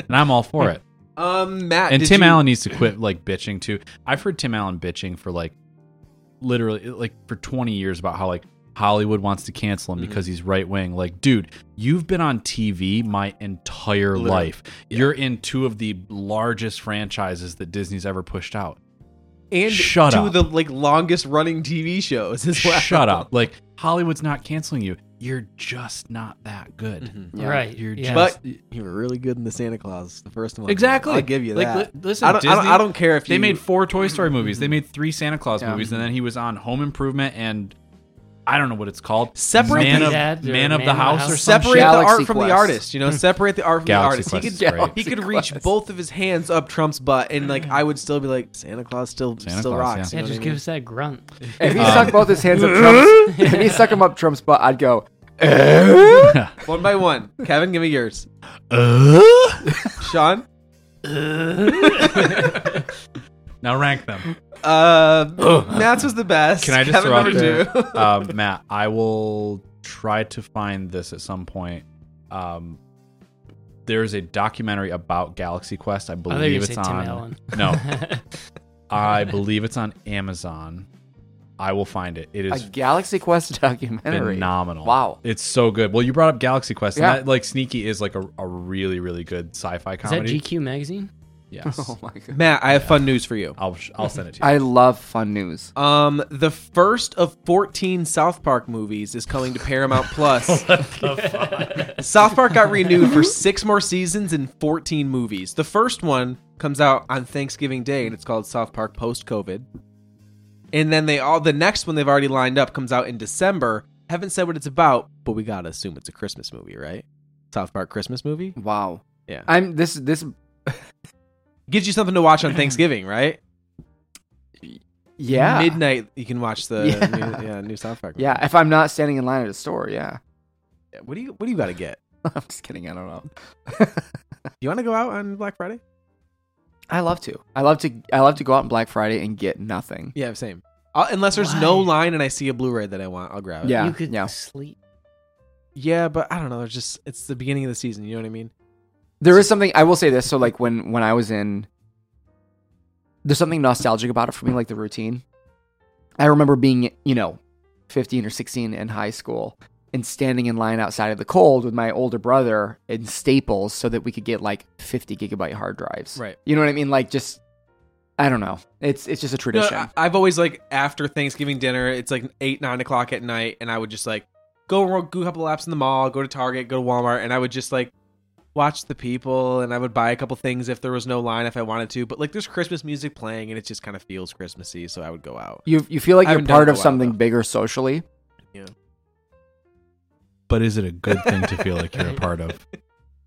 [SPEAKER 3] And I'm all for it.
[SPEAKER 1] Um, Matt
[SPEAKER 3] and
[SPEAKER 1] did
[SPEAKER 3] Tim
[SPEAKER 1] you-
[SPEAKER 3] Allen needs to quit like bitching too. I've heard Tim Allen bitching for like literally like for 20 years about how like Hollywood wants to cancel him
[SPEAKER 1] Mm-hmm.
[SPEAKER 3] because he's right wing. Like, dude, you've been on TV my entire
[SPEAKER 1] Literally.
[SPEAKER 3] life. You're in two of the largest franchises that Disney's ever pushed out.
[SPEAKER 1] and
[SPEAKER 3] Shut
[SPEAKER 1] two
[SPEAKER 3] up.
[SPEAKER 1] of the like longest running TV shows as well.
[SPEAKER 3] Shut up. Like, Hollywood's not canceling you. You're just not that good.
[SPEAKER 1] Mm-hmm.
[SPEAKER 2] Yeah.
[SPEAKER 4] Right.
[SPEAKER 3] You're
[SPEAKER 4] yeah.
[SPEAKER 1] But you were really good in the Santa Claus, the first one.
[SPEAKER 3] Exactly.
[SPEAKER 1] I'll give you
[SPEAKER 3] like,
[SPEAKER 1] that.
[SPEAKER 3] li- listen,
[SPEAKER 1] I, don't, I, don't,
[SPEAKER 3] Disney-
[SPEAKER 1] I don't care if
[SPEAKER 3] They
[SPEAKER 1] you,
[SPEAKER 3] made four Toy Story movies. They made three Santa Claus
[SPEAKER 2] Yeah.
[SPEAKER 3] movies, and then he was on Home Improvement and I don't know what it's called.
[SPEAKER 1] Separate
[SPEAKER 3] Man
[SPEAKER 1] the-
[SPEAKER 3] of,
[SPEAKER 4] Dad or
[SPEAKER 3] Man of
[SPEAKER 4] Man
[SPEAKER 3] the House or some
[SPEAKER 1] separate
[SPEAKER 3] shit.
[SPEAKER 1] the
[SPEAKER 2] Galaxy
[SPEAKER 1] art from the
[SPEAKER 2] Quest.
[SPEAKER 1] artist. You know, separate the art from the
[SPEAKER 3] Galaxy
[SPEAKER 1] artist.
[SPEAKER 3] Quest
[SPEAKER 1] He
[SPEAKER 3] is
[SPEAKER 1] could
[SPEAKER 3] great.
[SPEAKER 1] he could
[SPEAKER 2] Galaxy
[SPEAKER 1] reach
[SPEAKER 2] Quest.
[SPEAKER 1] both of his hands up Trump's butt, and like I would still be like Santa Claus still
[SPEAKER 3] Santa
[SPEAKER 1] still
[SPEAKER 3] Claus,
[SPEAKER 1] rocks.
[SPEAKER 3] yeah.
[SPEAKER 1] you know
[SPEAKER 4] yeah, just
[SPEAKER 1] what I
[SPEAKER 4] give
[SPEAKER 1] mean?
[SPEAKER 4] us that grunt.
[SPEAKER 2] If he
[SPEAKER 3] Um,
[SPEAKER 2] stuck both his hands up Trump's, if he stuck him up Trump's butt, I'd go. "Eh?"
[SPEAKER 1] one by one. Kevin, give me yours.
[SPEAKER 3] Uh?
[SPEAKER 1] Sean,
[SPEAKER 3] now rank them.
[SPEAKER 1] uh, Matt's was the best.
[SPEAKER 3] Can I just
[SPEAKER 1] Kevin
[SPEAKER 3] throw out
[SPEAKER 1] number
[SPEAKER 3] there,
[SPEAKER 1] two.
[SPEAKER 3] uh, Matt? I will try to find this at some point. Um, there's a documentary about Galaxy Quest.
[SPEAKER 1] Oh,
[SPEAKER 3] I
[SPEAKER 4] I thought you
[SPEAKER 3] believe
[SPEAKER 4] were
[SPEAKER 3] it's
[SPEAKER 4] gonna say Tim
[SPEAKER 3] on.
[SPEAKER 4] Allen.
[SPEAKER 3] No, I believe it's on Amazon. I will find it. It
[SPEAKER 2] a
[SPEAKER 3] is
[SPEAKER 2] Galaxy Quest documentary.
[SPEAKER 3] phenomenal.
[SPEAKER 2] Wow.
[SPEAKER 3] it's so good. Well, you brought up Galaxy Quest,
[SPEAKER 2] Yeah.
[SPEAKER 3] and that like Sneaky is like a, a really really good sci-fi
[SPEAKER 4] Is that
[SPEAKER 3] comedy.
[SPEAKER 4] GQ magazine?
[SPEAKER 3] Yes,
[SPEAKER 2] Oh my god.
[SPEAKER 1] Matt, I have fun news for you.
[SPEAKER 3] I'll I'll send it to you.
[SPEAKER 2] I love fun news.
[SPEAKER 1] Um, the first of 14 South Park movies is coming to Paramount Plus. South Park got renewed for six more seasons and 14 movies. The first one comes out on Thanksgiving Day, and it's called South Park Post COVID. And then they all the next one they've already lined up comes out in December. Haven't said what it's about, but we gotta assume it's a Christmas movie, right? South Park Christmas movie
[SPEAKER 2] Wow.
[SPEAKER 1] Yeah.
[SPEAKER 2] I'm this this
[SPEAKER 1] gives you something to watch on Thanksgiving, right?
[SPEAKER 2] yeah.
[SPEAKER 1] midnight you can watch the
[SPEAKER 2] Yeah.
[SPEAKER 1] New, yeah, new South Park. movie.
[SPEAKER 2] Yeah, if I'm not standing in line at a store, yeah.
[SPEAKER 1] what do you what do you gotta get?
[SPEAKER 2] I'm just kidding, I don't know.
[SPEAKER 1] Do you want to go out on Black Friday?
[SPEAKER 2] I love to. I love to I love to go out on Black Friday and get nothing.
[SPEAKER 1] Yeah, same. I'll, unless there's no
[SPEAKER 4] Why?
[SPEAKER 1] line and I see a Blu-ray that I want, I'll grab it.
[SPEAKER 2] Yeah,
[SPEAKER 4] you could
[SPEAKER 2] yeah.
[SPEAKER 4] sleep.
[SPEAKER 1] yeah, but I don't know. There's just it's the beginning of the season. You know what I mean?
[SPEAKER 2] There is something I will say this, so like when when I was in there's something nostalgic about it for me, like the routine. I remember being, you know, 15 or 16 in high school and standing in line outside of the cold with my older brother in Staples so that we could get like 50 gigabyte hard drives.
[SPEAKER 1] Right.
[SPEAKER 2] You know what I mean? Like just I don't know. It's it's just a
[SPEAKER 1] No,
[SPEAKER 2] tradition.
[SPEAKER 1] I, I've always like after Thanksgiving dinner, it's like eight nine o'clock at night, and I would just like go ro- go a couple laps in the mall, go to Target, go to Walmart, and I would just like watch the people, and I would buy a couple things if there was no line if I wanted to. But like there's Christmas music playing, and it just kind of feels Christmassy, so I would go out.
[SPEAKER 2] you you feel like
[SPEAKER 1] I
[SPEAKER 2] you're
[SPEAKER 1] haven't done it in
[SPEAKER 2] part of
[SPEAKER 1] a while,
[SPEAKER 2] something
[SPEAKER 1] though.
[SPEAKER 2] bigger socially.
[SPEAKER 3] but is it a good thing to feel like you're a part of?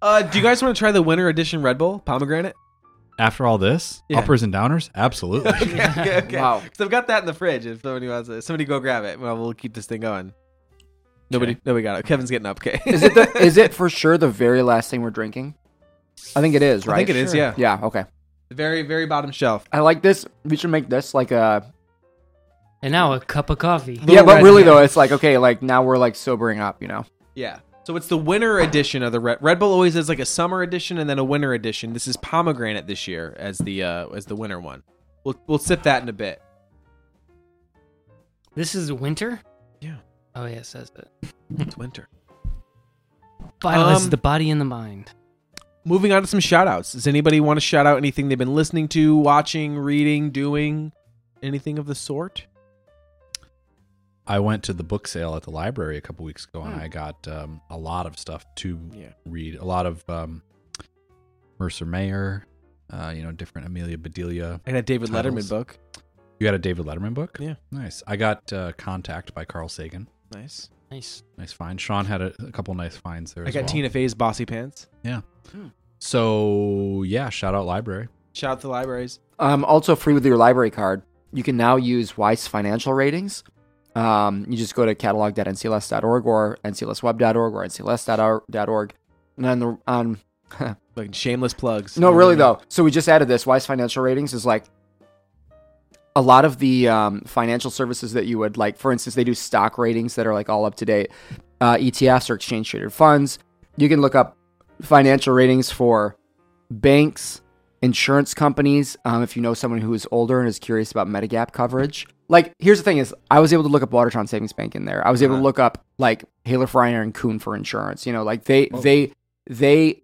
[SPEAKER 1] Uh, do you guys want to try the winter edition Red Bull pomegranate?
[SPEAKER 3] After all this,
[SPEAKER 1] Yeah.
[SPEAKER 3] uppers and downers, absolutely.
[SPEAKER 1] okay, okay, okay.
[SPEAKER 2] Wow.
[SPEAKER 1] Because I've got that in the fridge. If somebody wants it, somebody go grab it. Well, we'll keep this thing going. Nobody,
[SPEAKER 3] Okay.
[SPEAKER 1] nobody got it. Kevin's getting up. Okay.
[SPEAKER 2] Is it the, is it for sure the very last thing we're drinking? I think it is,
[SPEAKER 1] I
[SPEAKER 2] right?
[SPEAKER 1] think it is, Sure. yeah.
[SPEAKER 2] Yeah, okay.
[SPEAKER 1] very, very bottom shelf?
[SPEAKER 2] I like this. We should make this like a
[SPEAKER 4] And now a cup of coffee.
[SPEAKER 1] Little
[SPEAKER 2] Yeah, but
[SPEAKER 1] red
[SPEAKER 2] really
[SPEAKER 1] can.
[SPEAKER 2] though, it's like okay, like now we're like sobering up, you know.
[SPEAKER 1] Yeah. So it's the winter edition of the Red Red Bull. Always has like a summer edition and then a winter edition. This is pomegranate this year as the uh, as the winter one. We'll we'll sip that in a bit.
[SPEAKER 4] This is winter?
[SPEAKER 1] Yeah.
[SPEAKER 4] Oh, yeah, it says it.
[SPEAKER 1] It's winter.
[SPEAKER 4] Vitalizes
[SPEAKER 1] Um,
[SPEAKER 4] the body and the mind.
[SPEAKER 1] Moving on to some shout outs. Does anybody want to shout out anything they've been listening to, watching, reading, doing, anything of the sort?
[SPEAKER 3] I went to the book sale at the library a couple weeks ago, and
[SPEAKER 2] Hmm.
[SPEAKER 3] I got um, a lot of stuff to
[SPEAKER 1] Yeah.
[SPEAKER 3] read. A lot of um, Mercer Mayer, uh, you know, different Amelia Bedelia.
[SPEAKER 1] I got a David
[SPEAKER 3] Titles.
[SPEAKER 1] Letterman book.
[SPEAKER 3] You got a David Letterman book?
[SPEAKER 1] Yeah.
[SPEAKER 3] nice. I got uh, Contact by Carl Sagan.
[SPEAKER 1] Nice.
[SPEAKER 4] Nice.
[SPEAKER 3] Nice find. Sean had a, a couple nice finds there.
[SPEAKER 1] I
[SPEAKER 3] as
[SPEAKER 1] got
[SPEAKER 3] well.
[SPEAKER 1] Tina Fey's Bossy Pants.
[SPEAKER 3] So yeah, shout out library.
[SPEAKER 1] Shout out to libraries.
[SPEAKER 2] Um, also free with your library card. You can now use Weiss financial ratings. Um, you just go to catalog.ncls.org or nclsweb.org or ncls.org. And on the um, on
[SPEAKER 1] Like shameless plugs.
[SPEAKER 2] no,
[SPEAKER 1] You
[SPEAKER 2] really
[SPEAKER 1] know?
[SPEAKER 2] though. So we just added this. Weiss financial ratings is like a lot of the um, financial services that you would like. For instance, they do stock ratings that are like all up to date. Uh, ETFs or exchange traded funds. You can look up financial ratings for banks, insurance companies. Um, if you know someone who is older and is curious about Medigap coverage, like here's the thing: is I was able to look up Watertown Savings Bank in there. I was able to
[SPEAKER 1] Uh-huh.
[SPEAKER 2] look up like Haler Fryer and Kuhn for insurance. You know, like they they they,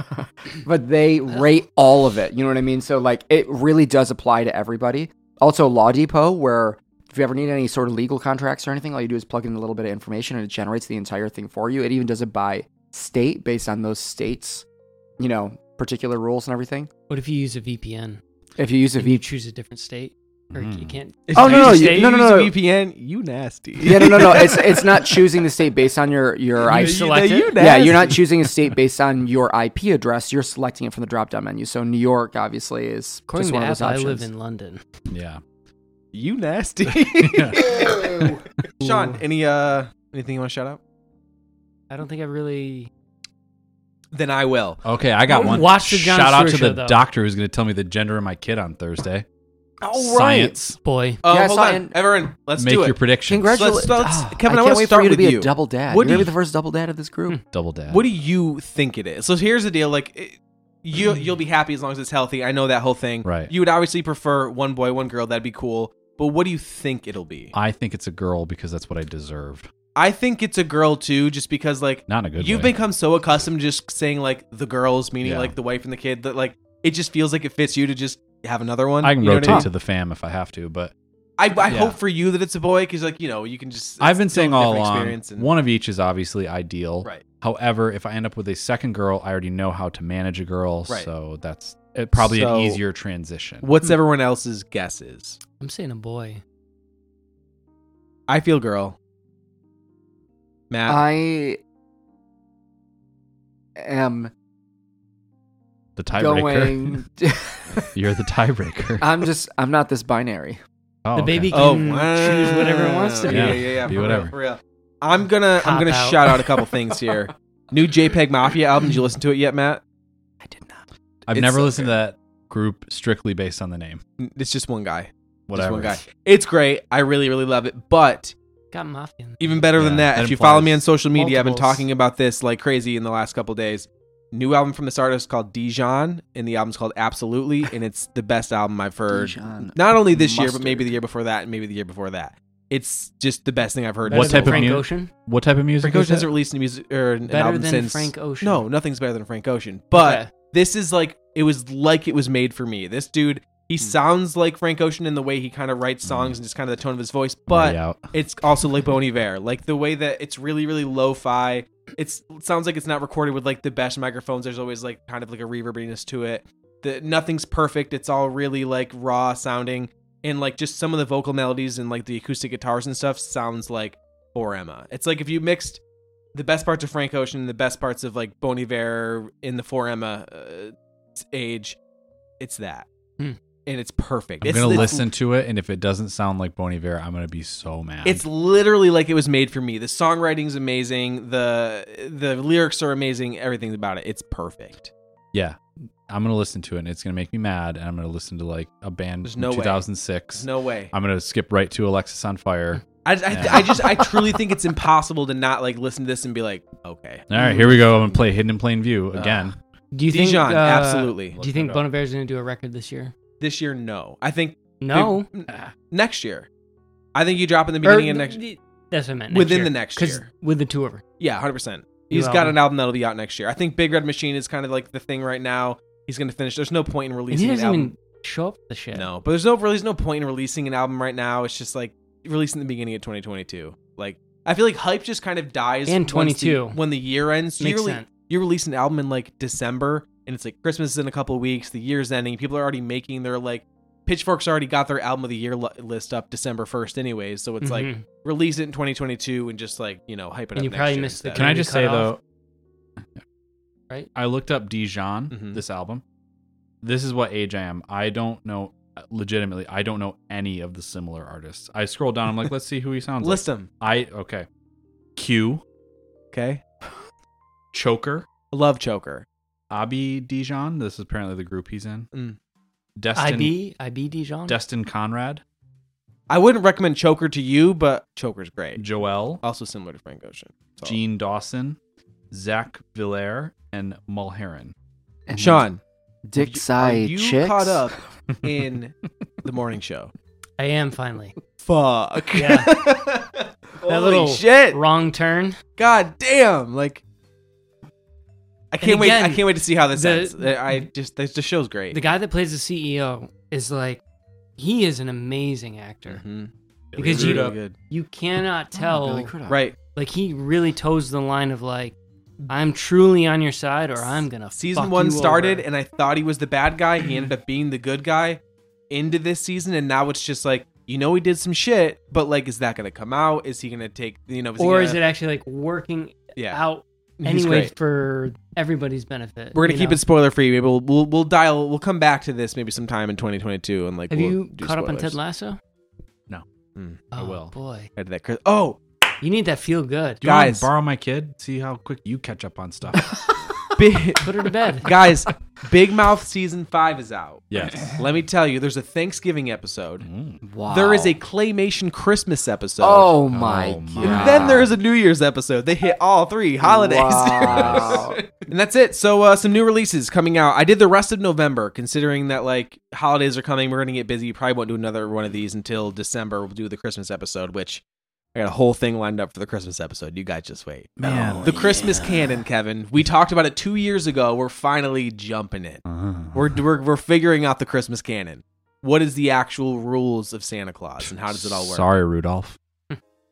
[SPEAKER 2] but they rate all of it. You know what I mean? So like it really does apply to everybody. Also, Law Depot, where if you ever need any sort of legal contracts or anything, all you do is plug in a little bit of information and it generates the entire thing for you. It even does it by state based on those states, you know, particular rules and everything.
[SPEAKER 4] What if you use a VPN?
[SPEAKER 2] If you use a
[SPEAKER 4] If you
[SPEAKER 2] V,
[SPEAKER 4] choose a different state, or you
[SPEAKER 3] Mm.
[SPEAKER 4] can't.
[SPEAKER 1] If
[SPEAKER 2] Oh, no,
[SPEAKER 1] you
[SPEAKER 2] no,
[SPEAKER 1] say
[SPEAKER 2] you-
[SPEAKER 1] you
[SPEAKER 2] no, no,
[SPEAKER 1] use
[SPEAKER 2] no.
[SPEAKER 1] VPN, E you nasty.
[SPEAKER 2] yeah, no, no, no. It's it's not choosing the state based on your your
[SPEAKER 4] You
[SPEAKER 2] IP.
[SPEAKER 4] select
[SPEAKER 1] you
[SPEAKER 4] it?
[SPEAKER 1] nasty.
[SPEAKER 2] Yeah, you're not choosing a state based on your IP address. You're selecting it from the drop down menu. So New York obviously is
[SPEAKER 4] According
[SPEAKER 2] just
[SPEAKER 4] to
[SPEAKER 2] one of those
[SPEAKER 4] Apple, I
[SPEAKER 2] options.
[SPEAKER 4] live in London.
[SPEAKER 3] Yeah.
[SPEAKER 1] You nasty.
[SPEAKER 3] Yeah.
[SPEAKER 1] Sean, any uh anything you want to shout out?
[SPEAKER 4] I don't think I really.
[SPEAKER 1] Then I will.
[SPEAKER 3] Okay, I got one.
[SPEAKER 4] Watch the Jon
[SPEAKER 3] shout out
[SPEAKER 4] Stewart
[SPEAKER 3] to
[SPEAKER 4] show,
[SPEAKER 3] the
[SPEAKER 4] though.
[SPEAKER 3] doctor who's going to tell me the gender of my kid on Thursday.
[SPEAKER 2] Oh, right.
[SPEAKER 3] Science.
[SPEAKER 4] Boy,
[SPEAKER 1] Oh,
[SPEAKER 2] Yeah, I
[SPEAKER 1] hold
[SPEAKER 2] saw
[SPEAKER 1] on,
[SPEAKER 2] in-
[SPEAKER 1] everyone. Let's
[SPEAKER 3] Make
[SPEAKER 1] do it.
[SPEAKER 3] your prediction.
[SPEAKER 2] Congratulations, Ah,
[SPEAKER 1] Let's- let's- Kevin, I
[SPEAKER 2] can't
[SPEAKER 1] wanna
[SPEAKER 2] wait
[SPEAKER 1] start
[SPEAKER 2] for you to
[SPEAKER 1] with
[SPEAKER 2] be
[SPEAKER 1] you. Hmm.
[SPEAKER 2] a double dad.
[SPEAKER 1] What do
[SPEAKER 2] You're gonna
[SPEAKER 1] you-
[SPEAKER 2] be the first double dad of this group.
[SPEAKER 3] Double dad.
[SPEAKER 1] What do you think it is? So here's the deal. Like, it- you you'll be happy as long as it's healthy. I know that whole thing.
[SPEAKER 3] Mm. Right.
[SPEAKER 1] You would obviously prefer one boy, one girl. That'd be cool. But what do you think it'll be?
[SPEAKER 3] I think it's a girl because that's what I deserved.
[SPEAKER 1] I think it's a girl too, just because like
[SPEAKER 3] Not in a good
[SPEAKER 1] you've
[SPEAKER 3] way.
[SPEAKER 1] become so accustomed to just saying like the girls, meaning
[SPEAKER 3] Yeah.
[SPEAKER 1] like the wife and the kid, that like it just feels like it fits you to just have another one.
[SPEAKER 3] I can
[SPEAKER 1] You know what
[SPEAKER 3] rotate
[SPEAKER 1] mean?
[SPEAKER 3] to the fam if I have to, but
[SPEAKER 1] I, I
[SPEAKER 3] Yeah.
[SPEAKER 1] hope for you that it's a boy because, like, you know, you can just.
[SPEAKER 3] I've been
[SPEAKER 1] it's still
[SPEAKER 3] saying
[SPEAKER 1] a
[SPEAKER 3] all
[SPEAKER 1] different
[SPEAKER 3] along
[SPEAKER 1] experience and-
[SPEAKER 3] one of each is obviously ideal.
[SPEAKER 1] Right.
[SPEAKER 3] However, if I end up with a second girl, I already know how to manage a girl,
[SPEAKER 1] Right.
[SPEAKER 3] so that's it, probably
[SPEAKER 1] So-
[SPEAKER 3] an easier transition.
[SPEAKER 1] What's everyone else's guesses?
[SPEAKER 4] I'm saying a boy.
[SPEAKER 1] I feel girl. Matt,
[SPEAKER 4] Uh,
[SPEAKER 2] I am
[SPEAKER 3] the tiebreaker?
[SPEAKER 2] going.
[SPEAKER 3] You're the tiebreaker.
[SPEAKER 2] I'm just. I'm not this binary.
[SPEAKER 3] Oh,
[SPEAKER 4] the baby
[SPEAKER 1] oh,
[SPEAKER 4] can
[SPEAKER 1] wow.
[SPEAKER 4] choose whatever it wants to be.
[SPEAKER 1] Yeah, yeah,
[SPEAKER 3] Yeah,
[SPEAKER 1] yeah.
[SPEAKER 3] be
[SPEAKER 1] for real,
[SPEAKER 3] whatever.
[SPEAKER 1] for real. I'm gonna, I'm
[SPEAKER 4] Cop
[SPEAKER 1] gonna
[SPEAKER 4] out.
[SPEAKER 1] shout out a couple things here. New JPEG Mafia album. Did you listen to it yet, Matt?
[SPEAKER 2] I did not.
[SPEAKER 3] I've
[SPEAKER 1] It's
[SPEAKER 3] never
[SPEAKER 1] okay.
[SPEAKER 3] listened to that group strictly based on the name.
[SPEAKER 1] N- It's just one guy.
[SPEAKER 3] Whatever.
[SPEAKER 1] one guy. It's great. I really, really love it. But
[SPEAKER 4] Got mafia. in
[SPEAKER 1] even better than
[SPEAKER 3] Yeah,
[SPEAKER 1] that,
[SPEAKER 3] that
[SPEAKER 1] if you follow
[SPEAKER 3] implies
[SPEAKER 1] me on social media, I've been
[SPEAKER 4] multiples.
[SPEAKER 1] talking about this like crazy in the last couple days. New album from this artist called Dijon, and the album's called Absolutely, and it's the best album I've heard.
[SPEAKER 2] Dijon
[SPEAKER 1] Not only this year, but maybe
[SPEAKER 2] mustard.
[SPEAKER 1] the year before that, and maybe the year before that. It's just the best thing I've heard.
[SPEAKER 4] Better
[SPEAKER 3] What
[SPEAKER 4] than
[SPEAKER 3] type of
[SPEAKER 4] Frank
[SPEAKER 3] mu-
[SPEAKER 4] Ocean?
[SPEAKER 3] What type of music?
[SPEAKER 1] Frank Ocean
[SPEAKER 3] is
[SPEAKER 1] hasn't
[SPEAKER 3] it?
[SPEAKER 1] released any music or an
[SPEAKER 4] Better
[SPEAKER 1] album
[SPEAKER 4] than
[SPEAKER 1] since.
[SPEAKER 4] Frank Ocean.
[SPEAKER 1] No, nothing's better than Frank Ocean. But
[SPEAKER 4] Okay.
[SPEAKER 1] this is like it was like it was made for me. This dude,
[SPEAKER 4] Hmm.
[SPEAKER 1] he sounds like Frank Ocean in the way he kind of writes
[SPEAKER 3] Hmm.
[SPEAKER 1] songs and just kind of the tone of his voice, but
[SPEAKER 3] Way out.
[SPEAKER 1] it's also like Bon Iver, like the way that it's really really lo-fi. It's it sounds like it's not recorded with like the best microphones. There's always like kind of like a reverbiness to it. The nothing's perfect. It's all really like raw sounding and like just some of the vocal melodies and like the acoustic guitars and stuff sounds like for Emma. It's like if you mixed the best parts of Frank Ocean and the best parts of like Bon Iver in the For Emma uh, age, it's that.
[SPEAKER 4] Hmm.
[SPEAKER 1] And it's perfect.
[SPEAKER 3] I'm
[SPEAKER 1] it's,
[SPEAKER 3] gonna
[SPEAKER 1] it's-
[SPEAKER 3] listen to it, and if it doesn't sound like Bon Iver, I'm gonna be so mad.
[SPEAKER 1] It's literally like it was made for me. The songwriting's amazing. The the lyrics are amazing. Everything about it. It's perfect.
[SPEAKER 3] yeah. I'm gonna listen to it, and it's gonna make me mad, and I'm gonna listen to like a band
[SPEAKER 1] There's
[SPEAKER 3] from
[SPEAKER 1] no way.
[SPEAKER 3] 2006.
[SPEAKER 1] There's no way.
[SPEAKER 4] Uh,
[SPEAKER 3] I'm gonna skip right to Alexis on Fire.
[SPEAKER 1] I, I, I just I truly think it's impossible to not like listen to this and be like, okay,
[SPEAKER 3] All right, here we go. I'm gonna play Hidden in Plain View again.
[SPEAKER 4] Do you think
[SPEAKER 1] Dijon,
[SPEAKER 4] uh,
[SPEAKER 1] absolutely.
[SPEAKER 4] Do you think Bon Iver's going to do a record this year?
[SPEAKER 1] This year, no. I think
[SPEAKER 4] No. Er,
[SPEAKER 1] next year. I think you drop in the beginning
[SPEAKER 4] Or
[SPEAKER 1] of next.
[SPEAKER 4] th- That's what I meant.
[SPEAKER 1] Within the next
[SPEAKER 4] 'Cause
[SPEAKER 1] year.
[SPEAKER 4] with the tour.
[SPEAKER 1] Yeah, hundred percent.
[SPEAKER 4] New
[SPEAKER 1] He's got
[SPEAKER 4] album.
[SPEAKER 1] an album that'll be out next year. I think Big Red Machine is kind of like the thing right now. He's gonna finish. There's no point in
[SPEAKER 4] And he
[SPEAKER 1] releasing an
[SPEAKER 4] doesn't
[SPEAKER 1] album.
[SPEAKER 4] even show up for the shit.
[SPEAKER 1] No, but there's no really no point in releasing an album right now. It's just like released in the beginning of 2022. Like I feel like hype just kind of dies
[SPEAKER 4] And
[SPEAKER 1] once the-
[SPEAKER 4] 22.
[SPEAKER 1] when the year ends. You
[SPEAKER 4] Makes
[SPEAKER 1] really-
[SPEAKER 4] sense.
[SPEAKER 1] you release an album in like December and it's like Christmas is in a couple of weeks, the year's ending, people are already making their like Pitchfork's already got their album of the year li- list up December 1st anyways, so it's like
[SPEAKER 4] Mhm.
[SPEAKER 1] release it in 2022 and just like, you know, hype it
[SPEAKER 4] And
[SPEAKER 1] up
[SPEAKER 4] you
[SPEAKER 1] next
[SPEAKER 4] probably
[SPEAKER 1] year
[SPEAKER 4] missed the
[SPEAKER 1] instead.
[SPEAKER 3] Can I
[SPEAKER 4] Maybe
[SPEAKER 3] just
[SPEAKER 4] cut
[SPEAKER 3] say
[SPEAKER 4] off.
[SPEAKER 3] though,
[SPEAKER 4] Right?
[SPEAKER 3] I looked up Dijon
[SPEAKER 1] Mhm.
[SPEAKER 3] this album. This is what age I am. I don't know. Legitimately, I don't know any of the similar artists. I scroll down. I'm like, let's see who he sounds
[SPEAKER 1] list them,
[SPEAKER 3] like. I okay. Q
[SPEAKER 1] okay?
[SPEAKER 3] Choker
[SPEAKER 1] I love Choker.
[SPEAKER 3] Abi Dijon. This is apparently the group he's in.
[SPEAKER 1] Mm.
[SPEAKER 3] Destin
[SPEAKER 4] IB IB Dijon.
[SPEAKER 3] Destin Conrad
[SPEAKER 1] I wouldn't recommend Choker to you, but Choker's great.
[SPEAKER 3] Joel
[SPEAKER 1] Also similar to Frank Ocean. So-
[SPEAKER 3] Gene Dawson Zach Villaire and Mulheron.
[SPEAKER 2] And
[SPEAKER 1] Sean,
[SPEAKER 2] Dick
[SPEAKER 1] are
[SPEAKER 2] side
[SPEAKER 1] you
[SPEAKER 2] chicks.
[SPEAKER 1] caught up in the morning show?
[SPEAKER 4] I am finally.
[SPEAKER 1] Fuck.
[SPEAKER 4] Yeah.
[SPEAKER 1] that Holy
[SPEAKER 4] little
[SPEAKER 1] shit.
[SPEAKER 4] Wrong turn.
[SPEAKER 1] God damn! Like, I can't wait.
[SPEAKER 4] again,
[SPEAKER 1] I can't wait to see how this
[SPEAKER 4] the-
[SPEAKER 1] ends. I I just this, the show's great.
[SPEAKER 4] The guy that plays the CEO is like he is an amazing actor.
[SPEAKER 2] Mm-hmm.
[SPEAKER 1] Mhm.
[SPEAKER 4] Because
[SPEAKER 1] Really
[SPEAKER 4] you
[SPEAKER 1] good.
[SPEAKER 4] you cannot
[SPEAKER 2] Oh,
[SPEAKER 4] tell
[SPEAKER 2] Billy Crudup.
[SPEAKER 1] right?
[SPEAKER 4] like he really toes the line of like I'm truly on your side or I'm gonna
[SPEAKER 1] Season
[SPEAKER 4] fuck
[SPEAKER 1] one
[SPEAKER 4] you
[SPEAKER 1] started,
[SPEAKER 4] over.
[SPEAKER 1] and I thought he was the bad guy. He
[SPEAKER 2] Mm-hmm.
[SPEAKER 1] ended up being the good guy into this season, and now it's just like you know he did some shit, but like, is that gonna come out? Is he gonna take you know? Is
[SPEAKER 4] or
[SPEAKER 1] he
[SPEAKER 4] is it
[SPEAKER 1] gonna-
[SPEAKER 4] actually like working
[SPEAKER 1] yeah?
[SPEAKER 4] out
[SPEAKER 1] He's
[SPEAKER 4] anyway
[SPEAKER 1] great.
[SPEAKER 4] for everybody's benefit?
[SPEAKER 1] We're gonna
[SPEAKER 4] you
[SPEAKER 1] keep
[SPEAKER 4] know?
[SPEAKER 1] it spoiler free. Maybe we'll, we'll we'll dial. We'll come back to this maybe sometime in 2022 and like.
[SPEAKER 4] Have
[SPEAKER 1] we'll
[SPEAKER 4] you
[SPEAKER 1] do
[SPEAKER 4] caught up on Ted
[SPEAKER 1] spoilers.
[SPEAKER 4] Lasso?
[SPEAKER 3] No.
[SPEAKER 1] Mm.
[SPEAKER 4] oh,
[SPEAKER 3] I will.
[SPEAKER 4] Boy,
[SPEAKER 1] I did that. Chris- Oh,
[SPEAKER 4] you need that feel good.
[SPEAKER 3] Do you want
[SPEAKER 1] Guys.
[SPEAKER 3] to borrow my kid? See how quick you catch up on stuff.
[SPEAKER 1] big,
[SPEAKER 4] Put her to bed.
[SPEAKER 1] guys, Big Mouth season five is out.
[SPEAKER 3] yes.
[SPEAKER 1] Let me tell you, there's a Thanksgiving episode.
[SPEAKER 3] Mm.
[SPEAKER 2] Wow.
[SPEAKER 1] There is a claymation Christmas episode.
[SPEAKER 2] Oh my
[SPEAKER 3] Oh my.
[SPEAKER 2] god.
[SPEAKER 1] And then there is a New Year's episode. They hit all three holidays.
[SPEAKER 2] Wow.
[SPEAKER 1] and that's it. So uh, some new releases coming out. I did the rest of November, considering that like holidays are coming. We're gonna get busy. Probably won't do another one of these until December. We'll do the Christmas episode, which I got a whole thing lined up for the Christmas episode. You guys just wait.
[SPEAKER 3] Man.
[SPEAKER 1] The Christmas canon, Kevin. We talked about it two years ago. We're finally jumping it.
[SPEAKER 3] Uh-huh.
[SPEAKER 1] We're, we're, we're figuring out the Christmas canon. What is the actual rules of Santa Claus and how does it all work?
[SPEAKER 3] Sorry, Rudolph.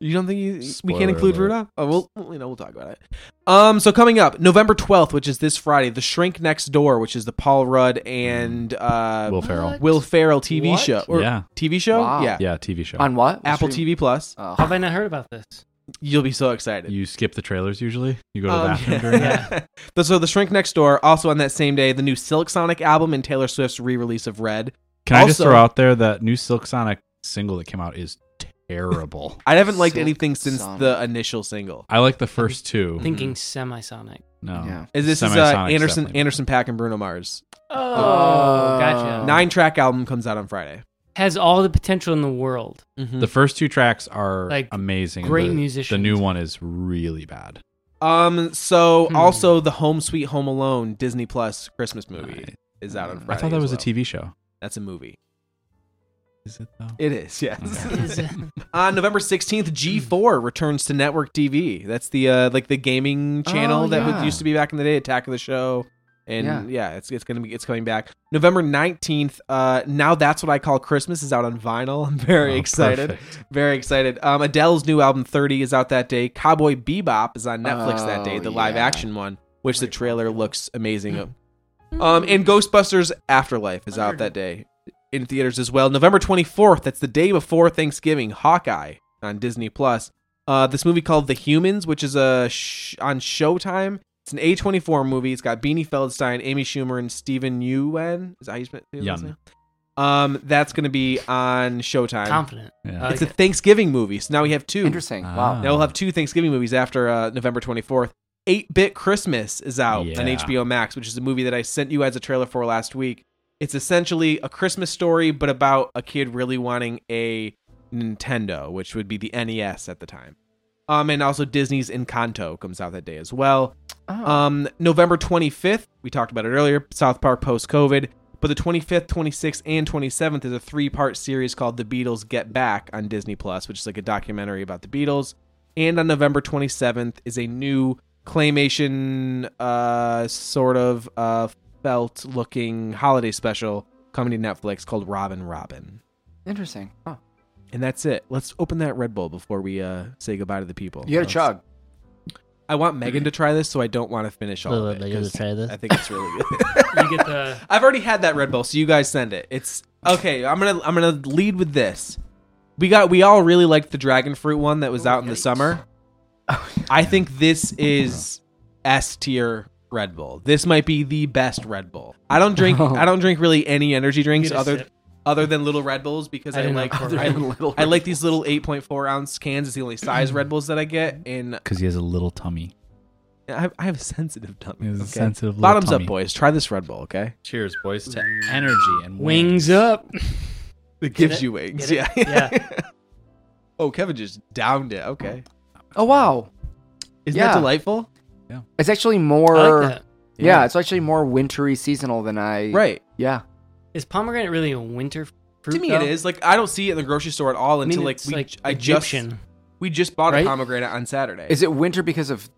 [SPEAKER 1] You don't think you, we
[SPEAKER 3] Spoiler
[SPEAKER 1] can't include
[SPEAKER 3] alert.
[SPEAKER 1] Rudolph? Oh, we'll we'll- you know we'll talk about it. Um, so coming up November twelfth, which is this Friday, The Shrink Next Door, which is the Paul Rudd and uh,
[SPEAKER 3] Will Ferrell.
[SPEAKER 4] What?
[SPEAKER 1] Will Ferrell TV
[SPEAKER 4] What?
[SPEAKER 1] show or
[SPEAKER 3] Mm. yeah,
[SPEAKER 1] TV show,
[SPEAKER 2] Wow.
[SPEAKER 1] yeah,
[SPEAKER 3] yeah, TV show.
[SPEAKER 2] on what?
[SPEAKER 1] Apple
[SPEAKER 2] Stream-
[SPEAKER 1] TV Plus.
[SPEAKER 2] Oh.
[SPEAKER 4] How have I not heard about this?
[SPEAKER 1] Mm-hmm. You'll be so excited.
[SPEAKER 3] you skip the trailers usually. You go to the
[SPEAKER 1] Um,
[SPEAKER 3] bathroom during that.
[SPEAKER 1] The- so the Shrink Next Door. Also on that same day, the new Silk Sonic album and Taylor Swift's re-release of Red.
[SPEAKER 3] Can I just
[SPEAKER 1] Also-
[SPEAKER 3] throw out there that new Silk Sonic single that came out is terrible.
[SPEAKER 1] I haven't liked
[SPEAKER 2] Silk
[SPEAKER 1] anything since
[SPEAKER 2] Sonic.
[SPEAKER 1] the initial single.
[SPEAKER 3] I like the first two.
[SPEAKER 4] Thinking semisonic.
[SPEAKER 3] No,
[SPEAKER 2] Yeah.
[SPEAKER 1] Is this is uh,
[SPEAKER 3] Semi-sonic's
[SPEAKER 1] Anderson
[SPEAKER 3] definitely-
[SPEAKER 1] Anderson Pack and Bruno Mars
[SPEAKER 4] Oh,
[SPEAKER 2] Oh.
[SPEAKER 4] gotcha.
[SPEAKER 1] nine track album comes out on Friday.
[SPEAKER 4] Has all the potential in the world.
[SPEAKER 1] Mm-hmm.
[SPEAKER 3] The first two tracks are
[SPEAKER 4] Like,
[SPEAKER 3] amazing.
[SPEAKER 4] great
[SPEAKER 3] the, The
[SPEAKER 4] musicians.
[SPEAKER 3] new one is really bad.
[SPEAKER 1] Um. So
[SPEAKER 4] Hmm.
[SPEAKER 1] also the Home Sweet Home Alone Disney Plus Christmas movie
[SPEAKER 3] I-
[SPEAKER 1] is out on
[SPEAKER 2] I
[SPEAKER 1] Friday.
[SPEAKER 3] I thought that
[SPEAKER 1] as
[SPEAKER 3] was
[SPEAKER 1] well.
[SPEAKER 3] a TV show.
[SPEAKER 1] That's a movie.
[SPEAKER 3] Is it though?
[SPEAKER 1] It is. Yes.
[SPEAKER 3] Okay.
[SPEAKER 1] on November sixteenth, G four returns to network TV. That's the uh like the gaming channel
[SPEAKER 2] Oh,
[SPEAKER 1] that was-
[SPEAKER 2] yeah.
[SPEAKER 1] used to be back in the day. Attack of the Show. And yeah. it's it's gonna be it's coming back November nineteenth. Uh, now that's what I call Christmas is out on vinyl. I'm very
[SPEAKER 3] Oh,
[SPEAKER 1] excited,
[SPEAKER 3] perfect.
[SPEAKER 1] very excited. Um, Adele's new album Thirty is out that day. Cowboy Bebop is on Netflix that day,
[SPEAKER 2] Oh,
[SPEAKER 1] the live
[SPEAKER 2] yeah. Hmm.
[SPEAKER 1] action one, which the trailer looks amazing. Um, and Ghostbusters Afterlife is out that day in theaters as well. November 24th, that's the day before Thanksgiving, Hawkeye on Disney Plus. Uh, this movie called The Humans, which is a sh- on Showtime. It's an A24 movie. It's got Beanie Feldstein, Amy Schumer, and Steven Yeun. Is that how you spell his last
[SPEAKER 3] Yeun.
[SPEAKER 1] name? Um, that's going to be on
[SPEAKER 3] Mm.
[SPEAKER 1] Showtime.
[SPEAKER 4] Confident.
[SPEAKER 3] Yeah.
[SPEAKER 4] Uh,
[SPEAKER 1] it's a Thanksgiving movie, so now we have two.
[SPEAKER 2] Interesting. Wow.
[SPEAKER 3] Ah.
[SPEAKER 1] Now we'll have two Thanksgiving movies after uh, November 24th. 8 Bit Christmas is out on
[SPEAKER 3] Yeah.
[SPEAKER 1] HBO Max, which is a movie that I sent you guys a trailer for last week. It's essentially a Christmas story, but about a kid really wanting a Nintendo, which would be the NES at the time. Um, and also Disney's Encanto comes out that day as well. Um, November 25th, we talked about it earlier, South Park post COVID. But the 25th, 26th, and 27th is a three part series called The Beatles Get Back on Disney Plus, which is like a documentary about the Beatles. And on November 27th is a new claymation, uh, sort of uh, felt looking holiday special coming to Netflix called Robin Robin.
[SPEAKER 2] Interesting. Huh.
[SPEAKER 1] And that's it. Let's open that Red Bull before we uh, say goodbye to the people.
[SPEAKER 2] You got
[SPEAKER 1] Let's-
[SPEAKER 2] to chug.
[SPEAKER 1] I want Megan to try this, so I don't want to finish all
[SPEAKER 5] Wait, wait,
[SPEAKER 1] of it.
[SPEAKER 5] you gotta
[SPEAKER 1] 'cause
[SPEAKER 5] try this?
[SPEAKER 1] I think it's really good.
[SPEAKER 4] You get the
[SPEAKER 1] I've already had that Red Bull, so you guys send it. It's okay. I'm gonna I'm gonna lead with this. We got we all really liked the dragon fruit one that was out in the summer.
[SPEAKER 5] Oh,
[SPEAKER 1] I think this is S tier Red Bull. This might be the best Red Bull. I don't drink I don't drink really any energy drinks
[SPEAKER 4] Get a
[SPEAKER 1] other
[SPEAKER 4] sip.
[SPEAKER 1] other than little Red Bulls because
[SPEAKER 4] I
[SPEAKER 1] I,
[SPEAKER 4] didn't
[SPEAKER 1] like
[SPEAKER 4] like
[SPEAKER 1] I,
[SPEAKER 4] Red
[SPEAKER 2] Bull.
[SPEAKER 1] I like these little 8.4 ounce cans. It's the only size Red Bulls that I get, and
[SPEAKER 5] Because he has a little tummy.
[SPEAKER 1] I, I have a sensitive tummy.
[SPEAKER 5] He has a
[SPEAKER 1] okay?
[SPEAKER 5] sensitive little
[SPEAKER 1] Bottoms
[SPEAKER 5] tummy.
[SPEAKER 1] up, boys. Try this Red Bull, okay?
[SPEAKER 3] Cheers, boys, to energy and
[SPEAKER 4] wings up.
[SPEAKER 1] It gives
[SPEAKER 4] it?
[SPEAKER 1] you wings. Yeah.
[SPEAKER 4] Get it?
[SPEAKER 1] oh, Kevin just downed it. Okay.
[SPEAKER 2] Oh wow,
[SPEAKER 1] Isn't
[SPEAKER 2] Yeah.
[SPEAKER 1] that delightful?
[SPEAKER 2] it's actually
[SPEAKER 4] I
[SPEAKER 2] more.
[SPEAKER 4] like that.
[SPEAKER 2] yeah.
[SPEAKER 1] Yeah.
[SPEAKER 2] it's actually more wintry seasonal than I.
[SPEAKER 1] Right.
[SPEAKER 2] Yeah.
[SPEAKER 4] Is pomegranate really a winter fruit?
[SPEAKER 1] to me,
[SPEAKER 4] though?
[SPEAKER 1] it is. Like I don't see it in the grocery store at all
[SPEAKER 4] I
[SPEAKER 1] until
[SPEAKER 4] mean,
[SPEAKER 1] like
[SPEAKER 4] it's
[SPEAKER 1] we.
[SPEAKER 4] like
[SPEAKER 1] I just
[SPEAKER 4] Egyptian.
[SPEAKER 1] we just bought
[SPEAKER 2] Right?
[SPEAKER 1] a pomegranate on Saturday.
[SPEAKER 2] Is it winter because of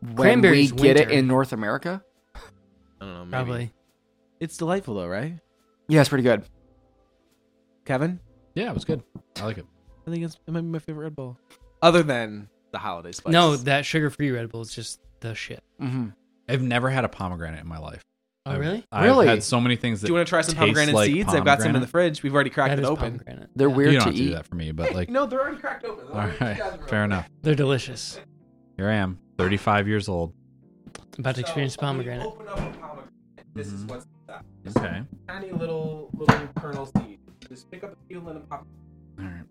[SPEAKER 2] when
[SPEAKER 4] Cranberry's
[SPEAKER 2] we get it
[SPEAKER 4] winter.
[SPEAKER 2] in North America?
[SPEAKER 1] I don't know. Maybe.
[SPEAKER 4] probably.
[SPEAKER 1] It's delightful though, right,
[SPEAKER 2] Yeah, it's pretty good.
[SPEAKER 1] Kevin?
[SPEAKER 3] Yeah, it was good. I like it.
[SPEAKER 1] I think it's, it might be my favorite Red Bull, other than the holiday spice.
[SPEAKER 4] No, that sugar-free Red Bull is just the shit.
[SPEAKER 2] hmm
[SPEAKER 3] I've never had a pomegranate in my life.
[SPEAKER 4] Oh,
[SPEAKER 3] I've-
[SPEAKER 4] really?
[SPEAKER 3] I've
[SPEAKER 2] Really?
[SPEAKER 3] had so many things that
[SPEAKER 1] Do you want to try some
[SPEAKER 3] taste
[SPEAKER 1] pomegranate
[SPEAKER 3] like
[SPEAKER 1] seeds? I've got some in the
[SPEAKER 3] pomegranate.
[SPEAKER 1] fridge. We've already cracked
[SPEAKER 4] That
[SPEAKER 1] it
[SPEAKER 4] is
[SPEAKER 1] open.
[SPEAKER 4] pomegranate.
[SPEAKER 2] They're
[SPEAKER 4] Yeah.
[SPEAKER 2] weird
[SPEAKER 3] You don't
[SPEAKER 2] to
[SPEAKER 3] have to do
[SPEAKER 2] eat.
[SPEAKER 3] that for me, but like,
[SPEAKER 1] no, they're already cracked open.
[SPEAKER 3] all right, fair enough.
[SPEAKER 4] They're delicious.
[SPEAKER 3] Here I am, 35 years old.
[SPEAKER 4] About
[SPEAKER 1] uh,
[SPEAKER 4] to experience pomegranate.
[SPEAKER 1] Open up a pomegranate. This is
[SPEAKER 4] Mm-hmm.
[SPEAKER 3] Mhm.
[SPEAKER 1] what's inside. This
[SPEAKER 3] Okay.
[SPEAKER 1] tiny little little kernel seed. Just pick up a few and pop.
[SPEAKER 3] All right.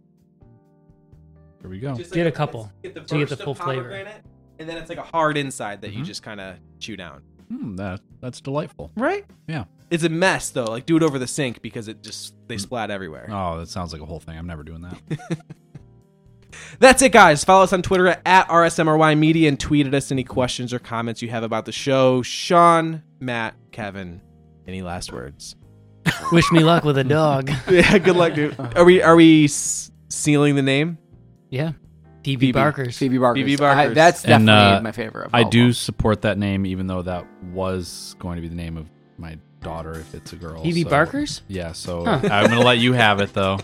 [SPEAKER 3] Here we go.
[SPEAKER 1] Just
[SPEAKER 4] Oh, Get a
[SPEAKER 1] like-
[SPEAKER 4] couple
[SPEAKER 1] Get the
[SPEAKER 4] so you get
[SPEAKER 1] burst
[SPEAKER 4] the
[SPEAKER 1] of
[SPEAKER 4] full flavor. Mm-hmm.
[SPEAKER 1] pomegranate, And then it's like a hard inside that you
[SPEAKER 3] Mhm.
[SPEAKER 1] just kind of chew down.
[SPEAKER 3] Hmm, that that's delightful.
[SPEAKER 1] Right?
[SPEAKER 3] Yeah.
[SPEAKER 1] It's a mess though. Like do it over the sink because it just they
[SPEAKER 4] Mm.
[SPEAKER 1] splat everywhere.
[SPEAKER 3] Oh, that sounds like a whole thing. I'm never doing that.
[SPEAKER 1] That's it, guys. Follow us on Twitter at, at RSMRY Media and tweet at us any questions or comments you have about the show. Sean, Matt, Kevin, any last words?
[SPEAKER 4] Wish me luck with a dog.
[SPEAKER 1] yeah, good luck, dude. Are we are we s- sealing the name?
[SPEAKER 4] Yeah.
[SPEAKER 1] BB.
[SPEAKER 4] DB Barker's.
[SPEAKER 2] Phoebe Barker's.
[SPEAKER 1] Phoebe Barker's.
[SPEAKER 2] I, that's
[SPEAKER 3] And,
[SPEAKER 2] definitely
[SPEAKER 3] uh,
[SPEAKER 2] my favorite. of
[SPEAKER 3] I
[SPEAKER 2] all
[SPEAKER 3] do
[SPEAKER 2] of
[SPEAKER 3] support that name, even though that was going to be the name of my daughter if it's a girl.
[SPEAKER 4] DB
[SPEAKER 3] so-
[SPEAKER 4] Barker's?
[SPEAKER 3] Yeah, so
[SPEAKER 4] Huh.
[SPEAKER 3] I'm gonna let you have it though.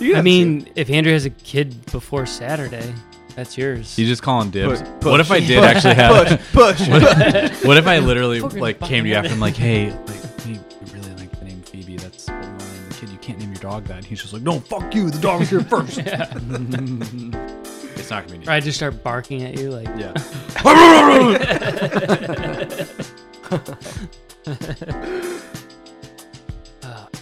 [SPEAKER 4] I mean, if Andrew has a kid before Saturday, that's yours.
[SPEAKER 3] You just call him dibs.
[SPEAKER 1] Push,
[SPEAKER 3] what if I did actually have?
[SPEAKER 1] push, push.
[SPEAKER 3] What if I literally
[SPEAKER 4] Fucking
[SPEAKER 3] like came to you
[SPEAKER 4] fucking-
[SPEAKER 3] after I'm like, hey, like we we really like the name Phoebe. That's what we want to name the kid. You can't name your dog that. And he's just like, no, fuck you. The dog was here first. It's not gonna be.
[SPEAKER 4] Or I just start barking at you like,
[SPEAKER 3] Yeah.
[SPEAKER 4] oh,